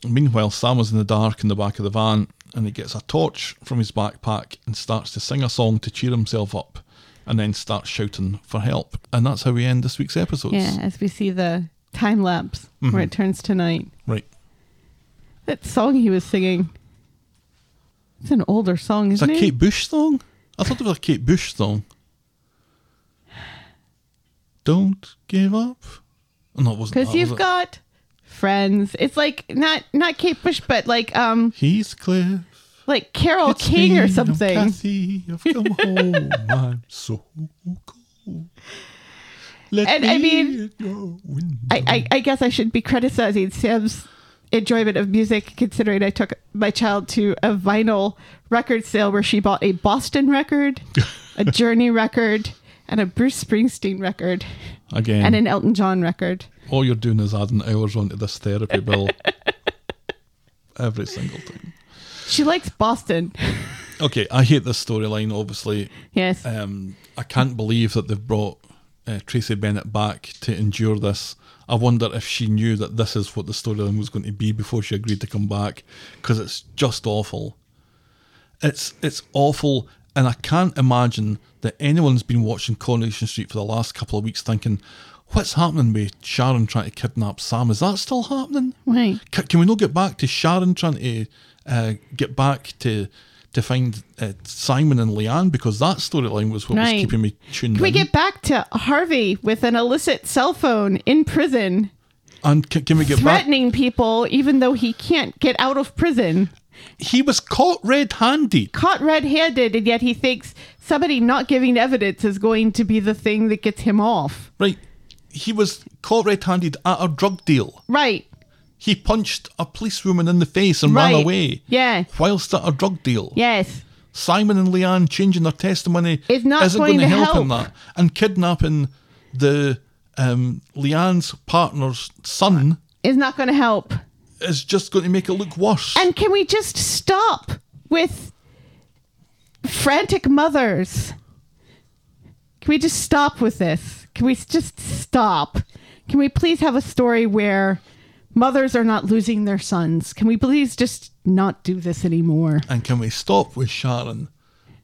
S5: Meanwhile, Sam is in the dark in the back of the van and he gets a torch from his backpack and starts to sing a song to cheer himself up and then starts shouting for help. And that's how we end this week's episodes.
S6: Yeah, as we see the time lapse
S5: Mm-hmm.
S6: where it turns to night.
S5: Right.
S6: That song he was singing. It's an older song,
S5: Is that
S6: isn't it?
S5: Kate Bush song? I thought it was a Kate Bush song. Don't give up. Oh, No, it wasn't.
S6: Because
S5: that,
S6: you've
S5: was it?
S6: got friends. It's like not not Kate Bush, but like um
S5: Heathcliff.
S6: like Carol
S5: it's
S6: King
S5: me,
S6: or
S5: I'm
S6: something.
S5: Kathy, I've come home. I'm so cold. Let
S6: And I mean,
S5: at your window.
S6: I, I, I guess I should be criticizing Sam's enjoyment of music, considering I took my child to a vinyl record sale where she bought a Boston record, a Journey record, and a Bruce Springsteen record,
S5: again.
S6: and an Elton John record.
S5: all you're doing is adding hours onto this therapy bill every single time.
S6: She likes Boston.
S5: Okay, I hate this storyline. Obviously,
S6: Yes.
S5: um, I can't believe that they've brought uh, Tracy Bennett back to endure this. I wonder if she knew that this is what the storyline was going to be before she agreed to come back, because it's just awful. It's it's awful, and I can't imagine that anyone's been watching Coronation Street for the last couple of weeks thinking, "What's happening with Sharon trying to kidnap Sam? Is that still happening?"
S6: Right.
S5: Can, can we not get back to Sharon trying to uh, get back to to find uh, Simon and Leanne because that storyline was what
S6: Right.
S5: was keeping me tuned
S6: Can we
S5: in.
S6: get back to Harvey with an illicit cell phone in prison,
S5: and can, can we get back?
S6: threatening people even though he can't get out of prison?
S5: He was caught red-handed.
S6: caught red-handed and yet he thinks somebody not giving evidence is going to be the thing that gets him off
S5: Right. He was caught red-handed at a drug deal.
S6: right
S5: He punched a policewoman in the face and
S6: Right.
S5: ran away.
S6: Yeah.
S5: Whilst at a drug deal.
S6: yes
S5: Simon and Leanne changing their testimony
S6: It's not
S5: isn't
S6: going
S5: going, to
S6: to
S5: help, in
S6: help.
S5: that. And kidnapping the um, Leanne's partner's son
S6: is not going to help
S5: is just going to make it look worse.
S6: and can we just stop with frantic mothers can we just stop with this can we s- just stop can we please have a story where mothers are not losing their sons can we please just not do this anymore
S5: and can we stop with Sharon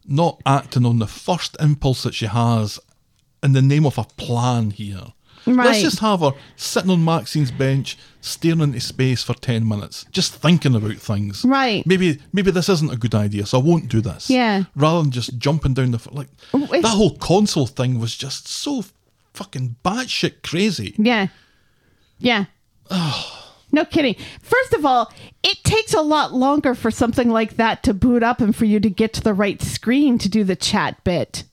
S5: not acting on the first impulse that she has in the name of a plan here?
S6: Right.
S5: Let's just have her sitting on Maxine's bench, staring into space for ten minutes, just thinking about things.
S6: Right.
S5: Maybe maybe this isn't a good idea, so I won't do this.
S6: Yeah.
S5: Rather than just jumping down the f- like
S6: It's-
S5: that whole console thing was just so fucking batshit crazy.
S6: Yeah. Yeah. no kidding. First of all, it takes a lot longer for something like that to boot up and for you to get to the right screen to do the chat bit.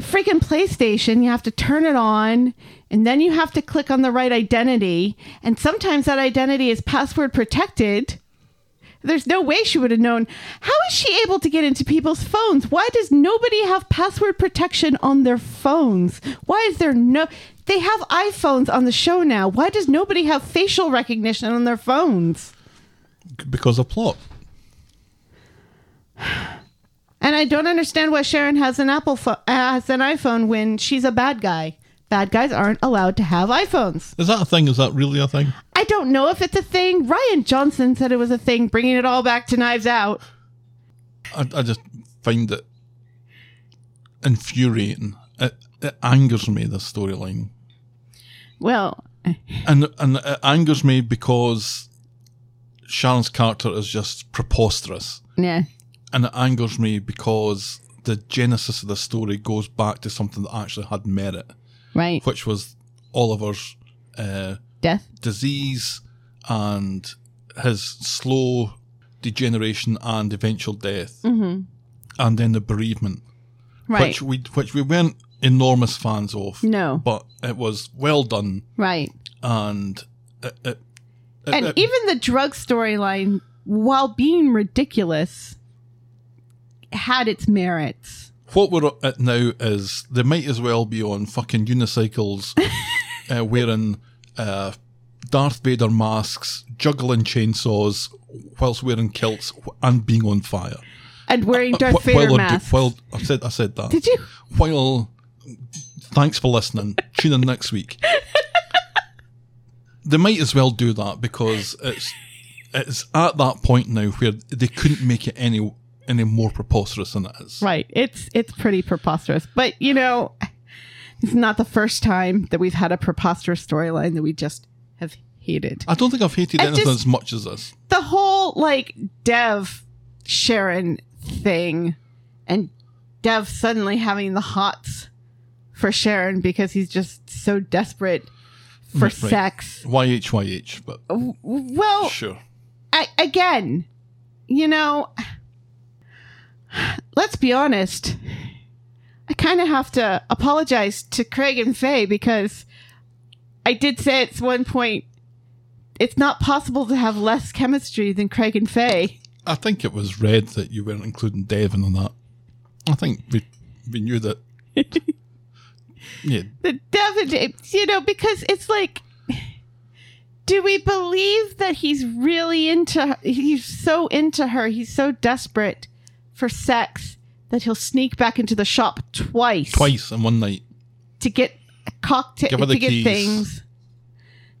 S6: Freaking PlayStation, you have to turn it on and then you have to click on the right identity. And sometimes that identity is password protected. There's no way she would have known. How is she able to get into people's phones? Why does nobody have password protection on their phones? Why is there no. They have iPhones on the show now. Why does nobody have facial recognition on their phones?
S5: Because of plot.
S6: And I don't understand why Sharon has an Apple pho- uh, has an iPhone when she's a bad guy. Bad guys aren't allowed to have iPhones.
S5: Is that a thing? Is that really a thing?
S6: I don't know if it's a thing. Ryan Johnson said it was a thing, bringing it all back to Knives Out.
S5: I, I just find it infuriating. It, it angers me, this storyline.
S6: Well,
S5: And and it angers me because Sharon's character is just preposterous.
S6: yeah.
S5: And it angers me because the genesis of the story goes back to something that actually had merit,
S6: Right.
S5: which was Oliver's uh,
S6: Death.
S5: disease and his slow degeneration and eventual death, mm-hmm. and then the bereavement,
S6: Right.
S5: which we which we weren't enormous fans of.
S6: No.
S5: but it was well done,
S6: right.
S5: and uh, it, it, it-
S6: and e-
S5: it-
S6: even the drug storyline, while being ridiculous, had its merits.
S5: what we're at now is they might as well be on fucking unicycles, uh, wearing uh, Darth Vader masks, juggling chainsaws. Whilst wearing kilts and being on fire,
S6: And wearing Darth
S5: Uh, Wh-
S6: Vader
S5: while, on-
S6: masks.
S5: while I said I said that,
S6: Did you?
S5: while thanks for listening tune in next week they might as well do that because it's it's at that point now where they couldn't make it any any more preposterous than it is
S6: Right. It's it's pretty preposterous. But you know, it's not the first time that we've had a preposterous storyline that we just have hated.
S5: i don't think i've hated
S6: I
S5: anything
S6: just-
S5: as much as this
S6: The whole like Dev Sharon thing and Dev suddenly having the hots for Sharon because he's just so desperate for
S5: Right, right.
S6: sex.
S5: yhyh but
S6: Well,
S5: sure
S6: I, again, you know, let's be honest. I kind of have to apologize to Craig and Faye because I did say at one point it's not possible to have less chemistry than Craig and Faye.
S5: i think it was red that you weren't including devin on that i think we we knew that yeah
S6: The Devon, you know, because it's like, do we believe that he's really into her? He's so into her. He's so desperate for sex that he'll sneak back into the shop twice.
S5: twice in one night
S6: to get a cocktail
S5: Give her
S6: to
S5: the
S6: get
S5: keys.
S6: things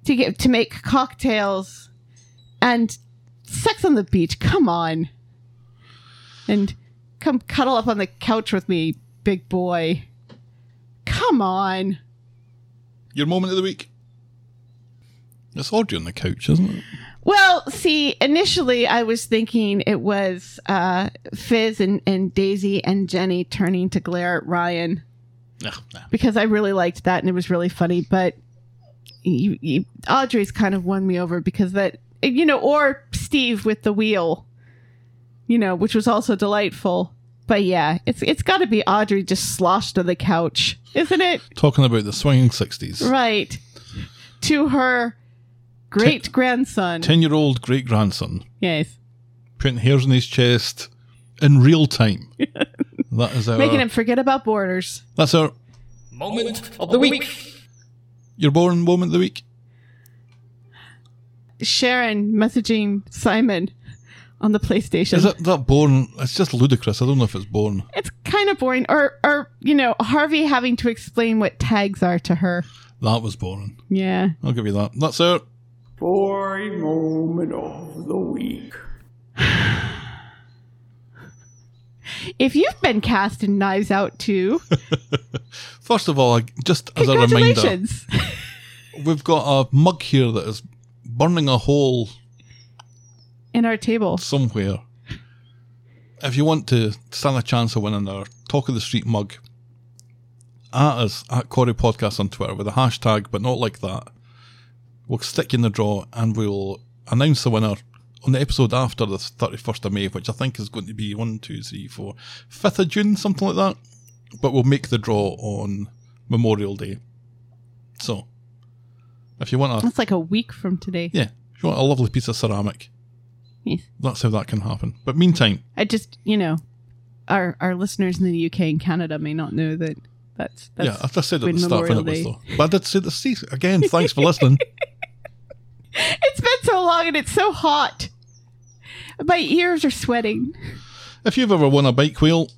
S6: to get to make cocktails and sex on the beach come on and come cuddle up on the couch with me big boy come on
S5: Your moment of the week. It's Audrey on the couch, isn't it?
S6: well see initially i was thinking it was uh fizz and, and daisy and jenny turning to glare at ryan
S5: Ugh, nah.
S6: because I really liked that and it was really funny. But you, you, Audrey's kind of won me over because that, you know, or Steve with the wheel, you know, which was also delightful. But yeah, it's it's got to be Audrey just sloshed on the couch, isn't it?
S5: Talking about the swinging 60s.
S6: Right. To her great grandson.
S5: 10 year old great grandson
S6: yes.
S5: putting hairs on his chest in real time. that is our.
S6: Making him forget about borders.
S5: that's our.
S8: Moment of the week.
S5: Your born moment of the week.
S6: Sharon messaging Simon on the PlayStation.
S5: Is that, that born? It's just ludicrous. I don't know if it's born.
S6: it's kind of boring or or you know harvey having to explain what tags are to her
S5: That was boring.
S6: yeah
S5: I'll give you that. That's our.
S8: Boring moment of the week.
S6: if you've been cast in knives out too
S5: First of all, I- just as a reminder,
S6: congratulations
S5: we've got a mug here that is burning a hole
S6: in our table
S5: somewhere. If you want to stand a chance of winning our Talk of the Street mug, at us at Corey Podcast on Twitter with a hashtag, but not like that. We'll stick you in the draw and we'll announce the winner on the episode after the 31st of May, which I think is going to be 1, 2, 3, 4, 5th of June, something like that. But we'll make the draw on Memorial Day. So, if you want a,
S6: that's like a week from today
S5: yeah, if you want a lovely piece of ceramic,
S6: Yes.
S5: that's how that can happen. But meantime,
S6: i just you know our our listeners in the uk and canada may not know that that's that's
S5: yeah, I just said at
S6: when
S5: the start when it
S6: Memorial
S5: was
S6: Day-
S5: though. But I did say the see again. Thanks for listening.
S6: it's been so long and it's so hot my ears are sweating
S5: if you've ever won a bike wheel,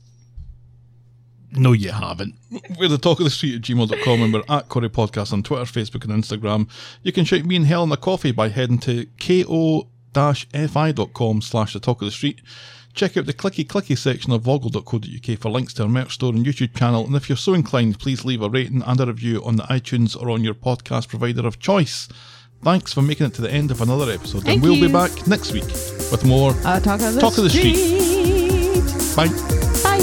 S5: no, you haven't. We're the talk of the street at gmail.com and we're at Corey Podcast on Twitter, Facebook, and Instagram. You can shout me and Helen a coffee by heading to ko fi.com slash the talk of the street. Check out the clicky clicky section of voggle.co.uk for links to our merch store and YouTube channel. And if you're so inclined, please leave a rating and a review on the iTunes or on your podcast provider of choice. Thanks for making it to the end of another episode.
S6: Thank
S5: and we'll
S6: yous.
S5: be back next week with more
S6: Uh, talk of the
S5: Talk of the
S6: street.
S5: Street. Bye.
S6: Bye.